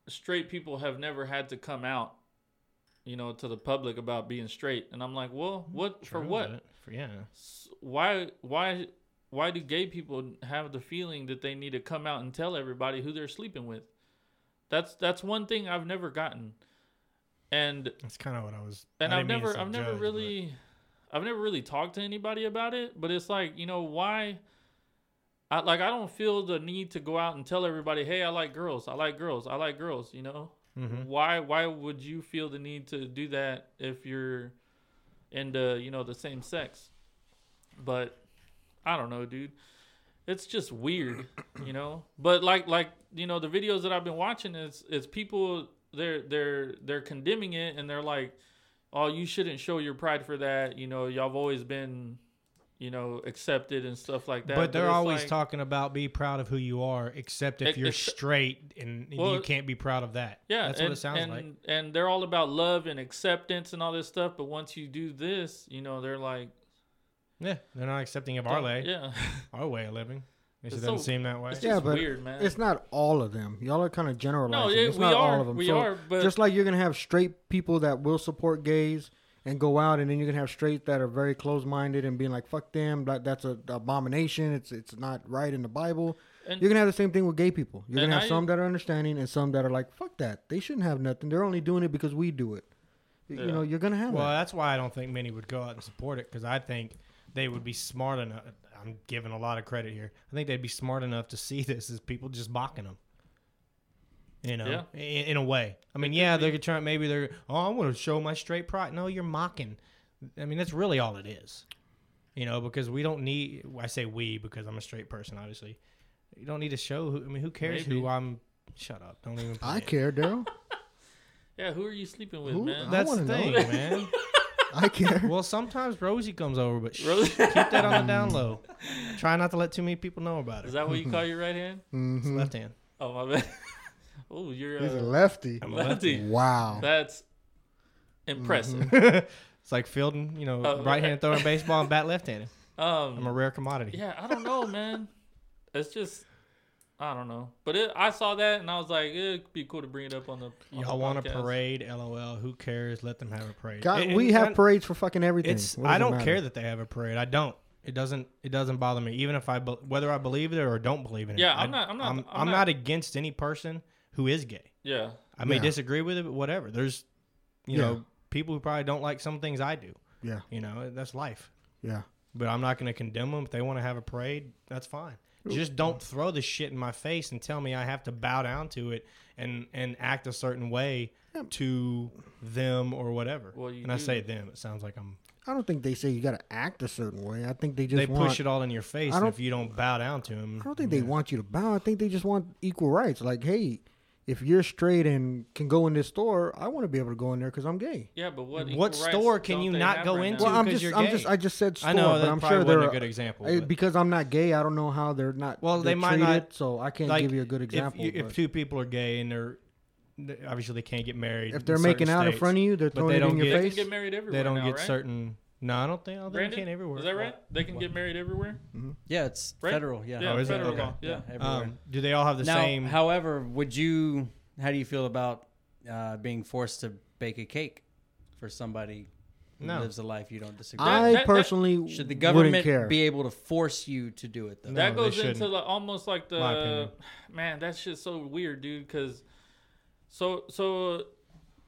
Speaker 1: straight people have never had to come out, you know, to the public about being straight, and I'm like, well, what for what?
Speaker 2: Hmm, But For yeah,
Speaker 1: S- Why why why do gay people have the feeling that they need to come out and tell everybody who they're sleeping with? That's that's one thing I've never gotten, and
Speaker 2: that's kind of what I was.
Speaker 1: and
Speaker 2: I
Speaker 1: I've
Speaker 2: didn't mean
Speaker 1: never,
Speaker 2: to say
Speaker 1: I've never
Speaker 2: judge, but-
Speaker 1: really, I've never really talked to anybody about it. But it's like, you know, why? I like, I don't feel the need to go out and tell everybody, hey, I like girls, I like girls, I like girls. You know,
Speaker 2: Mm-hmm.
Speaker 1: why? Why would you feel the need to do that if you're into, you know, the same sex? But I don't know, dude. It's just
Speaker 2: (coughs)
Speaker 1: weird, you know. But like, like you know, the videos that I've been watching is it's people they're they're they're condemning it and they're like, oh you shouldn't show your pride for that you know y'all have always been you know accepted and stuff like that
Speaker 2: But they're
Speaker 1: it's
Speaker 2: always
Speaker 1: like-
Speaker 2: talking about be proud of who you are, except if
Speaker 1: Ex-
Speaker 2: you're
Speaker 1: ex-
Speaker 2: straight and
Speaker 1: Well,
Speaker 2: you can't be proud of that.
Speaker 1: yeah
Speaker 2: that's
Speaker 1: and,
Speaker 2: what it sounds
Speaker 1: and,
Speaker 2: like.
Speaker 1: and they're all about love and acceptance and all this stuff but once you do this you know they're like
Speaker 2: Yeah, they're not accepting of our way,
Speaker 1: yeah
Speaker 2: our way of living. It
Speaker 1: It's
Speaker 2: doesn't
Speaker 1: so-
Speaker 2: seem that way.
Speaker 1: (laughs) it's
Speaker 3: Yeah,
Speaker 1: just
Speaker 3: but
Speaker 1: weird man
Speaker 3: It's not all of them. Y'all are kind of generalizing.
Speaker 1: yeah,
Speaker 3: it's
Speaker 1: we
Speaker 3: not
Speaker 1: are.
Speaker 3: all of them.
Speaker 1: We
Speaker 3: So,
Speaker 1: are, but-
Speaker 3: just like you're gonna have straight people that will support gays and go out, and then you're gonna have straight that are very closed-minded and being like, "Fuck them, that, that's an abomination. It's it's not right in the Bible."
Speaker 1: And-
Speaker 3: you're gonna have the same thing with gay people. You're
Speaker 1: and
Speaker 3: gonna have
Speaker 1: I-
Speaker 3: some that are understanding and some that are like, "Fuck that. They shouldn't have nothing. They're only doing it because we do it." Y- You
Speaker 1: Yeah.
Speaker 3: know, you're gonna have
Speaker 2: Well,
Speaker 3: that.
Speaker 2: that's why I don't think many would go out and support it because I think they would be smart enough. I'm giving a lot of credit here. I think they'd be smart enough to see (laughs) this as people just mocking them. You know,
Speaker 1: Yeah.
Speaker 2: i- in, in a way. I mean, yeah, they're trying. Maybe they're. Oh, I want to show my straight pride. No, you're mocking. I mean, that's really all it is. You know, because we don't need. I say we because I'm a straight person, obviously. You don't need to show. Who, I mean, who cares
Speaker 1: Maybe.
Speaker 2: who I'm? Shut up! Don't even.
Speaker 3: I
Speaker 2: play it.
Speaker 3: care, Daryl.
Speaker 1: yeah who are you sleeping with
Speaker 3: Who-
Speaker 1: man (laughs)
Speaker 3: I
Speaker 2: That's the
Speaker 3: wanna know
Speaker 2: thing,
Speaker 3: that.
Speaker 2: man.
Speaker 3: I
Speaker 2: (laughs)
Speaker 3: care.
Speaker 2: Well, sometimes Rosie comes over, but
Speaker 3: (laughs)
Speaker 2: shh,
Speaker 1: Rosie-
Speaker 2: keep that on the
Speaker 3: Mm.
Speaker 2: down low. Try not to let too many people know
Speaker 1: (laughs)
Speaker 2: about
Speaker 1: Is
Speaker 2: it.
Speaker 1: that what you call your right
Speaker 3: (laughs)
Speaker 1: hand?
Speaker 2: It's
Speaker 3: Mhm.
Speaker 2: left hand.
Speaker 1: Oh my bad. (laughs) Oh, you're
Speaker 3: He's a
Speaker 1: uh,
Speaker 3: lefty.
Speaker 2: I'm a
Speaker 1: lefty.
Speaker 3: Wow.
Speaker 1: That's impressive.
Speaker 2: (laughs) It's like fielding, you know,
Speaker 1: Oh,
Speaker 2: right hand throwing baseball and bat left handed.
Speaker 3: Mm-hmm.
Speaker 2: I'm a
Speaker 1: Um,
Speaker 2: rare
Speaker 1: (laughs)
Speaker 2: commodity.
Speaker 1: yeah, I don't know, man. It's just, I don't know. But it, I saw that and I was like, it'd be cool to bring it up on the. on the
Speaker 2: Y'all want a
Speaker 1: podcast.
Speaker 2: parade? LOL. Who cares? Let them have a parade.
Speaker 3: God,
Speaker 2: And-
Speaker 3: we
Speaker 2: and-
Speaker 3: have
Speaker 2: and
Speaker 3: parades for fucking everything.
Speaker 2: It's.
Speaker 3: What does
Speaker 2: I
Speaker 3: it
Speaker 2: don't
Speaker 3: matter?
Speaker 2: care that they have a parade. I don't. It doesn't. It doesn't bother me, even if I be- whether I believe it or don't believe in it.
Speaker 1: Yeah,
Speaker 2: I-
Speaker 1: I'm not- I'm not-
Speaker 2: I'm,
Speaker 1: I'm
Speaker 2: I'm
Speaker 1: not-
Speaker 2: not against any person who is gay.
Speaker 1: Yeah.
Speaker 2: I may
Speaker 3: Yeah.
Speaker 2: disagree with it, but whatever. There's, you
Speaker 3: Yeah.
Speaker 2: know, people who probably don't like some things I do.
Speaker 3: Yeah.
Speaker 2: You know, that's life.
Speaker 3: Yeah.
Speaker 2: But I'm not going to condemn them. If they want to have a parade, that's fine. Just don't throw the shit in my face and tell me I have to bow down to it and and act a certain way to them or whatever.
Speaker 1: Well, you
Speaker 2: and I
Speaker 1: do.
Speaker 2: say them. It sounds like I'm.
Speaker 3: I don't think they say you got to act a certain way. I think they just
Speaker 2: they push
Speaker 3: want,
Speaker 2: it all in your face,
Speaker 3: I
Speaker 2: and
Speaker 3: don't-
Speaker 2: if you don't bow down to them,
Speaker 3: I don't think they want you to bow. I think they just want equal rights. Like, hey, if you're straight and can go in this store, I want to be able to go in there because I'm gay.
Speaker 1: Yeah, but what?
Speaker 2: What
Speaker 1: equal rights
Speaker 2: store can
Speaker 1: don't
Speaker 2: you
Speaker 1: they
Speaker 2: not
Speaker 1: have
Speaker 2: go
Speaker 1: right
Speaker 2: into?
Speaker 1: now?
Speaker 3: Well, I'm
Speaker 2: because
Speaker 3: just,
Speaker 2: you're
Speaker 3: I'm
Speaker 2: gay.
Speaker 3: just, I just said store,
Speaker 2: I know
Speaker 3: but
Speaker 2: that
Speaker 3: I'm
Speaker 2: probably
Speaker 3: sure
Speaker 2: wasn't
Speaker 3: they're
Speaker 2: a good example.
Speaker 3: I-
Speaker 2: but-
Speaker 3: because I'm not gay. I don't know how they're not.
Speaker 2: Well, they
Speaker 3: they're
Speaker 2: might not-
Speaker 3: treated, so I can't
Speaker 2: like,
Speaker 3: give you a good
Speaker 2: if you-
Speaker 3: example.
Speaker 2: If,
Speaker 3: but If,
Speaker 2: two people are gay and they're they- obviously they can't get married,
Speaker 3: they're
Speaker 2: in certain
Speaker 3: making out in
Speaker 2: states,
Speaker 3: front of you, they're
Speaker 2: but
Speaker 3: throwing
Speaker 2: they
Speaker 3: it
Speaker 2: don't
Speaker 3: in your
Speaker 2: get-
Speaker 1: They
Speaker 3: face.
Speaker 1: can get married everywhere.
Speaker 2: they don't
Speaker 1: now,
Speaker 2: get
Speaker 1: right?
Speaker 2: certain. No, I don't think. I don't think they
Speaker 1: Brandon,
Speaker 2: can everywhere.
Speaker 1: Is that right? They can get married everywhere.
Speaker 4: Yeah, it's
Speaker 1: Right?
Speaker 4: federal. Yeah.
Speaker 1: Yeah,
Speaker 2: Oh, is it?
Speaker 1: federal
Speaker 2: Okay.
Speaker 1: law. Yeah.
Speaker 4: everywhere.
Speaker 2: Um, do they all have the
Speaker 4: now,
Speaker 2: same?
Speaker 4: however, would you? How do you feel about uh, being forced to bake a cake for somebody who
Speaker 2: No.
Speaker 4: lives a life you don't disagree? with?
Speaker 1: that-
Speaker 3: I
Speaker 1: that-
Speaker 3: personally
Speaker 4: Should the
Speaker 3: wouldn't care.
Speaker 4: government be able to force you to do it though?
Speaker 1: That
Speaker 2: No, they
Speaker 1: goes into
Speaker 2: shouldn't.
Speaker 1: like almost like
Speaker 2: My
Speaker 1: the
Speaker 2: opinion.
Speaker 1: man. That's just so weird, dude. Because so so.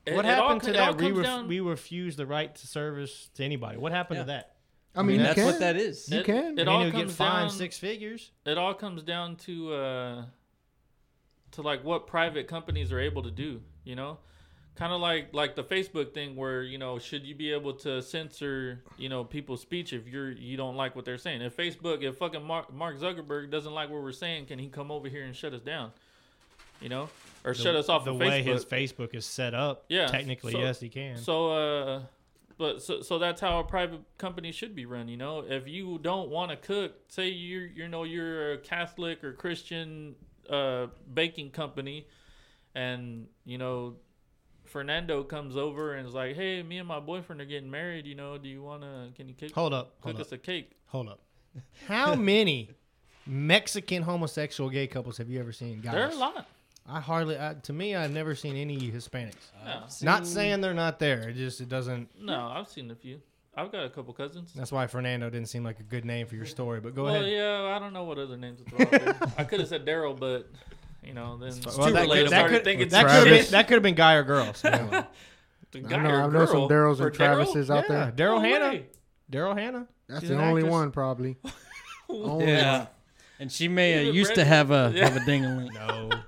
Speaker 1: it-
Speaker 2: what
Speaker 1: it all
Speaker 2: happened
Speaker 1: co-
Speaker 2: to
Speaker 1: it all
Speaker 2: that? We
Speaker 1: comes
Speaker 2: ref-
Speaker 1: down-
Speaker 2: we refuse the right to service to anybody. What happened to
Speaker 4: Yeah.
Speaker 2: that?
Speaker 3: I mean,
Speaker 2: mean,
Speaker 3: you
Speaker 4: that's
Speaker 3: can.
Speaker 4: what that is.
Speaker 3: You
Speaker 1: It-
Speaker 3: can.
Speaker 1: It
Speaker 2: I mean,
Speaker 1: all
Speaker 2: you'll
Speaker 1: comes
Speaker 2: get
Speaker 1: down.
Speaker 2: fined six figures.
Speaker 1: It all comes down to uh, to like what private companies are able to do. You know, kind of like like the Facebook thing where you know should you be able to censor you know people's speech if you're you don't like what they're saying? If Facebook, if fucking Mark, Mark Zuckerberg doesn't like what we're saying, can he come over here and shut us down? You know, or shut us off
Speaker 2: the
Speaker 1: of
Speaker 2: way
Speaker 1: Facebook?
Speaker 2: his Facebook is set up.
Speaker 1: Yeah,
Speaker 2: technically,
Speaker 1: so-
Speaker 2: yes, he can.
Speaker 1: So, uh, but so, so that's how a private company should be run. You know, if you don't want to cook, say you you know you're a Catholic or Christian uh, baking company, and you know Fernando comes over and is like, "Hey, me and my boyfriend are getting married. You know, do you wanna? Can you cook,
Speaker 2: hold up, hold
Speaker 1: cook
Speaker 2: up,
Speaker 1: us a cake?"
Speaker 2: hold up.
Speaker 1: (laughs)
Speaker 2: How many Mexican homosexual gay couples have you ever seen? Guys,
Speaker 1: There are a lot.
Speaker 2: I hardly. I, to me, I've never seen any Hispanics.
Speaker 1: No,
Speaker 2: Not saying they're not there. It just it doesn't.
Speaker 1: no, I've seen a few. I've got a couple cousins.
Speaker 2: That's why Fernando didn't seem like a good name for your story. But go
Speaker 1: Well,
Speaker 2: ahead.
Speaker 1: yeah, I don't know what other names to throw out there. I could have said Daryl, but you know, then
Speaker 2: Well,
Speaker 1: too
Speaker 2: that,
Speaker 1: late.
Speaker 2: could,
Speaker 1: I'm
Speaker 2: that,
Speaker 1: already
Speaker 2: could,
Speaker 1: thinking
Speaker 2: that,
Speaker 1: Daryl.
Speaker 2: could have
Speaker 3: Travis.
Speaker 2: been, that could have been guy or girl. So, yeah.
Speaker 1: The
Speaker 3: I
Speaker 1: guy
Speaker 3: know-
Speaker 1: or
Speaker 3: I know some
Speaker 1: girl?
Speaker 3: Daryls and
Speaker 1: For
Speaker 3: Travises
Speaker 1: (laughs)
Speaker 3: out there.
Speaker 2: Daryl
Speaker 1: No
Speaker 3: (laughs)
Speaker 2: Hannah.
Speaker 1: way.
Speaker 2: Daryl Hannah.
Speaker 3: That's
Speaker 2: She's
Speaker 3: the
Speaker 2: an
Speaker 3: only
Speaker 2: actress.
Speaker 3: one, probably. only
Speaker 4: Yeah.
Speaker 3: one.
Speaker 4: And she may
Speaker 1: Even
Speaker 4: uh, used to
Speaker 1: Brandon-
Speaker 4: have a
Speaker 1: Yeah.
Speaker 4: have a ding
Speaker 2: No. (laughs)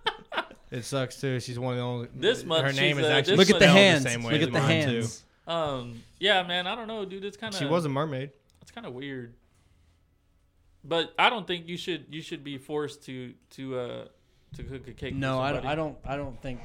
Speaker 2: It sucks too. She's one of the only.
Speaker 1: This month
Speaker 2: her name
Speaker 1: she's,
Speaker 2: is
Speaker 1: uh, (laughs)
Speaker 2: actually
Speaker 1: this month-
Speaker 4: Look at the
Speaker 1: Smell the
Speaker 4: hands.
Speaker 2: same way
Speaker 4: Look
Speaker 2: as
Speaker 4: at the
Speaker 2: mine, too.
Speaker 4: hands.
Speaker 1: Um, yeah, man, I don't know, dude. It's kind of
Speaker 2: She was a mermaid.
Speaker 1: It's kind of weird. But I don't think you should you should be forced to to uh to cook a cake. for
Speaker 4: No, I, don't-
Speaker 1: somebody.
Speaker 4: I don't. I don't think.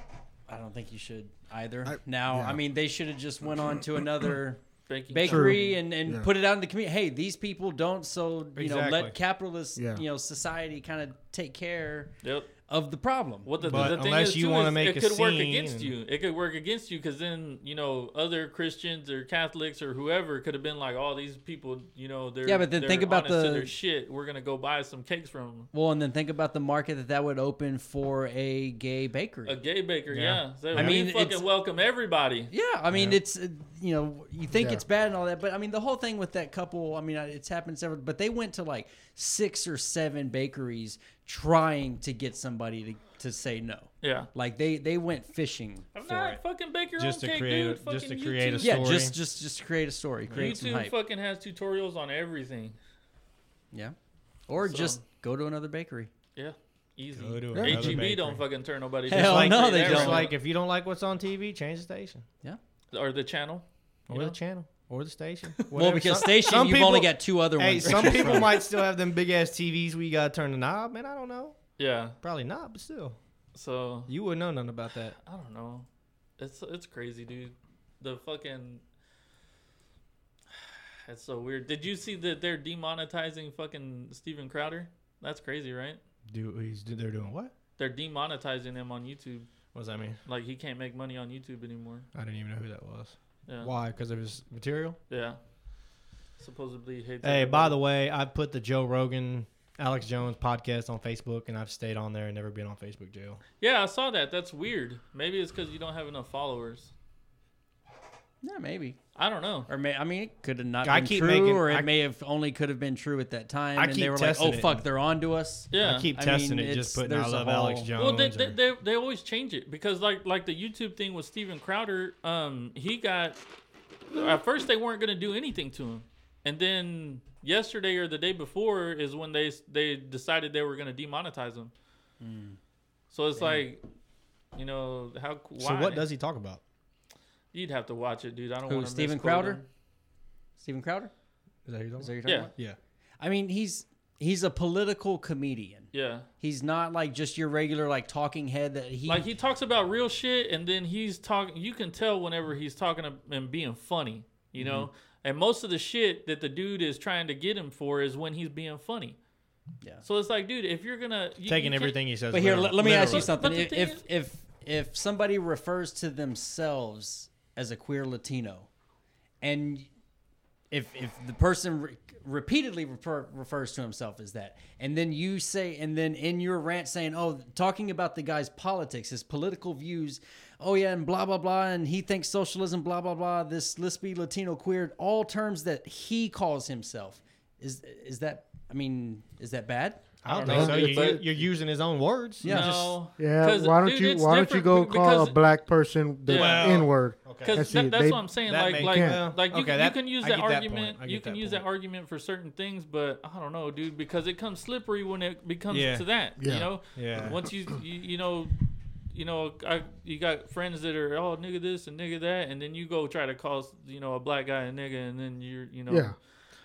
Speaker 4: I don't think you should either.
Speaker 3: I-
Speaker 4: now,
Speaker 3: yeah.
Speaker 4: I mean, they should have just went on to another
Speaker 1: Baking
Speaker 4: bakery
Speaker 3: True.
Speaker 4: and, and
Speaker 3: Yeah.
Speaker 4: put it out in the community. Hey, these people don't. So you know,
Speaker 2: Exactly.
Speaker 4: let capitalist
Speaker 3: Yeah.
Speaker 4: you know society kind of take care
Speaker 1: Yep.
Speaker 4: of the problem.
Speaker 1: What the,
Speaker 2: But
Speaker 1: the thing
Speaker 2: unless
Speaker 1: is,
Speaker 2: you
Speaker 1: too,
Speaker 2: wanna
Speaker 1: is
Speaker 2: make
Speaker 1: it
Speaker 2: a
Speaker 1: could work
Speaker 2: scene
Speaker 1: against
Speaker 2: and-
Speaker 1: you. It could work against you because then you know other Christians or Catholics or whoever could have been like, "Oh, these people, you know, they're
Speaker 4: Yeah, but then
Speaker 1: they're
Speaker 4: think about
Speaker 1: honest to
Speaker 4: the-
Speaker 1: their shit. We're gonna go buy some cakes from 'em."
Speaker 4: Well, and then think about the market that that would open for a gay bakery.
Speaker 1: a gay baker." Yeah,
Speaker 2: Yeah.
Speaker 1: So
Speaker 4: I
Speaker 1: we
Speaker 4: mean, it's-
Speaker 1: fucking welcome everybody.
Speaker 4: Yeah, I mean it's uh, you know you think
Speaker 3: Yeah.
Speaker 4: it's bad and all that, but I mean the whole thing with that couple, I mean I- it's happened several, but they went to like six or seven bakeries trying to get somebody to, to say no.
Speaker 1: Yeah.
Speaker 4: Like they they went fishing
Speaker 1: I'm
Speaker 4: for
Speaker 1: not
Speaker 4: it.
Speaker 1: fucking bake your
Speaker 2: Just
Speaker 1: own
Speaker 2: to
Speaker 1: cake,
Speaker 2: create a-
Speaker 1: dude.
Speaker 2: just
Speaker 1: fucking
Speaker 2: to create a
Speaker 1: YouTube,
Speaker 2: story.
Speaker 4: Yeah, just just just create a story, create some
Speaker 1: YouTube
Speaker 4: hype.
Speaker 1: fucking has tutorials on everything.
Speaker 4: yeah, or
Speaker 1: So-
Speaker 4: just go to another bakery.
Speaker 1: Yeah, easy.
Speaker 2: Go to
Speaker 1: H E
Speaker 2: another
Speaker 1: B
Speaker 2: bakery.
Speaker 1: don't fucking turn nobody.
Speaker 4: Hell
Speaker 1: down.
Speaker 4: Like- no, they
Speaker 2: just
Speaker 4: don't.
Speaker 2: like if you don't like what's on TV, change the station
Speaker 1: or the channel.
Speaker 2: or
Speaker 1: You know?
Speaker 2: the channel or the station.
Speaker 4: Well,
Speaker 2: Whatever.
Speaker 4: because
Speaker 2: Some-
Speaker 4: station,
Speaker 2: some
Speaker 4: you've
Speaker 2: people-
Speaker 4: only got two other ones.
Speaker 2: Hey,
Speaker 4: to
Speaker 2: some
Speaker 4: choose
Speaker 2: people
Speaker 4: from.
Speaker 2: might still have them big ass TVs where you gotta turn the knob. Man, I don't know.
Speaker 1: Yeah.
Speaker 2: Probably not, but still,
Speaker 1: So
Speaker 2: you wouldn't know nothing about that.
Speaker 1: I don't know. It's it's crazy, dude. The fucking (sighs) That's so weird. Did you see that they're demonetizing fucking Steven Crowder? That's crazy, right?
Speaker 2: Do he's they're doing what?
Speaker 1: They're demonetizing him on YouTube.
Speaker 2: What does that mean?
Speaker 1: Like he can't make money on YouTube anymore.
Speaker 2: I didn't even know who that was.
Speaker 1: Yeah.
Speaker 2: Why? Because of his material.
Speaker 1: Yeah. Supposedly he hates.
Speaker 2: Hey, by the way, I've put the Joe Rogan, Alex Jones podcast on Facebook, and I've stayed on there and never been on Facebook jail.
Speaker 1: Yeah, I saw that. That's weird. Maybe it's because you don't have enough followers.
Speaker 4: Yeah, maybe.
Speaker 1: I don't know.
Speaker 4: Or may I mean it could have not
Speaker 2: I
Speaker 4: been
Speaker 2: keep
Speaker 4: true,
Speaker 2: making-
Speaker 4: or it
Speaker 2: I-
Speaker 4: may have only could have been true at that time,
Speaker 2: I
Speaker 4: and they
Speaker 2: keep
Speaker 4: were like, "Oh
Speaker 2: testing it.
Speaker 4: fuck, they're on to us."
Speaker 1: Yeah.
Speaker 2: I keep
Speaker 4: I
Speaker 2: testing
Speaker 4: mean,
Speaker 2: it,
Speaker 4: it's-
Speaker 2: just putting I
Speaker 4: there's a
Speaker 2: love
Speaker 4: whole-
Speaker 2: Alex Jones.
Speaker 1: Well, they, they,
Speaker 2: or-
Speaker 1: they, they always change it because like like the YouTube thing with Steven Crowder, um, he got at first they weren't gonna do anything to him, and then yesterday or the day before is when they they decided they were gonna demonetize him.
Speaker 4: Hmm.
Speaker 1: So it's like, you know how
Speaker 2: so what does he talk about?
Speaker 1: you'd have to watch it, dude. I don't
Speaker 4: Who,
Speaker 1: want to
Speaker 4: Steven Crowder? Steven Crowder.
Speaker 2: Is that who you're talking
Speaker 4: Is that who
Speaker 2: about?
Speaker 4: you're talking
Speaker 1: Yeah.
Speaker 4: about?
Speaker 2: Yeah.
Speaker 4: I mean, he's he's a political comedian.
Speaker 1: Yeah.
Speaker 4: He's not like just your regular like talking head that he
Speaker 1: Like he talks about real shit, and then he's talking. You can tell whenever he's talking ab- and being funny, you
Speaker 2: Mm-hmm.
Speaker 1: know. And most of the shit that the dude is trying to get him for is when he's being funny.
Speaker 4: Yeah.
Speaker 1: So it's like, dude, if you're gonna you, you
Speaker 2: Taking
Speaker 1: can't-
Speaker 2: everything he says.
Speaker 4: But here, let,
Speaker 2: literal-
Speaker 4: let me ask you
Speaker 2: literally.
Speaker 4: something.
Speaker 1: But the
Speaker 4: If,
Speaker 1: thing
Speaker 4: if if if somebody refers to themselves as a queer Latino, and if if the person re- repeatedly refer, refers to himself as that, and then you say, and then in your rant saying, "Oh, talking about the guy's politics, his political views, oh yeah, and blah blah blah, and he thinks socialism, blah blah blah, this lispy Latino queer, all terms that he calls himself, is is that? I mean, is that bad?
Speaker 2: I don't
Speaker 1: I
Speaker 2: think
Speaker 1: don't
Speaker 2: so.
Speaker 1: know.
Speaker 2: You,
Speaker 1: But-
Speaker 2: you're using his own words. You
Speaker 4: Yeah.
Speaker 2: just-
Speaker 1: No.
Speaker 3: Yeah,
Speaker 1: 'Cause,
Speaker 3: why don't
Speaker 1: dude,
Speaker 3: you
Speaker 1: it's
Speaker 3: why don't you go
Speaker 1: different
Speaker 3: call
Speaker 1: because-
Speaker 3: a black person the
Speaker 1: Yeah.
Speaker 2: Well,
Speaker 3: N word?
Speaker 2: okay.
Speaker 1: Because
Speaker 3: That's
Speaker 1: that,
Speaker 3: it.
Speaker 1: that's
Speaker 3: They-
Speaker 1: what I'm saying.
Speaker 2: that
Speaker 1: Like,
Speaker 2: makes-
Speaker 1: like,
Speaker 2: yeah.
Speaker 1: like you,
Speaker 2: Okay,
Speaker 1: you
Speaker 2: that-
Speaker 1: can use
Speaker 2: I
Speaker 1: that
Speaker 2: get that
Speaker 1: argument.
Speaker 2: point. I
Speaker 1: you
Speaker 2: get
Speaker 1: can
Speaker 2: that
Speaker 1: use that
Speaker 2: point.
Speaker 1: argument for certain things, but I don't know, dude. Because it comes slippery when it becomes
Speaker 2: Yeah.
Speaker 1: to that.
Speaker 3: Yeah.
Speaker 1: You know.
Speaker 2: Yeah.
Speaker 1: Once you, you you know, you know, I you got friends that are oh nigga this and nigga that, and then you go try to call you know a black guy a nigga, and then you're you know
Speaker 3: Yeah.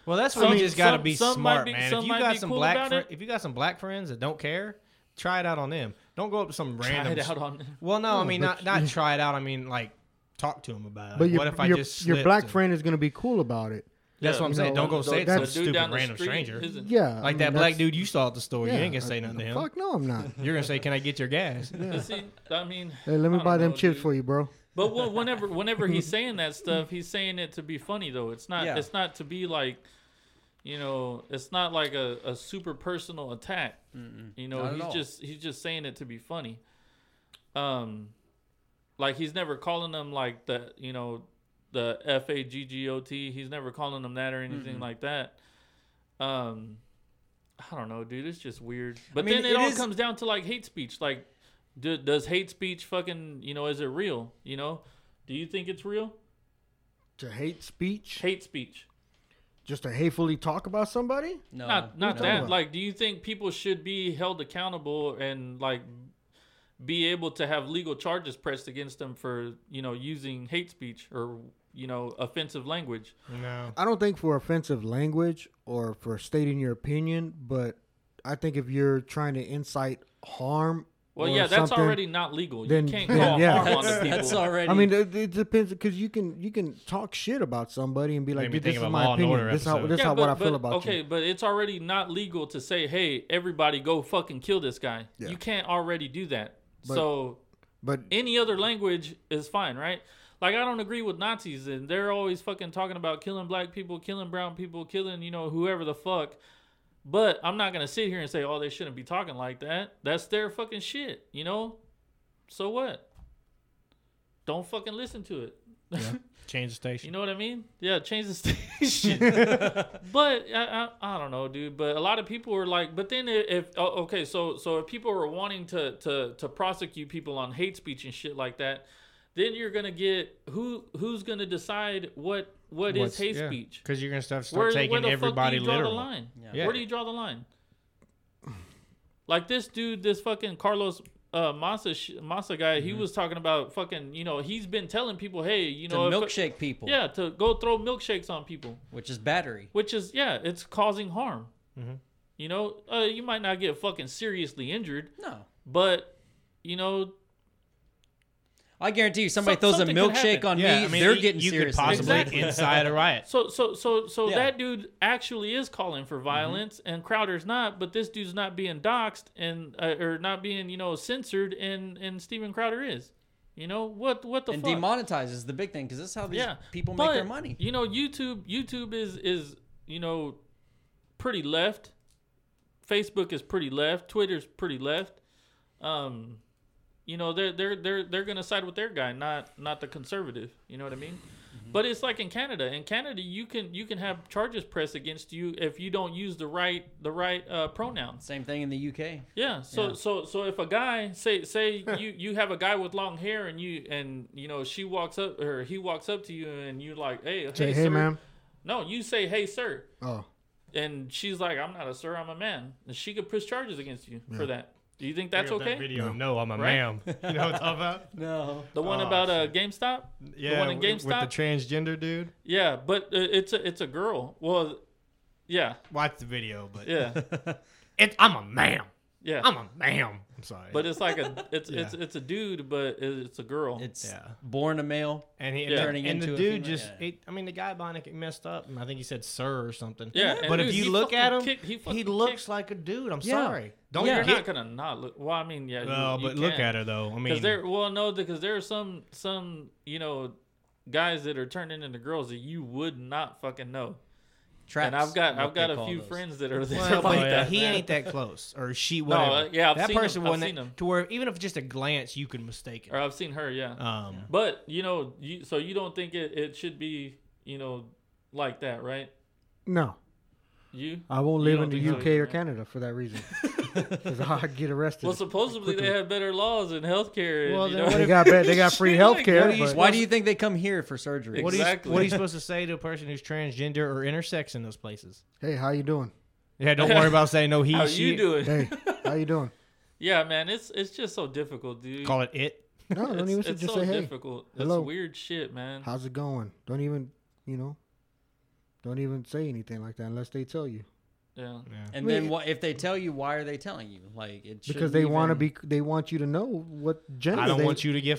Speaker 2: Well, that's where
Speaker 1: Some-
Speaker 2: you just got to
Speaker 1: some-
Speaker 2: be
Speaker 1: some might
Speaker 2: smart,
Speaker 1: be-
Speaker 2: man.
Speaker 1: some
Speaker 2: If you
Speaker 1: might
Speaker 2: got
Speaker 1: be
Speaker 2: some
Speaker 1: cool
Speaker 2: black,
Speaker 1: about
Speaker 2: fri
Speaker 1: it.
Speaker 2: if you got some black friends that don't care, try it out on them. Don't go up to some
Speaker 1: try
Speaker 2: random.
Speaker 1: it out on.
Speaker 2: Well, no, I mean
Speaker 3: but-
Speaker 2: not not try it out. I mean like talk to them about it.
Speaker 3: But
Speaker 2: Like,
Speaker 3: your,
Speaker 2: what if I
Speaker 3: your,
Speaker 2: just
Speaker 3: your
Speaker 2: slipped
Speaker 3: black
Speaker 2: and-
Speaker 3: friend is gonna be cool about it.
Speaker 2: That's what I'm
Speaker 1: Yeah.
Speaker 2: saying.
Speaker 3: No,
Speaker 2: Don't go
Speaker 1: The-
Speaker 2: say it
Speaker 1: the
Speaker 2: to some
Speaker 1: dude
Speaker 2: stupid
Speaker 1: down the
Speaker 2: random
Speaker 1: street
Speaker 2: stranger.
Speaker 1: isn't-
Speaker 3: Yeah,
Speaker 2: Like
Speaker 3: I mean,
Speaker 2: that black
Speaker 3: Mm, that's-
Speaker 2: dude you saw at the store.
Speaker 3: yeah,
Speaker 2: you ain't gonna say
Speaker 3: I-
Speaker 2: nothing to him.
Speaker 3: Fuck no, I'm
Speaker 2: (laughs)
Speaker 3: not.
Speaker 2: You're gonna say, "Can I get
Speaker 3: (laughs)
Speaker 2: your gas?"
Speaker 1: But See, I mean,
Speaker 3: Hey, let
Speaker 1: I
Speaker 3: me
Speaker 1: don't
Speaker 3: buy them
Speaker 1: know,
Speaker 3: chips
Speaker 1: dude.
Speaker 3: for you, bro.
Speaker 1: But wh- whenever whenever he's saying that stuff, he's saying it to be funny though. It's not
Speaker 4: Yeah.
Speaker 1: it's not to be like you know, it's not like a, a super personal attack. You know,
Speaker 4: Not at
Speaker 1: he's
Speaker 4: all.
Speaker 1: just he's just saying it to be funny. Um like he's never calling them like the you know the F A G G O T. He's never calling them that or anything like that. Um I don't know, dude. It's just weird. But
Speaker 4: mean,
Speaker 1: then it,
Speaker 4: it
Speaker 1: all
Speaker 4: is-
Speaker 1: comes down to like hate speech. Like, do, does hate speech fucking you know is it real? You know, do you think it's real?
Speaker 3: To hate speech,
Speaker 1: Hate speech.
Speaker 3: just to hatefully talk about somebody.
Speaker 4: No,
Speaker 1: not not
Speaker 4: no.
Speaker 1: that.
Speaker 3: Uh, about?
Speaker 1: Like, do you think people should be held accountable and like be able to have legal charges pressed against them for you know using hate speech or you know offensive language?
Speaker 2: No.
Speaker 3: I don't think for offensive language or for stating your opinion, but I think if you're trying to incite harm,
Speaker 1: Well,
Speaker 3: or
Speaker 1: yeah, that's
Speaker 3: something-
Speaker 1: already not legal.
Speaker 3: then-
Speaker 1: you can't
Speaker 3: then,
Speaker 1: call
Speaker 3: yeah.
Speaker 1: harm on the
Speaker 4: That's,
Speaker 1: people.
Speaker 4: that's already.
Speaker 3: I mean, it, it depends because you can you can talk shit about somebody and be like,
Speaker 2: Made me
Speaker 3: "Dude, "This
Speaker 2: think of
Speaker 3: is
Speaker 2: a
Speaker 3: my
Speaker 2: Law and
Speaker 3: opinion.
Speaker 2: Order
Speaker 3: This is how
Speaker 2: episode.
Speaker 3: this is
Speaker 1: Yeah,
Speaker 3: how
Speaker 1: but,
Speaker 3: what I feel
Speaker 1: but-
Speaker 3: about
Speaker 1: okay,
Speaker 3: you."
Speaker 1: but it's already not legal to say, "Hey, everybody, go fucking kill this guy."
Speaker 3: Yeah.
Speaker 1: You can't already do that. so
Speaker 3: But
Speaker 1: any other language is fine, right? Like I don't agree with Nazis, and they're always fucking talking about killing black people, killing brown people, killing you know whoever the fuck. But I'm not gonna sit here and say, "Oh, they shouldn't be talking like that." That's their fucking shit, you know. So what? Don't fucking listen to it.
Speaker 2: Change the station.
Speaker 1: You know what I mean? Yeah, change the (laughs) station. but I, I, I don't know, dude. But a lot of people were like, but then if, if oh, okay, so so if people were wanting to to to prosecute people on hate speech and shit like that, then you're gonna get who who's gonna decide what
Speaker 2: (laughs)
Speaker 1: what is hate speech?
Speaker 2: Because you're gonna start, start
Speaker 1: Where,
Speaker 2: taking
Speaker 1: where the
Speaker 2: everybody
Speaker 1: fuck do you draw
Speaker 2: literal.
Speaker 1: the line?
Speaker 2: Yeah.
Speaker 1: Where do you draw the line? Like this dude, this fucking Carlos uh, Massa sh- Massa guy, he was talking about fucking. You know, he's been telling people, hey, you
Speaker 4: Mm-hmm. to
Speaker 1: know, if-
Speaker 4: milkshake people,
Speaker 1: yeah, to go throw milkshakes on people,
Speaker 4: which is battery.
Speaker 1: which is yeah, it's causing harm.
Speaker 4: Mm-hmm.
Speaker 1: You know, uh, you might not get fucking seriously injured,
Speaker 4: No,
Speaker 1: but you know,
Speaker 4: I guarantee you, somebody
Speaker 1: Some-
Speaker 4: throws a
Speaker 1: something could
Speaker 4: milkshake
Speaker 1: happen.
Speaker 4: on me,
Speaker 2: I mean,
Speaker 4: they're
Speaker 2: you-
Speaker 4: getting
Speaker 2: you
Speaker 4: serious.
Speaker 2: could possibly
Speaker 1: Exactly.
Speaker 2: incite a riot.
Speaker 1: So so so so
Speaker 4: Yeah. Mm-hmm.
Speaker 1: that dude actually is calling for violence, and Crowder's not. But this dude's not being doxxed and uh, or not being you know censored, and and Steven Crowder is. You know what what the
Speaker 4: and
Speaker 1: fuck?
Speaker 4: demonetizes the big thing because that's how these
Speaker 1: yeah,
Speaker 4: people
Speaker 1: But,
Speaker 4: make their money.
Speaker 1: You know YouTube YouTube is is you know pretty left. Facebook is pretty left. Twitter's pretty left. Um, you know they're they're they're they're gonna side with their guy, not not the conservative. You know what I mean?
Speaker 4: Mm-hmm.
Speaker 1: But it's like in Canada. In Canada, you can you can have charges pressed against you if you don't use the right the right uh, pronouns.
Speaker 4: Same thing in the UK.
Speaker 1: Yeah. So
Speaker 4: Yeah.
Speaker 1: so so if a guy say say you you have a guy with long hair and you and you know she walks up or he walks up to you and you like hey
Speaker 3: Say, hey,
Speaker 1: sir."
Speaker 3: ma'am.
Speaker 1: no you say hey sir
Speaker 3: Oh,
Speaker 1: and she's like I'm not a sir I'm a man and she could press charges against you for that. Do you think
Speaker 2: Bring
Speaker 1: that's
Speaker 2: up that
Speaker 1: okay?
Speaker 2: video. No, I'm a
Speaker 1: Right? (laughs)
Speaker 2: ma'am. You know what I'm talking about?
Speaker 4: No.
Speaker 1: the one
Speaker 2: Oh,
Speaker 1: about uh, GameStop.
Speaker 2: Yeah,
Speaker 1: the one in
Speaker 2: with-
Speaker 1: GameStop.
Speaker 2: with the transgender dude.
Speaker 1: Yeah, but uh, it's a it's a girl. Well, yeah,
Speaker 2: Watch the video, but
Speaker 1: yeah,
Speaker 2: it, I'm a ma'am.
Speaker 1: yeah.
Speaker 2: I'm a ma'am. I'm sorry.
Speaker 1: but it's like a it's
Speaker 2: Yeah.
Speaker 1: it's it's a dude, but it- it's a girl.
Speaker 4: It's
Speaker 2: Yeah.
Speaker 4: born a male.
Speaker 2: and he
Speaker 1: Yeah.
Speaker 4: turning
Speaker 2: and, and the
Speaker 4: into a
Speaker 2: dude
Speaker 4: female-
Speaker 2: just
Speaker 4: yeah.
Speaker 2: it, I mean the guy behind it messed up and I think he said sir or something.
Speaker 1: Yeah, and
Speaker 2: But if
Speaker 1: dude,
Speaker 2: you
Speaker 1: he
Speaker 2: look at him,
Speaker 1: fucking kicked- he
Speaker 2: he,
Speaker 1: fucking
Speaker 2: looks
Speaker 1: kicked.
Speaker 2: like a dude. I'm
Speaker 4: Yeah.
Speaker 2: sorry. Don't
Speaker 4: Yeah.
Speaker 1: you're
Speaker 2: get
Speaker 1: not gonna not look. Well, I mean, yeah.
Speaker 2: Well, but look at her though. I
Speaker 1: Because (laughs)
Speaker 2: mean, (laughs)
Speaker 1: there, well, no, because there are some some you know guys that are turning into girls that you would not fucking know.
Speaker 4: Traps.
Speaker 1: and I've got
Speaker 4: what
Speaker 1: I've got
Speaker 4: they
Speaker 1: a
Speaker 4: call
Speaker 1: few
Speaker 4: those.
Speaker 1: friends that are
Speaker 2: Well,
Speaker 1: that (laughs)
Speaker 2: but
Speaker 1: like that.
Speaker 2: he
Speaker 1: man.
Speaker 2: ain't that close, or she.
Speaker 1: No,
Speaker 2: Whatever.
Speaker 1: uh, yeah, I've
Speaker 2: that
Speaker 1: seen him.
Speaker 2: person
Speaker 1: I've
Speaker 2: wasn't
Speaker 1: seen
Speaker 2: that-
Speaker 1: him.
Speaker 2: to where even if just a glance you can mistake
Speaker 1: Or
Speaker 2: it.
Speaker 1: I've seen her, yeah.
Speaker 2: Um,
Speaker 1: But you know, you so you don't think it, it should be you know like that, right?
Speaker 3: no.
Speaker 1: You
Speaker 3: I won't
Speaker 1: You
Speaker 3: live
Speaker 1: don't
Speaker 3: in the
Speaker 1: think so,
Speaker 3: UK
Speaker 1: yeah.
Speaker 3: or Canada for that
Speaker 2: (laughs)
Speaker 3: reason. Because I get arrested.
Speaker 1: well, supposedly they have better laws in healthcare. and,
Speaker 2: Well,
Speaker 1: you
Speaker 2: then
Speaker 1: know,
Speaker 2: what
Speaker 3: they got bet- they got free health care.
Speaker 2: what do you-
Speaker 4: Why do you think they come here for surgery?
Speaker 1: What
Speaker 2: What,
Speaker 1: do
Speaker 2: are you, what are
Speaker 1: Exactly.
Speaker 2: you supposed to say to a person who's transgender or intersex in those places?
Speaker 3: hey, how you doing?
Speaker 2: Yeah, don't worry about saying no (laughs) he,
Speaker 1: (laughs) how
Speaker 2: she.
Speaker 1: you doing?
Speaker 3: Hey, how you doing?
Speaker 1: (laughs) Yeah, man, it's it's just so difficult, dude.
Speaker 2: Call it it.
Speaker 3: No, don't
Speaker 1: it's
Speaker 3: even say-
Speaker 1: it's
Speaker 3: just
Speaker 1: so
Speaker 3: say hey.
Speaker 1: difficult.
Speaker 3: Hello.
Speaker 1: It's weird shit, man.
Speaker 3: How's it going? Don't even, you know, don't even say anything like that unless they tell you
Speaker 1: yeah.
Speaker 4: and
Speaker 3: Wait.
Speaker 4: then what, if they tell you, why are they telling you? Like it
Speaker 3: because
Speaker 4: shouldn't
Speaker 3: they want to
Speaker 4: even-
Speaker 3: be. They want you to know what gender.
Speaker 2: I don't
Speaker 3: they,
Speaker 2: want you to get (clears throat)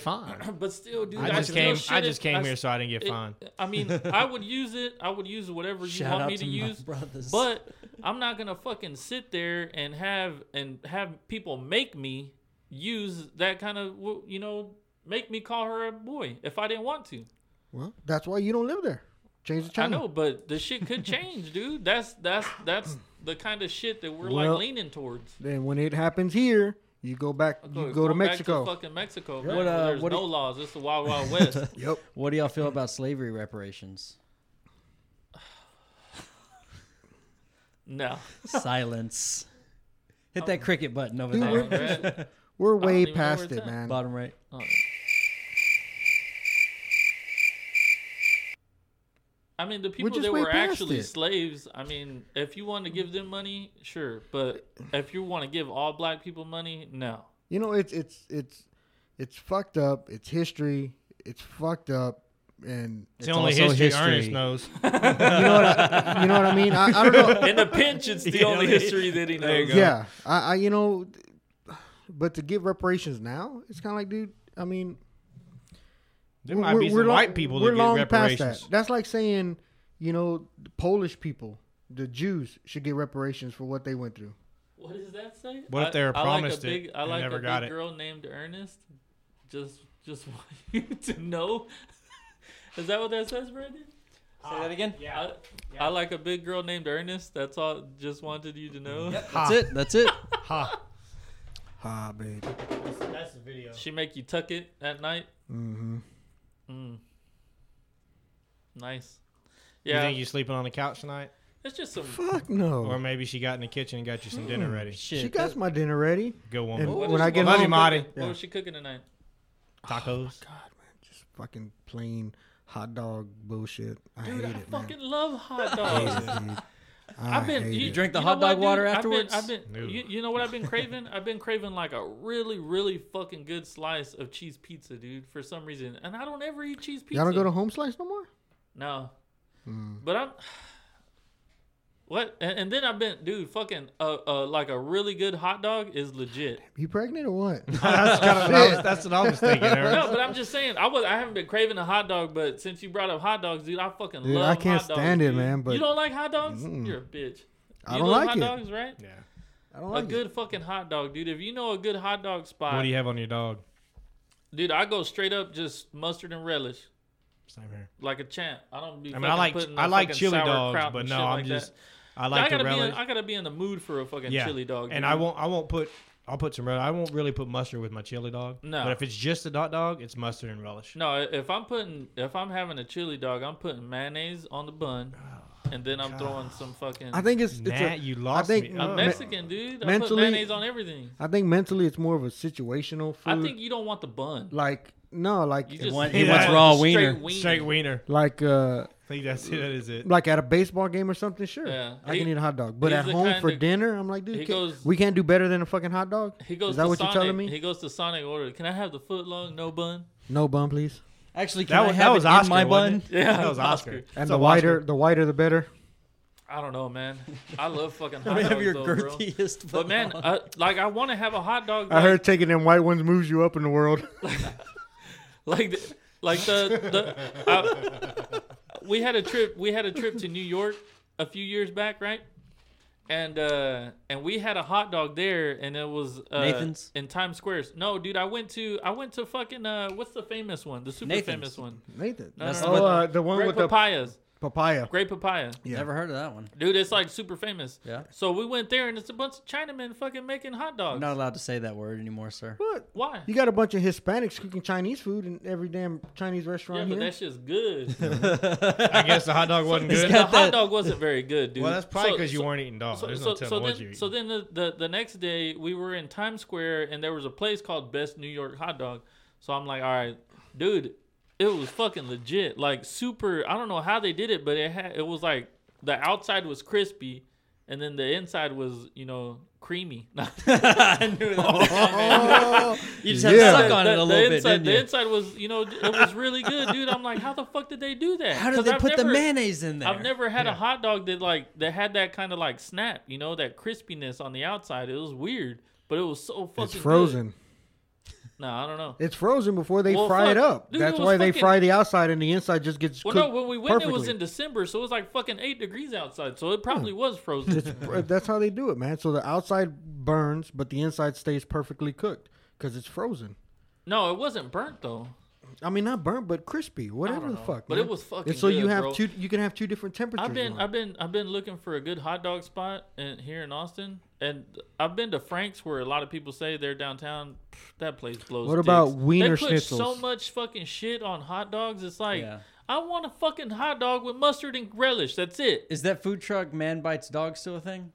Speaker 1: (clears throat)
Speaker 2: fined.
Speaker 1: But still, dude,
Speaker 2: I just
Speaker 1: still
Speaker 2: came. I
Speaker 1: shouldn't-
Speaker 2: just came here
Speaker 1: s-
Speaker 2: so I didn't get
Speaker 1: it-
Speaker 2: fined.
Speaker 1: I mean, I would use it. I would use whatever you
Speaker 4: Shout
Speaker 1: want
Speaker 4: out
Speaker 1: me to,
Speaker 4: to my
Speaker 1: use.
Speaker 4: (laughs) brothers.
Speaker 1: But I'm not gonna fucking sit there and have and have people make me use that kind of w- you know make me call her a boy if I didn't want to.
Speaker 3: Well, that's why you don't live there. Change the
Speaker 1: I
Speaker 3: channel.
Speaker 1: know, but the shit could change, dude. That's that's that's the kind of shit that we're
Speaker 3: Well,
Speaker 1: like leaning towards.
Speaker 3: Then when it happens here, you go back. You go to
Speaker 1: Going back
Speaker 3: Mexico.
Speaker 1: fucking Mexico. Man,
Speaker 4: What,
Speaker 1: where
Speaker 4: uh,
Speaker 1: there's
Speaker 4: what do
Speaker 1: no
Speaker 4: you-
Speaker 1: laws. It's the wild wild west.
Speaker 3: yep.
Speaker 4: What do y'all feel about slavery reparations?
Speaker 1: no,
Speaker 4: Silence. Hit that cricket button over
Speaker 3: Dude,
Speaker 4: there.
Speaker 3: we're-
Speaker 1: Brad,
Speaker 3: We're
Speaker 1: don't
Speaker 3: way
Speaker 1: even know where
Speaker 3: past
Speaker 1: it's
Speaker 3: it,
Speaker 1: at.
Speaker 3: man.
Speaker 4: Bottom right.
Speaker 1: I mean, the people
Speaker 3: just
Speaker 1: that
Speaker 3: way
Speaker 1: were
Speaker 3: past
Speaker 1: actually
Speaker 3: it.
Speaker 1: slaves. I mean, if you want to give them money, sure, but if you want to give all black people money, no.
Speaker 3: You know, it's it's it's it's fucked up. It's history. It's fucked up.
Speaker 1: (laughs)
Speaker 3: And
Speaker 2: It's,
Speaker 4: It's
Speaker 2: the only
Speaker 4: also
Speaker 2: history,
Speaker 4: history.
Speaker 2: Ernest (laughs) knows.
Speaker 3: you know what I, you know what I mean. I,
Speaker 1: (laughs)
Speaker 3: I don't know.
Speaker 1: In a pinch, it's the
Speaker 2: (laughs) You know,
Speaker 1: only
Speaker 2: they-
Speaker 1: history that he knows.
Speaker 2: there you go.
Speaker 3: Yeah, I, I you know, but to give reparations now, it's kind of like, dude. I mean,
Speaker 2: There might be some
Speaker 3: long-
Speaker 2: white people
Speaker 3: we're
Speaker 2: that get
Speaker 3: long past
Speaker 2: reparations.
Speaker 3: that. That's like saying, you know, the Polish people, the Jews should get reparations for what they went through.
Speaker 1: What does that say?
Speaker 2: What if they were
Speaker 1: I,
Speaker 2: promised
Speaker 1: I like
Speaker 2: it
Speaker 1: a big, I
Speaker 2: and
Speaker 1: like
Speaker 2: never
Speaker 1: a
Speaker 2: got
Speaker 1: big
Speaker 2: it?
Speaker 1: girl named Ernest. Just, just (laughs) want you to know. Is that what that says, Brandon?
Speaker 4: Say that again.
Speaker 1: I, I like a big girl named Ernest. That's all. Just wanted you to know.
Speaker 4: That's it.
Speaker 3: (laughs)
Speaker 4: That's it.
Speaker 2: Ha.
Speaker 3: Ah, babe.
Speaker 2: That's the video.
Speaker 1: She make you tuck it at night.
Speaker 3: hmm
Speaker 1: Mm. Nice.
Speaker 2: You
Speaker 1: Yeah,
Speaker 2: think you sleeping on the couch tonight?
Speaker 1: it's just some.
Speaker 3: Fuck
Speaker 2: Or
Speaker 1: Oh,
Speaker 3: no.
Speaker 2: maybe she got in the kitchen and got you some dinner ready.
Speaker 4: Shit.
Speaker 3: She got my dinner ready. Hmm.
Speaker 2: Good
Speaker 3: And
Speaker 2: woman.
Speaker 1: Oh, What
Speaker 3: when
Speaker 1: is-
Speaker 3: I get
Speaker 1: what was
Speaker 2: Love you,
Speaker 1: she
Speaker 3: home, God,
Speaker 2: Marty.
Speaker 1: cooking- What was she cooking tonight?
Speaker 3: (laughs)
Speaker 2: Tacos.
Speaker 3: man, just fucking plain hot dog bullshit. I
Speaker 1: Dude,
Speaker 3: hate
Speaker 1: I
Speaker 3: it, man.
Speaker 1: fucking love hot
Speaker 3: I hate
Speaker 1: dogs.
Speaker 3: it, dude. I
Speaker 1: I've been.
Speaker 3: hate
Speaker 1: You,
Speaker 3: it.
Speaker 4: drink the
Speaker 1: you know
Speaker 4: hot dog
Speaker 1: what,
Speaker 4: water
Speaker 1: dude?
Speaker 4: afterwards?
Speaker 1: I've been. I've
Speaker 2: No.
Speaker 1: been you, you know what I've been craving? I've been craving like a really, really fucking good slice of cheese pizza, dude. For some reason, and I don't ever eat cheese pizza. Hmm.
Speaker 3: Y'all don't go to Home Slice no more.
Speaker 1: No. But I'm. (sighs) What? And, and then I've been, dude, fucking, uh, uh, like a really good hot dog is legit.
Speaker 3: You pregnant
Speaker 1: (laughs)
Speaker 3: or what?
Speaker 2: that's, kinda what (laughs) I was, that's what I was thinking.
Speaker 1: No,
Speaker 2: (laughs) Eric.
Speaker 1: but I'm just saying, I was, I haven't been craving a hot dog, but since you brought up hot dogs, dude, I fucking
Speaker 3: Dude,
Speaker 1: love.
Speaker 3: I can't
Speaker 1: hot dogs,
Speaker 3: stand it,
Speaker 1: dude.
Speaker 3: man, but-
Speaker 1: you don't like hot dogs? You're a bitch.
Speaker 3: I
Speaker 1: You
Speaker 3: don't
Speaker 1: love
Speaker 3: like
Speaker 1: hot
Speaker 3: it.
Speaker 1: dogs, right?
Speaker 2: Yeah.
Speaker 3: I don't
Speaker 1: A
Speaker 3: like it.
Speaker 1: good fucking hot dog, dude. If you know a good hot dog spot,
Speaker 2: What do you have on your dog?
Speaker 1: dude, I go straight up just mustard and relish.
Speaker 2: Same here.
Speaker 1: like a champ. I don't be.
Speaker 2: I mean, I like
Speaker 1: putting no
Speaker 2: I like
Speaker 1: fucking
Speaker 2: chili
Speaker 1: sauerkraut
Speaker 2: dogs,
Speaker 1: and shit
Speaker 2: but no,
Speaker 1: like
Speaker 2: I'm just
Speaker 1: that.
Speaker 2: I
Speaker 1: I
Speaker 2: like
Speaker 1: gotta
Speaker 2: the
Speaker 1: be. In,
Speaker 2: relish.
Speaker 1: I gotta be in the mood for a fucking chili dog. dude.
Speaker 2: And I won't I won't put I'll put some relish. I won't really put mustard with my chili dog.
Speaker 1: No.
Speaker 2: But if it's just a hot dog, it's mustard and relish.
Speaker 1: No, if I'm putting, if I'm having a chili dog, I'm putting mayonnaise on the bun,
Speaker 2: Oh,
Speaker 1: and then I'm throwing some fucking.
Speaker 3: I think it's, it's
Speaker 2: Matt,
Speaker 3: a,
Speaker 2: you lost
Speaker 3: think
Speaker 2: me.
Speaker 3: a
Speaker 1: I'm
Speaker 2: Oh.
Speaker 1: Mexican, dude. I put
Speaker 3: mentally-
Speaker 1: mayonnaise on everything.
Speaker 3: I think mentally it's more of a situational food.
Speaker 1: I think you don't want the bun.
Speaker 3: like no, like
Speaker 1: You just (laughs)
Speaker 4: want-
Speaker 1: you
Speaker 2: he wants
Speaker 1: want
Speaker 4: raw
Speaker 1: the
Speaker 4: wiener.
Speaker 1: straight
Speaker 2: Straight wiener.
Speaker 3: (laughs) like uh
Speaker 2: I think that's it. That is it.
Speaker 3: like at a baseball game or something. Sure,
Speaker 1: Yeah.
Speaker 3: I
Speaker 1: He-
Speaker 3: can eat a hot dog, but
Speaker 1: he's
Speaker 3: at
Speaker 1: the
Speaker 3: home
Speaker 1: kind
Speaker 3: for
Speaker 1: that-
Speaker 3: dinner, I'm like,
Speaker 1: he
Speaker 3: dude, can,
Speaker 1: goes-
Speaker 3: we can't do better than a fucking hot dog.
Speaker 1: He goes.
Speaker 3: Is that
Speaker 1: to
Speaker 3: what
Speaker 1: Sonic.
Speaker 3: you're telling me?
Speaker 1: He goes to Sonic order. Can I have the foot long, no bun?
Speaker 3: No bun, please.
Speaker 4: Actually, can
Speaker 2: That
Speaker 4: I
Speaker 2: was,
Speaker 4: have
Speaker 2: that was
Speaker 4: it
Speaker 2: Oscar.
Speaker 4: in my bun? (laughs)
Speaker 2: wasn't it?
Speaker 1: Yeah,
Speaker 2: that was Oscar.
Speaker 1: Oscar.
Speaker 3: And
Speaker 2: It's
Speaker 3: the
Speaker 2: a
Speaker 3: wider,
Speaker 2: Oscar.
Speaker 3: the wider, the better.
Speaker 1: I don't know, man. I love
Speaker 3: (laughs)
Speaker 1: fucking hot
Speaker 4: Let me
Speaker 1: dogs,
Speaker 4: have your
Speaker 1: though, bro.
Speaker 4: girthiest.
Speaker 1: But man, uh, like I want to have a hot dog.
Speaker 3: I
Speaker 1: like-
Speaker 3: heard taking them white ones moves you up in the world.
Speaker 1: like the, like the, the I, we had a trip we had a trip to New York a few years back, right? And uh and we had a hot dog there and it was uh,
Speaker 4: Nathan's?
Speaker 1: in Times Squares. No, dude, I went to I went to fucking uh what's the famous one? The super
Speaker 4: Nathan's.
Speaker 1: famous one.
Speaker 3: (laughs) Nathan,
Speaker 4: That's
Speaker 3: oh,
Speaker 4: what-
Speaker 3: uh, the one
Speaker 1: Great
Speaker 3: with
Speaker 1: papayas.
Speaker 3: the papaya.
Speaker 1: Great papaya.
Speaker 3: Yeah.
Speaker 4: Never heard of that one.
Speaker 1: Dude, it's like super famous.
Speaker 4: Yeah.
Speaker 1: So we went there and it's a bunch of Chinamen fucking making hot dogs.
Speaker 4: I'm not allowed to say that word anymore, sir.
Speaker 3: What?
Speaker 1: Why?
Speaker 3: You got a bunch of Hispanics cooking Chinese food in every damn Chinese
Speaker 1: Yeah,
Speaker 3: restaurant
Speaker 1: but
Speaker 3: here.
Speaker 1: that shit's
Speaker 4: (laughs)
Speaker 1: good.
Speaker 2: I guess the hot dog wasn't good.
Speaker 1: the
Speaker 4: got
Speaker 1: hot
Speaker 4: that-
Speaker 1: dog wasn't very good, dude.
Speaker 2: Well, that's probably
Speaker 1: So-
Speaker 2: because you
Speaker 1: so-
Speaker 2: weren't eating dog.
Speaker 1: So,
Speaker 2: Oh, There's
Speaker 1: so,
Speaker 2: no telling
Speaker 1: so
Speaker 2: what you
Speaker 1: then, so then the, the, the next day we were in Times Square and there was a place called Best New York Hot Dog. So I'm like, all right, dude, it was fucking legit. Like super. I don't know how they did it, but it had it was like the outside was crispy, and then the inside was you know
Speaker 4: (laughs)
Speaker 1: creamy. (laughs)
Speaker 4: I knew that. you just had
Speaker 3: Yeah.
Speaker 4: to suck on
Speaker 1: The-
Speaker 4: it a
Speaker 1: the
Speaker 4: little bit,
Speaker 1: inside,
Speaker 4: didn't
Speaker 1: the
Speaker 4: you?
Speaker 1: inside was you know it was really good, dude. I'm like, how the fuck did they do that?
Speaker 4: How did
Speaker 1: 'Cause
Speaker 4: they
Speaker 1: I've
Speaker 4: put the
Speaker 1: never-
Speaker 4: mayonnaise in there?
Speaker 1: I've never had a hot dog that like that had that kind of like snap, you know, that crispiness on the outside. It was weird, but it was so fucking
Speaker 3: It's
Speaker 1: good.
Speaker 3: frozen.
Speaker 1: No, I don't know.
Speaker 3: It's frozen before they
Speaker 1: Well,
Speaker 3: fry it
Speaker 1: fuck,
Speaker 3: up.
Speaker 1: dude, it
Speaker 3: That's
Speaker 1: was
Speaker 3: why they
Speaker 1: fucking-
Speaker 3: fry the outside and the inside just gets
Speaker 1: Well,
Speaker 3: cooked
Speaker 1: no, when we went,
Speaker 3: perfectly.
Speaker 1: it was in December, so it was like fucking eight degrees outside, so it probably was
Speaker 3: (laughs) It's,
Speaker 1: frozen.
Speaker 3: (laughs) pr- that's how they do it, man. So the outside burns, but the inside stays perfectly cooked because it's frozen.
Speaker 1: no, it wasn't burnt though.
Speaker 3: I mean, not burnt, but crispy, whatever the
Speaker 1: know.
Speaker 3: fuck.
Speaker 1: But
Speaker 3: man.
Speaker 1: it was fucking
Speaker 3: And so you
Speaker 1: good,
Speaker 3: have
Speaker 1: bro.
Speaker 3: two. You can have two different temperatures.
Speaker 1: I've been,
Speaker 3: on.
Speaker 1: I've been, I've been looking for a good hot dog spot in, here in Austin, and I've been to Frank's, where a lot of people say they're downtown. Pff, That place blows.
Speaker 3: What about
Speaker 1: dicks.
Speaker 3: Wiener
Speaker 1: They put so
Speaker 3: Schnitzels?
Speaker 1: much fucking shit on hot dogs. It's like
Speaker 4: Yeah.
Speaker 1: I want a fucking hot dog with mustard and relish. That's it.
Speaker 4: Is that food truck man bites dog still a thing?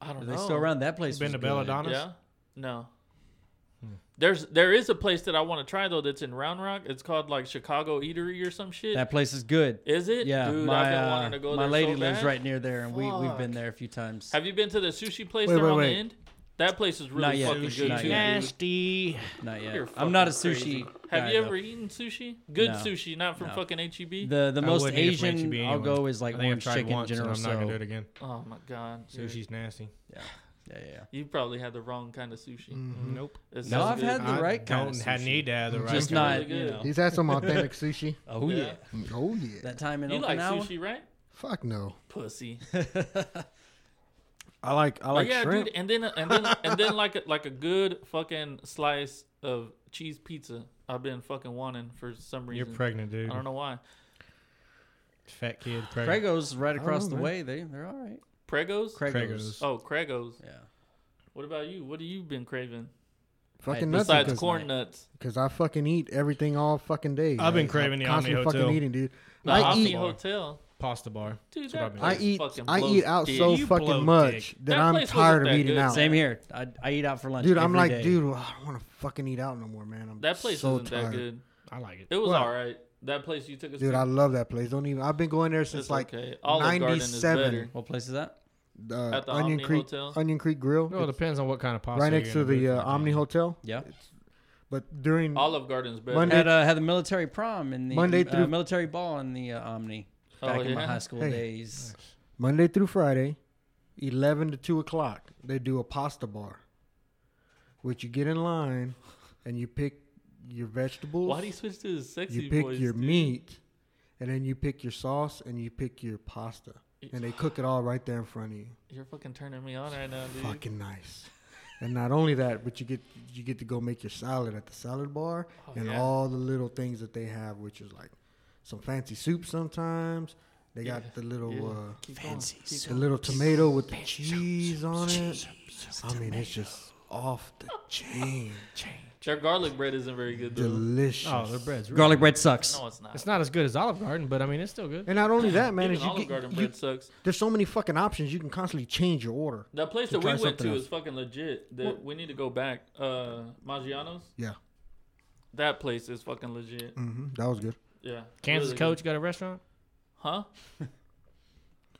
Speaker 1: I don't
Speaker 4: Are
Speaker 1: know.
Speaker 4: they still around? That place
Speaker 2: Been
Speaker 4: was
Speaker 2: to
Speaker 4: good.
Speaker 2: Belladonna?
Speaker 1: Yeah. No.
Speaker 4: Hmm.
Speaker 1: There's there is a place that I want to try though that's in Round Rock. It's called like Chicago Eatery or some shit.
Speaker 4: That place is good.
Speaker 1: Is it?
Speaker 4: Yeah,
Speaker 1: Dude,
Speaker 4: my
Speaker 1: I've been
Speaker 4: uh,
Speaker 1: wanting to go
Speaker 4: my
Speaker 1: there
Speaker 4: lady
Speaker 1: so
Speaker 4: lives
Speaker 1: bad.
Speaker 4: right near there, and we we've been there a few times.
Speaker 1: Have you been to the sushi place
Speaker 3: Wait,
Speaker 1: there
Speaker 3: wait,
Speaker 1: on
Speaker 3: wait.
Speaker 1: the end? That place is
Speaker 4: Not
Speaker 1: really
Speaker 4: yet.
Speaker 1: fucking
Speaker 4: Sushi,
Speaker 1: good
Speaker 4: not
Speaker 1: too.
Speaker 4: yet.
Speaker 1: dude.
Speaker 2: Nasty.
Speaker 4: not yet.
Speaker 1: You're
Speaker 4: I'm not a
Speaker 1: fucking
Speaker 4: sushi.
Speaker 1: crazy.
Speaker 4: guy,
Speaker 1: Have you
Speaker 4: though.
Speaker 1: ever eaten sushi? Good
Speaker 4: No.
Speaker 1: sushi, not from
Speaker 4: No.
Speaker 1: fucking E HEB.
Speaker 4: The the
Speaker 2: I
Speaker 4: most
Speaker 2: wouldn't eat it from
Speaker 4: Asian
Speaker 2: H-E-B
Speaker 4: I'll
Speaker 2: anyway.
Speaker 4: go is like
Speaker 2: I think I've
Speaker 4: orange
Speaker 2: tried
Speaker 4: chicken
Speaker 2: once, and
Speaker 4: general.
Speaker 2: I'm not
Speaker 4: so-
Speaker 2: gonna do it again.
Speaker 1: oh my god, you're-
Speaker 2: Sushi's nasty.
Speaker 4: Yeah, yeah. yeah.
Speaker 1: You probably had the wrong kind of sushi.
Speaker 3: Mm.
Speaker 2: Nope.
Speaker 1: It's
Speaker 4: No,
Speaker 1: so
Speaker 4: I've
Speaker 1: good.
Speaker 4: had the
Speaker 2: I
Speaker 4: right kind
Speaker 2: don't
Speaker 4: of
Speaker 2: have
Speaker 4: sushi.
Speaker 2: need to have the right.
Speaker 4: Just
Speaker 2: kind of-
Speaker 1: kinda
Speaker 4: not
Speaker 1: really
Speaker 4: you
Speaker 1: good.
Speaker 4: know.
Speaker 3: He's had some authentic sushi.
Speaker 4: Oh yeah.
Speaker 1: Yeah.
Speaker 3: Oh yeah.
Speaker 4: That time in
Speaker 1: You like
Speaker 4: Okinawa.
Speaker 1: sushi, right?
Speaker 3: Fuck no.
Speaker 1: Pussy. Oh,
Speaker 3: I like I like
Speaker 1: yeah,
Speaker 3: shrimp.
Speaker 1: dude. And then and then and then like a, like a good fucking slice of cheese pizza. I've been fucking wanting for some
Speaker 2: You're
Speaker 1: reason.
Speaker 2: pregnant, dude.
Speaker 1: I don't know why.
Speaker 2: Fat kid. Pregnant.
Speaker 4: Prego's right across
Speaker 3: know,
Speaker 4: the
Speaker 3: man.
Speaker 4: way. They they're all right.
Speaker 1: Pregos.
Speaker 4: Prego's.
Speaker 2: Prego's.
Speaker 1: oh, Craigos.
Speaker 4: Yeah.
Speaker 1: What about you? What have you been craving
Speaker 3: Fucking
Speaker 4: Hey,
Speaker 3: nothing.
Speaker 1: besides
Speaker 3: Cause,
Speaker 1: corn nuts?
Speaker 3: Cause I fucking eat everything all fucking day.
Speaker 2: I've been
Speaker 3: man.
Speaker 2: craving the
Speaker 3: I'm constantly
Speaker 2: Omni
Speaker 3: fucking
Speaker 2: Hotel.
Speaker 3: eating, dude.
Speaker 1: The
Speaker 3: I
Speaker 1: Omni
Speaker 3: eat.
Speaker 1: Hotel.
Speaker 2: Pasta bar.
Speaker 1: Dude,
Speaker 2: That's what
Speaker 1: that
Speaker 2: I've been
Speaker 3: I
Speaker 1: place
Speaker 2: doing.
Speaker 3: eat.
Speaker 1: fucking
Speaker 3: I
Speaker 1: blows
Speaker 3: eat out
Speaker 1: dick.
Speaker 3: so
Speaker 2: You blow
Speaker 3: fucking much
Speaker 2: dick.
Speaker 3: that
Speaker 1: That
Speaker 3: I'm
Speaker 1: place wasn't
Speaker 3: tired of
Speaker 1: that
Speaker 3: eating
Speaker 1: good.
Speaker 3: out.
Speaker 4: Same here. I, I eat out for lunch.
Speaker 3: Dude, I'm
Speaker 4: every
Speaker 3: like,
Speaker 4: day.
Speaker 3: dude, I don't want to fucking eat out no more, man. I'm
Speaker 1: That place
Speaker 3: so
Speaker 1: isn't
Speaker 3: tired.
Speaker 1: that good.
Speaker 2: I like it.
Speaker 1: It was
Speaker 3: What?
Speaker 1: all right. That place you took us
Speaker 3: Dude,
Speaker 1: to.
Speaker 3: I love that place. Don't even. I've been going there since
Speaker 1: It's
Speaker 3: like
Speaker 1: okay. Olive Garden is better.
Speaker 3: '97.
Speaker 4: What place is that?
Speaker 3: Uh,
Speaker 1: At the
Speaker 3: Onion
Speaker 1: Omni
Speaker 3: Creek
Speaker 1: Hotel?
Speaker 3: Onion Creek Grill.
Speaker 2: Well, it
Speaker 3: It's
Speaker 2: depends on what kind of pasta.
Speaker 3: right
Speaker 2: you're
Speaker 3: next to
Speaker 2: in the mood
Speaker 3: the
Speaker 2: for,
Speaker 3: uh,
Speaker 2: dude.
Speaker 3: Omni Hotel.
Speaker 4: Yeah.
Speaker 3: But during
Speaker 1: Olive Garden's better.
Speaker 3: Monday-
Speaker 4: Had uh, had the military prom in the
Speaker 3: Monday
Speaker 4: uh,
Speaker 3: through-
Speaker 4: military ball in the uh, Omni
Speaker 1: Oh,
Speaker 4: back in my
Speaker 1: yeah?
Speaker 4: high school
Speaker 3: Hey.
Speaker 4: days.
Speaker 3: Monday through Friday, eleven to two o'clock, they do a pasta bar, which you get in line, and you pick your vegetables.
Speaker 1: Why do you switch to the sexy
Speaker 3: you pick
Speaker 1: voice?
Speaker 3: your
Speaker 1: dude?
Speaker 3: meat, and then you pick your sauce, and you pick your pasta, and they cook it all right there in front of you.
Speaker 1: You're fucking turning me on right now, dude.
Speaker 3: Fucking nice. And not only that, but you get you get to go make your salad at the salad bar
Speaker 1: Oh,
Speaker 3: and
Speaker 1: yeah.
Speaker 3: all the little things that they have, which is like some fancy soup sometimes. They
Speaker 1: Yeah,
Speaker 3: got the little
Speaker 1: yeah.
Speaker 3: uh,
Speaker 1: Keep going, keep
Speaker 3: the little tomato with the cheese on it. I mean, it's just off the chain.
Speaker 1: Their garlic bread isn't very good though.
Speaker 3: Delicious.
Speaker 2: Oh, their bread's really
Speaker 4: Garlic bread sucks.
Speaker 1: no, it's not.
Speaker 2: It's not as good as Olive Garden, but I mean, it's still good.
Speaker 3: And not only that, man,
Speaker 1: Even
Speaker 3: is you
Speaker 1: Olive
Speaker 3: get-
Speaker 1: Garden
Speaker 3: you-
Speaker 1: bread sucks.
Speaker 3: there's so many fucking options. You can constantly change your order.
Speaker 1: That place
Speaker 3: to
Speaker 1: that we
Speaker 3: try
Speaker 1: went
Speaker 3: something
Speaker 1: to
Speaker 3: else.
Speaker 1: is fucking legit. That we need to go back. Uh, Maggiano's.
Speaker 3: Yeah.
Speaker 1: That place is fucking legit.
Speaker 3: hmm That was good.
Speaker 1: Yeah.
Speaker 2: Kansas
Speaker 1: really good.
Speaker 2: Coach got a restaurant.
Speaker 1: Huh?
Speaker 2: Uh,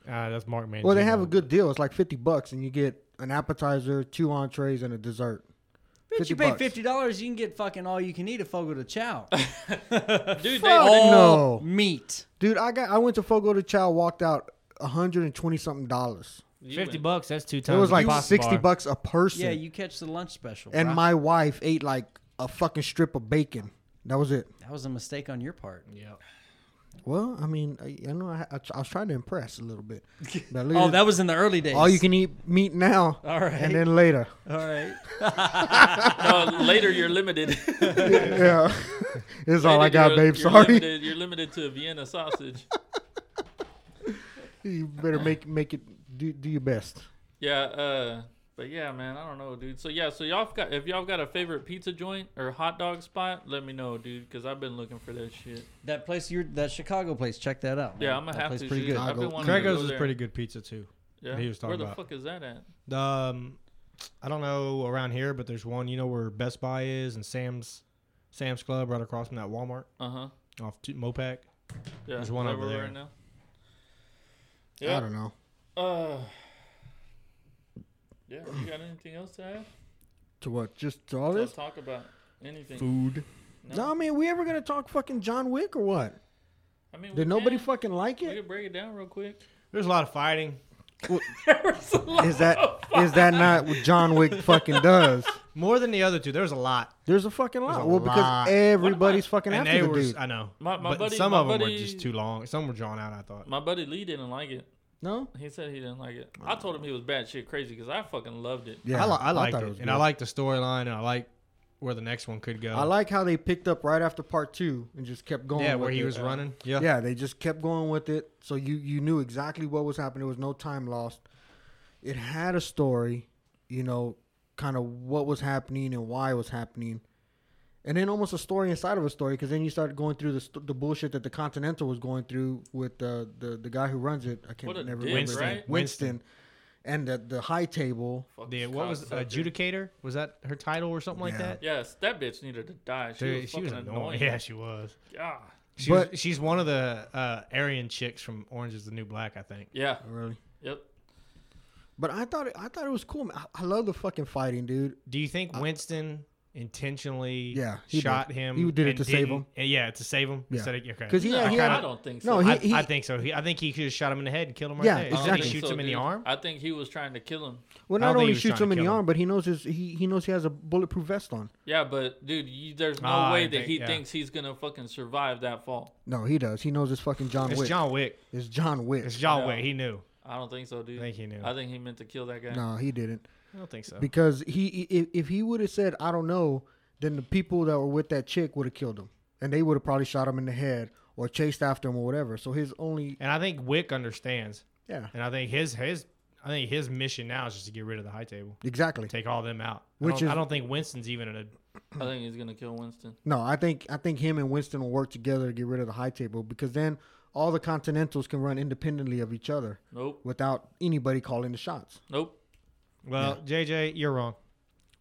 Speaker 2: that's Mark Man.
Speaker 3: Well, they have a good deal. It's like 50 bucks and you get an appetizer, two entrees and a dessert.
Speaker 4: Bitch,
Speaker 3: 50
Speaker 4: you pay
Speaker 3: bucks.
Speaker 4: fifty dollars, you can get fucking all you can eat at Fogo
Speaker 3: (laughs)
Speaker 4: de Chow.
Speaker 1: Dude, they,
Speaker 3: Fuck. no.
Speaker 4: all meat.
Speaker 3: Dude, I got I went to Fogo de Chow, walked out 120 something dollars.
Speaker 1: you
Speaker 2: fifty
Speaker 1: went-
Speaker 2: bucks. That's two
Speaker 3: It
Speaker 2: times.
Speaker 3: was
Speaker 2: the
Speaker 3: like
Speaker 2: pasta
Speaker 3: 60
Speaker 2: bar.
Speaker 3: bucks a person.
Speaker 4: Yeah, you catch the lunch special.
Speaker 3: and
Speaker 4: bro.
Speaker 3: my wife ate like a fucking strip of bacon. That was it.
Speaker 4: that was a mistake on your part.
Speaker 2: Yeah.
Speaker 3: Well, I mean, I, I know I, I, I was trying to impress a little
Speaker 2: (laughs)
Speaker 3: bit. But look
Speaker 4: Oh,
Speaker 3: at-
Speaker 4: that was in the early days.
Speaker 3: all you can eat meat now.
Speaker 4: All right.
Speaker 3: And then later.
Speaker 4: All right.
Speaker 1: No, later you're limited.
Speaker 3: yeah. (laughs) it's all I
Speaker 1: Later,
Speaker 3: got,
Speaker 1: you're-
Speaker 3: babe.
Speaker 1: you're
Speaker 3: Sorry. (laughs)
Speaker 1: Limited, you're limited to a Vienna sausage.
Speaker 3: You better make make it do, do your best.
Speaker 1: yeah. Uh, but yeah, man, I don't know, dude. So yeah, so y'all got if y'all got a favorite pizza joint or hot dog spot, let me know, dude, because I've been looking for that shit.
Speaker 4: That place, your that Chicago place. Check that out.
Speaker 1: Yeah,
Speaker 4: man.
Speaker 1: I'm gonna
Speaker 4: that
Speaker 1: have
Speaker 4: place
Speaker 1: to.
Speaker 4: Pretty
Speaker 1: dude.
Speaker 4: good.
Speaker 1: I've been
Speaker 3: Chicago.
Speaker 1: wanting to
Speaker 2: Craigos
Speaker 1: go
Speaker 2: is
Speaker 1: there.
Speaker 2: pretty good pizza too.
Speaker 1: Yeah.
Speaker 2: he was talking
Speaker 1: Where the
Speaker 2: about.
Speaker 1: fuck is that at?
Speaker 2: Um, I don't know around here, but there's one. You know where Best Buy is and Sam's, Sam's Club right across from that Walmart
Speaker 1: Uh huh.
Speaker 2: off to Mopac.
Speaker 1: Yeah.
Speaker 2: There's one
Speaker 1: where
Speaker 2: over
Speaker 1: we're
Speaker 2: there.
Speaker 1: Right now.
Speaker 3: I
Speaker 1: Yeah.
Speaker 3: don't know.
Speaker 1: Uh. Yeah. You got anything else to add?
Speaker 3: To what? Just to all
Speaker 1: Let's
Speaker 3: this?
Speaker 1: talk about anything.
Speaker 3: Food. No. I mean, we ever gonna talk fucking John Wick or what?
Speaker 1: I mean, we
Speaker 3: Did nobody
Speaker 1: can.
Speaker 3: fucking like
Speaker 2: (laughs)
Speaker 1: We
Speaker 3: it?
Speaker 1: can break it down real quick.
Speaker 2: There's a lot of fighting,
Speaker 3: Is that is that not what John Wick fucking does?
Speaker 2: more than the other two. There's a lot,
Speaker 3: There's a fucking lot.
Speaker 2: There's a
Speaker 3: well,
Speaker 2: lot.
Speaker 3: because everybodydy's fucking
Speaker 2: and
Speaker 3: after
Speaker 2: they
Speaker 3: the
Speaker 2: were.
Speaker 3: dude.
Speaker 2: I know,
Speaker 1: My- my
Speaker 2: but
Speaker 1: buddy-
Speaker 2: some
Speaker 1: my
Speaker 2: of them were
Speaker 1: buddy-
Speaker 2: just too long. Some were drawn out. I thought.
Speaker 1: My buddy Lee didn't like it.
Speaker 3: no.
Speaker 1: He said he didn't like it. I told him he was bad shit crazy because I fucking loved it.
Speaker 3: Yeah,
Speaker 2: I, li- I liked
Speaker 3: thought
Speaker 2: it,
Speaker 3: was
Speaker 2: and I
Speaker 3: good.
Speaker 2: like the storyline, and I like where the next one could go.
Speaker 3: I like how they picked up right after part two and just kept going.
Speaker 2: yeah,
Speaker 3: with
Speaker 2: where he
Speaker 3: it.
Speaker 2: was running. Yeah,
Speaker 3: Yeah, they just kept going with it. So you you knew exactly what was happening. There was no time lost. It had a story, you know, kind of what was happening and why it was happening. And then almost a story inside of a story because then you started going through the st- the bullshit that the Continental was going through with the the, the guy who runs it. I can't
Speaker 1: What a
Speaker 3: never
Speaker 1: dick,
Speaker 3: remember his
Speaker 2: right?
Speaker 3: name. Winston. And the, the high table.
Speaker 1: Fuck
Speaker 2: The,
Speaker 1: this
Speaker 2: what was uh,
Speaker 1: cocksucker.
Speaker 2: adjudicator? Was that her title or something like
Speaker 3: Yeah.
Speaker 2: that?
Speaker 1: Yes, that bitch needed to die. She
Speaker 2: Dude,
Speaker 1: was fucking
Speaker 2: annoying.
Speaker 1: annoying.
Speaker 2: Yeah, she was.
Speaker 1: God.
Speaker 2: She
Speaker 3: But-
Speaker 2: was, she's one of the uh, Aryan chicks from Orange Is the New Black, I think.
Speaker 1: Yeah.
Speaker 3: Really.
Speaker 1: Yep.
Speaker 3: But I thought it, I thought it was cool. man. I, I love the fucking fighting, dude.
Speaker 2: Do you think Winston intentionally
Speaker 3: Uh, Yeah, he
Speaker 2: shot
Speaker 3: did.
Speaker 2: him?
Speaker 3: He did it
Speaker 2: and
Speaker 3: to save
Speaker 2: didn't- and yeah, to save him
Speaker 3: Yeah.
Speaker 2: instead of okay.
Speaker 3: 'Cause he-
Speaker 1: No,
Speaker 3: yeah, he
Speaker 1: I
Speaker 3: had-
Speaker 1: don't think so.
Speaker 3: No,
Speaker 1: I-
Speaker 3: he,
Speaker 2: I,
Speaker 3: he
Speaker 2: I think so. He, I think he could have shot him in the head and killed him right
Speaker 3: Yeah,
Speaker 2: there.
Speaker 1: I don't
Speaker 2: Did
Speaker 1: think
Speaker 2: he
Speaker 3: exactly.
Speaker 2: shoots
Speaker 1: so,
Speaker 2: him in the
Speaker 1: dude.
Speaker 2: arm?
Speaker 1: I think he was trying to kill him.
Speaker 3: Well,
Speaker 2: I don't
Speaker 3: not
Speaker 2: think
Speaker 3: only
Speaker 2: he was
Speaker 3: shoots
Speaker 2: trying
Speaker 3: him
Speaker 2: to
Speaker 3: in the
Speaker 2: kill him.
Speaker 3: arm, but he knows his he, he knows he has a bulletproof vest on.
Speaker 1: Yeah, but dude, you, there's no
Speaker 2: Ah, I
Speaker 1: way that
Speaker 2: think-
Speaker 1: he
Speaker 2: yeah.
Speaker 1: thinks he's gonna fucking survive that fall.
Speaker 3: No, he does. He knows it's fucking John
Speaker 2: It's
Speaker 3: Wick.
Speaker 2: John Wick.
Speaker 3: It's John Wick.
Speaker 2: It's John
Speaker 1: No.
Speaker 2: Wick. He knew.
Speaker 1: I don't think so, dude.
Speaker 2: think he knew.
Speaker 1: I think he meant to kill that guy.
Speaker 3: no, he didn't
Speaker 2: I don't think so.
Speaker 3: because he i- if, if he would have said I don't know, then the people that were with that chick would have killed him, and they would have probably shot him in the head or chased after him or whatever. So his only
Speaker 2: And I think Wick understands.
Speaker 3: yeah
Speaker 2: And I think his his I think his mission now is just to get rid of the high table,
Speaker 3: exactly.
Speaker 2: take all them out. I
Speaker 3: Which
Speaker 2: don't, I
Speaker 3: is-
Speaker 2: don't think Winston's even in a.
Speaker 1: I think he's gonna kill Winston.
Speaker 3: No, I think I think him and Winston will work together to get rid of the high table because then all the Continentals can run independently of each other
Speaker 1: Nope.
Speaker 3: without anybody calling the shots.
Speaker 1: Nope.
Speaker 2: Well, JJ, you're wrong.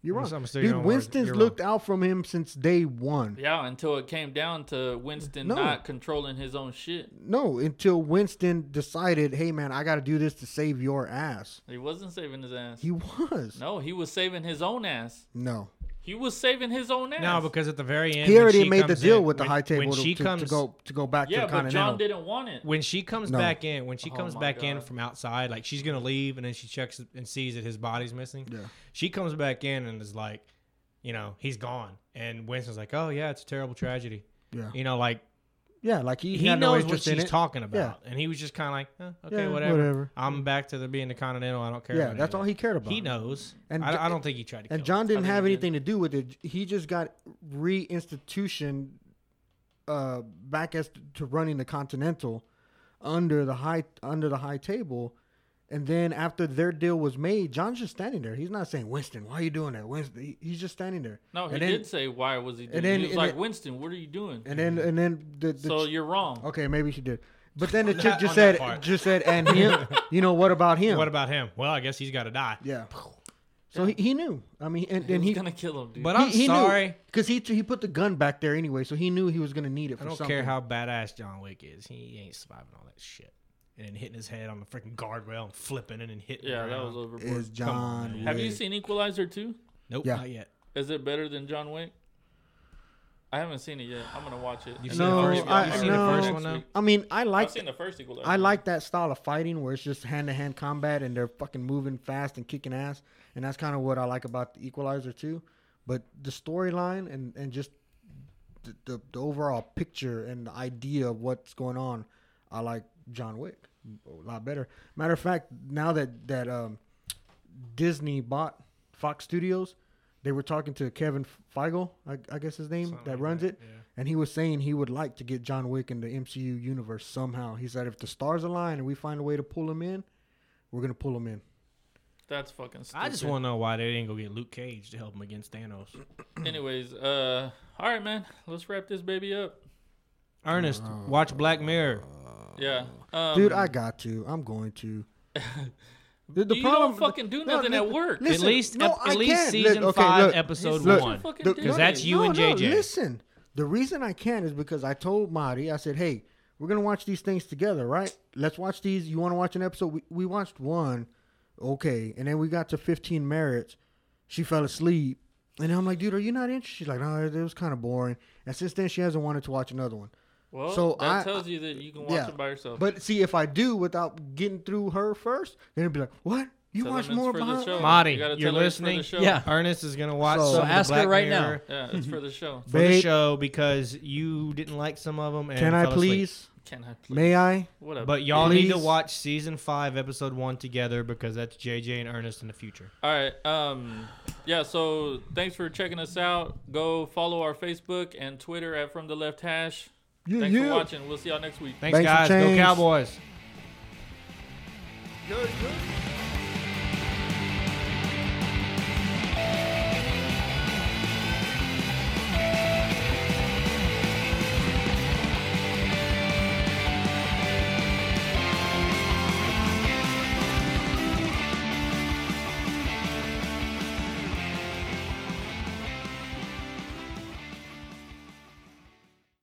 Speaker 3: You're
Speaker 2: I'm
Speaker 3: wrong,
Speaker 2: just- I'm still your
Speaker 3: dude.
Speaker 2: own word.
Speaker 3: Winston's
Speaker 2: You're wrong.
Speaker 3: looked out from him since day one.
Speaker 1: Yeah, until it came down to Winston
Speaker 3: No.
Speaker 1: not controlling his own shit.
Speaker 3: No, until Winston decided, hey man, I got to do this to save your ass.
Speaker 1: He wasn't saving his ass.
Speaker 3: He was.
Speaker 1: no, he was saving his own ass.
Speaker 3: No.
Speaker 1: He was saving his own ass.
Speaker 2: No, because at the very end,
Speaker 3: He
Speaker 2: when
Speaker 3: already
Speaker 2: she
Speaker 3: made the
Speaker 2: comes
Speaker 3: deal
Speaker 2: in-
Speaker 3: with the
Speaker 2: when-
Speaker 3: high table
Speaker 2: When
Speaker 3: to,
Speaker 2: she
Speaker 3: to- to
Speaker 2: comes,
Speaker 3: go to go back
Speaker 1: yeah,
Speaker 3: to
Speaker 1: but
Speaker 3: Continental.
Speaker 1: John didn't want it.
Speaker 2: when she comes
Speaker 3: No.
Speaker 2: back in, when she
Speaker 1: Oh
Speaker 2: comes
Speaker 1: my
Speaker 2: back in
Speaker 1: God.
Speaker 2: from outside, like she's gonna leave, and then she checks and sees that his body's missing.
Speaker 3: Yeah.
Speaker 2: She comes back in and is like, you know, he's gone. And Winston's like, oh yeah, it's a terrible tragedy.
Speaker 3: Yeah.
Speaker 2: You know, like
Speaker 3: yeah, like he,
Speaker 2: he
Speaker 3: had no
Speaker 2: knows what
Speaker 3: interest in
Speaker 2: she's
Speaker 3: it.
Speaker 2: talking about, and he was just kind of like, eh, okay,
Speaker 3: Yeah,
Speaker 2: whatever.
Speaker 3: whatever.
Speaker 2: I'm back to the being the Continental. I don't care.
Speaker 3: Yeah,
Speaker 2: about
Speaker 3: that's all
Speaker 2: anymore."
Speaker 3: he cared about.
Speaker 2: He knows.
Speaker 3: And
Speaker 2: And I,
Speaker 3: Jo-
Speaker 2: I don't think he tried to.
Speaker 3: And
Speaker 2: kill
Speaker 3: John didn't
Speaker 1: I think
Speaker 3: have
Speaker 1: he
Speaker 3: anything to do with it. He just got reinstitution uh, back as to running the Continental under the high under the high table. And then after their deal was made, John's just standing there. He's not saying, "Winston, why are you doing that?" Winston, he- he's just standing there.
Speaker 1: no, he
Speaker 3: and then,
Speaker 1: did say why was he doing
Speaker 3: then-
Speaker 1: He was
Speaker 3: and
Speaker 1: like,
Speaker 3: then-
Speaker 1: Winston, what are you doing?
Speaker 3: And then and then the, the
Speaker 1: so
Speaker 3: ch-
Speaker 1: you're wrong.
Speaker 3: okay, maybe she did. But then the chick
Speaker 2: that-
Speaker 3: just
Speaker 2: on that
Speaker 3: said,
Speaker 2: part.
Speaker 3: just said, and
Speaker 2: (laughs)
Speaker 3: him. you know what about him?
Speaker 2: What about him? Well, I guess he's got to die.
Speaker 3: yeah. So he, he knew. I mean, and,
Speaker 1: He
Speaker 3: and
Speaker 1: was
Speaker 3: he
Speaker 1: gonna kill him, dude.
Speaker 2: But I'm sorry.
Speaker 3: because he he put the gun back there anyway, so he knew he was gonna need it. For
Speaker 2: I don't
Speaker 3: something.
Speaker 2: care how badass John Wick is. He ain't surviving all that shit. And then hitting his head on the freaking guardrail and flipping it and hitting.
Speaker 1: yeah,
Speaker 2: the
Speaker 1: that
Speaker 2: ground.
Speaker 1: was overboard.
Speaker 3: is John.
Speaker 1: Have you
Speaker 3: Wick.
Speaker 1: seen Equalizer 2?
Speaker 2: Nope,
Speaker 3: Yeah.
Speaker 2: not yet.
Speaker 1: Is it better than John Wick? I haven't seen it yet. I'm gonna watch it. And
Speaker 2: You've seen
Speaker 1: then
Speaker 3: the
Speaker 1: maybe
Speaker 3: first
Speaker 1: I'll
Speaker 3: one?
Speaker 1: watch
Speaker 3: I-
Speaker 1: it
Speaker 3: no.
Speaker 1: next
Speaker 2: First one, though?
Speaker 1: week.
Speaker 3: I mean, I
Speaker 1: I've
Speaker 3: like
Speaker 1: seen the first Equalizer.
Speaker 3: I like that style of fighting where it's just hand to hand combat and they're fucking moving fast and kicking ass, and that's kind of what I like about the Equalizer too. But the storyline and and just the, the the overall picture and the idea of what's going on, I like John Wick a lot better. Matter of fact, now that that um, Disney bought Fox Studios, they were talking to Kevin Feige, I, I guess his name
Speaker 2: Something
Speaker 3: that
Speaker 2: like
Speaker 3: runs
Speaker 2: that,
Speaker 3: it,
Speaker 2: yeah.
Speaker 3: and he was saying he would like to get John Wick in the MCU universe somehow. He said if the stars align and we find a way to pull him in, we're gonna pull him in.
Speaker 1: That's fucking. Stupid.
Speaker 2: I just want to know why they didn't go get Luke Cage to help him against Thanos.
Speaker 1: Anyways, uh, all right, man. Let's wrap this baby up.
Speaker 2: Ernest,
Speaker 3: Uh-huh.
Speaker 2: watch
Speaker 3: (laughs)
Speaker 2: Black Mirror.
Speaker 1: Yeah, um,
Speaker 3: Dude, I got to. I'm going to. The, the
Speaker 1: you
Speaker 3: problem,
Speaker 1: don't fucking do
Speaker 3: no,
Speaker 1: nothing
Speaker 3: li-
Speaker 1: at work.
Speaker 3: li- Listen,
Speaker 2: at least,
Speaker 3: no,
Speaker 2: ep-
Speaker 3: I
Speaker 2: at least
Speaker 3: can't. Look,
Speaker 2: season
Speaker 3: okay,
Speaker 2: five,
Speaker 3: look.
Speaker 2: episode
Speaker 1: Look.
Speaker 2: one.
Speaker 1: Fucking
Speaker 3: the-
Speaker 1: do
Speaker 2: 'Cause that's
Speaker 1: it.
Speaker 2: you and JJ.
Speaker 3: listen, the reason I can't is because I told Marty, I said, hey, we're going to watch these things together, right? Let's watch these. You want to watch an episode? We, we watched one. Okay. And then we got to 15 merits. She fell asleep. And I'm like, dude, are you not interested? She's like, no, it was kind of boring. And since then, she hasn't wanted to watch another one.
Speaker 1: Well,
Speaker 3: So
Speaker 1: that
Speaker 3: I-
Speaker 1: tells you that you can watch it by yourself.
Speaker 3: But see, if I do without getting through her first, then it'd be like, what? You
Speaker 1: Tell
Speaker 3: watch
Speaker 1: them it's
Speaker 3: more
Speaker 1: for the
Speaker 3: behind?
Speaker 1: show.
Speaker 2: Marty,
Speaker 1: You gotta
Speaker 2: you're
Speaker 1: tell her it's for the
Speaker 2: listening?
Speaker 1: show.
Speaker 4: Yeah.
Speaker 2: Ernest is gonna watch.
Speaker 3: So-
Speaker 2: some
Speaker 3: So
Speaker 2: of the
Speaker 4: ask her
Speaker 2: Black
Speaker 4: right now.
Speaker 2: Mirror
Speaker 1: yeah, it's for the show.
Speaker 2: for the
Speaker 3: Babe.
Speaker 2: show because you didn't like some of them. And
Speaker 3: Can I
Speaker 2: fell asleep.
Speaker 3: please?
Speaker 1: Can I? Please?
Speaker 3: May I?
Speaker 1: What up?
Speaker 2: But y'all need to
Speaker 3: Please.
Speaker 2: watch season five, episode one together because that's JJ and Ernest in the future.
Speaker 1: All right. Um, yeah. So thanks for checking us out. Go follow our Facebook and Twitter at From the Left Hash.
Speaker 3: Yeah,
Speaker 1: Thanks for
Speaker 3: yeah.
Speaker 1: watching. We'll see y'all next week.
Speaker 2: Thanks,
Speaker 3: Thanks for
Speaker 2: guys. Go
Speaker 3: change.
Speaker 2: Cowboys.
Speaker 3: Good, good.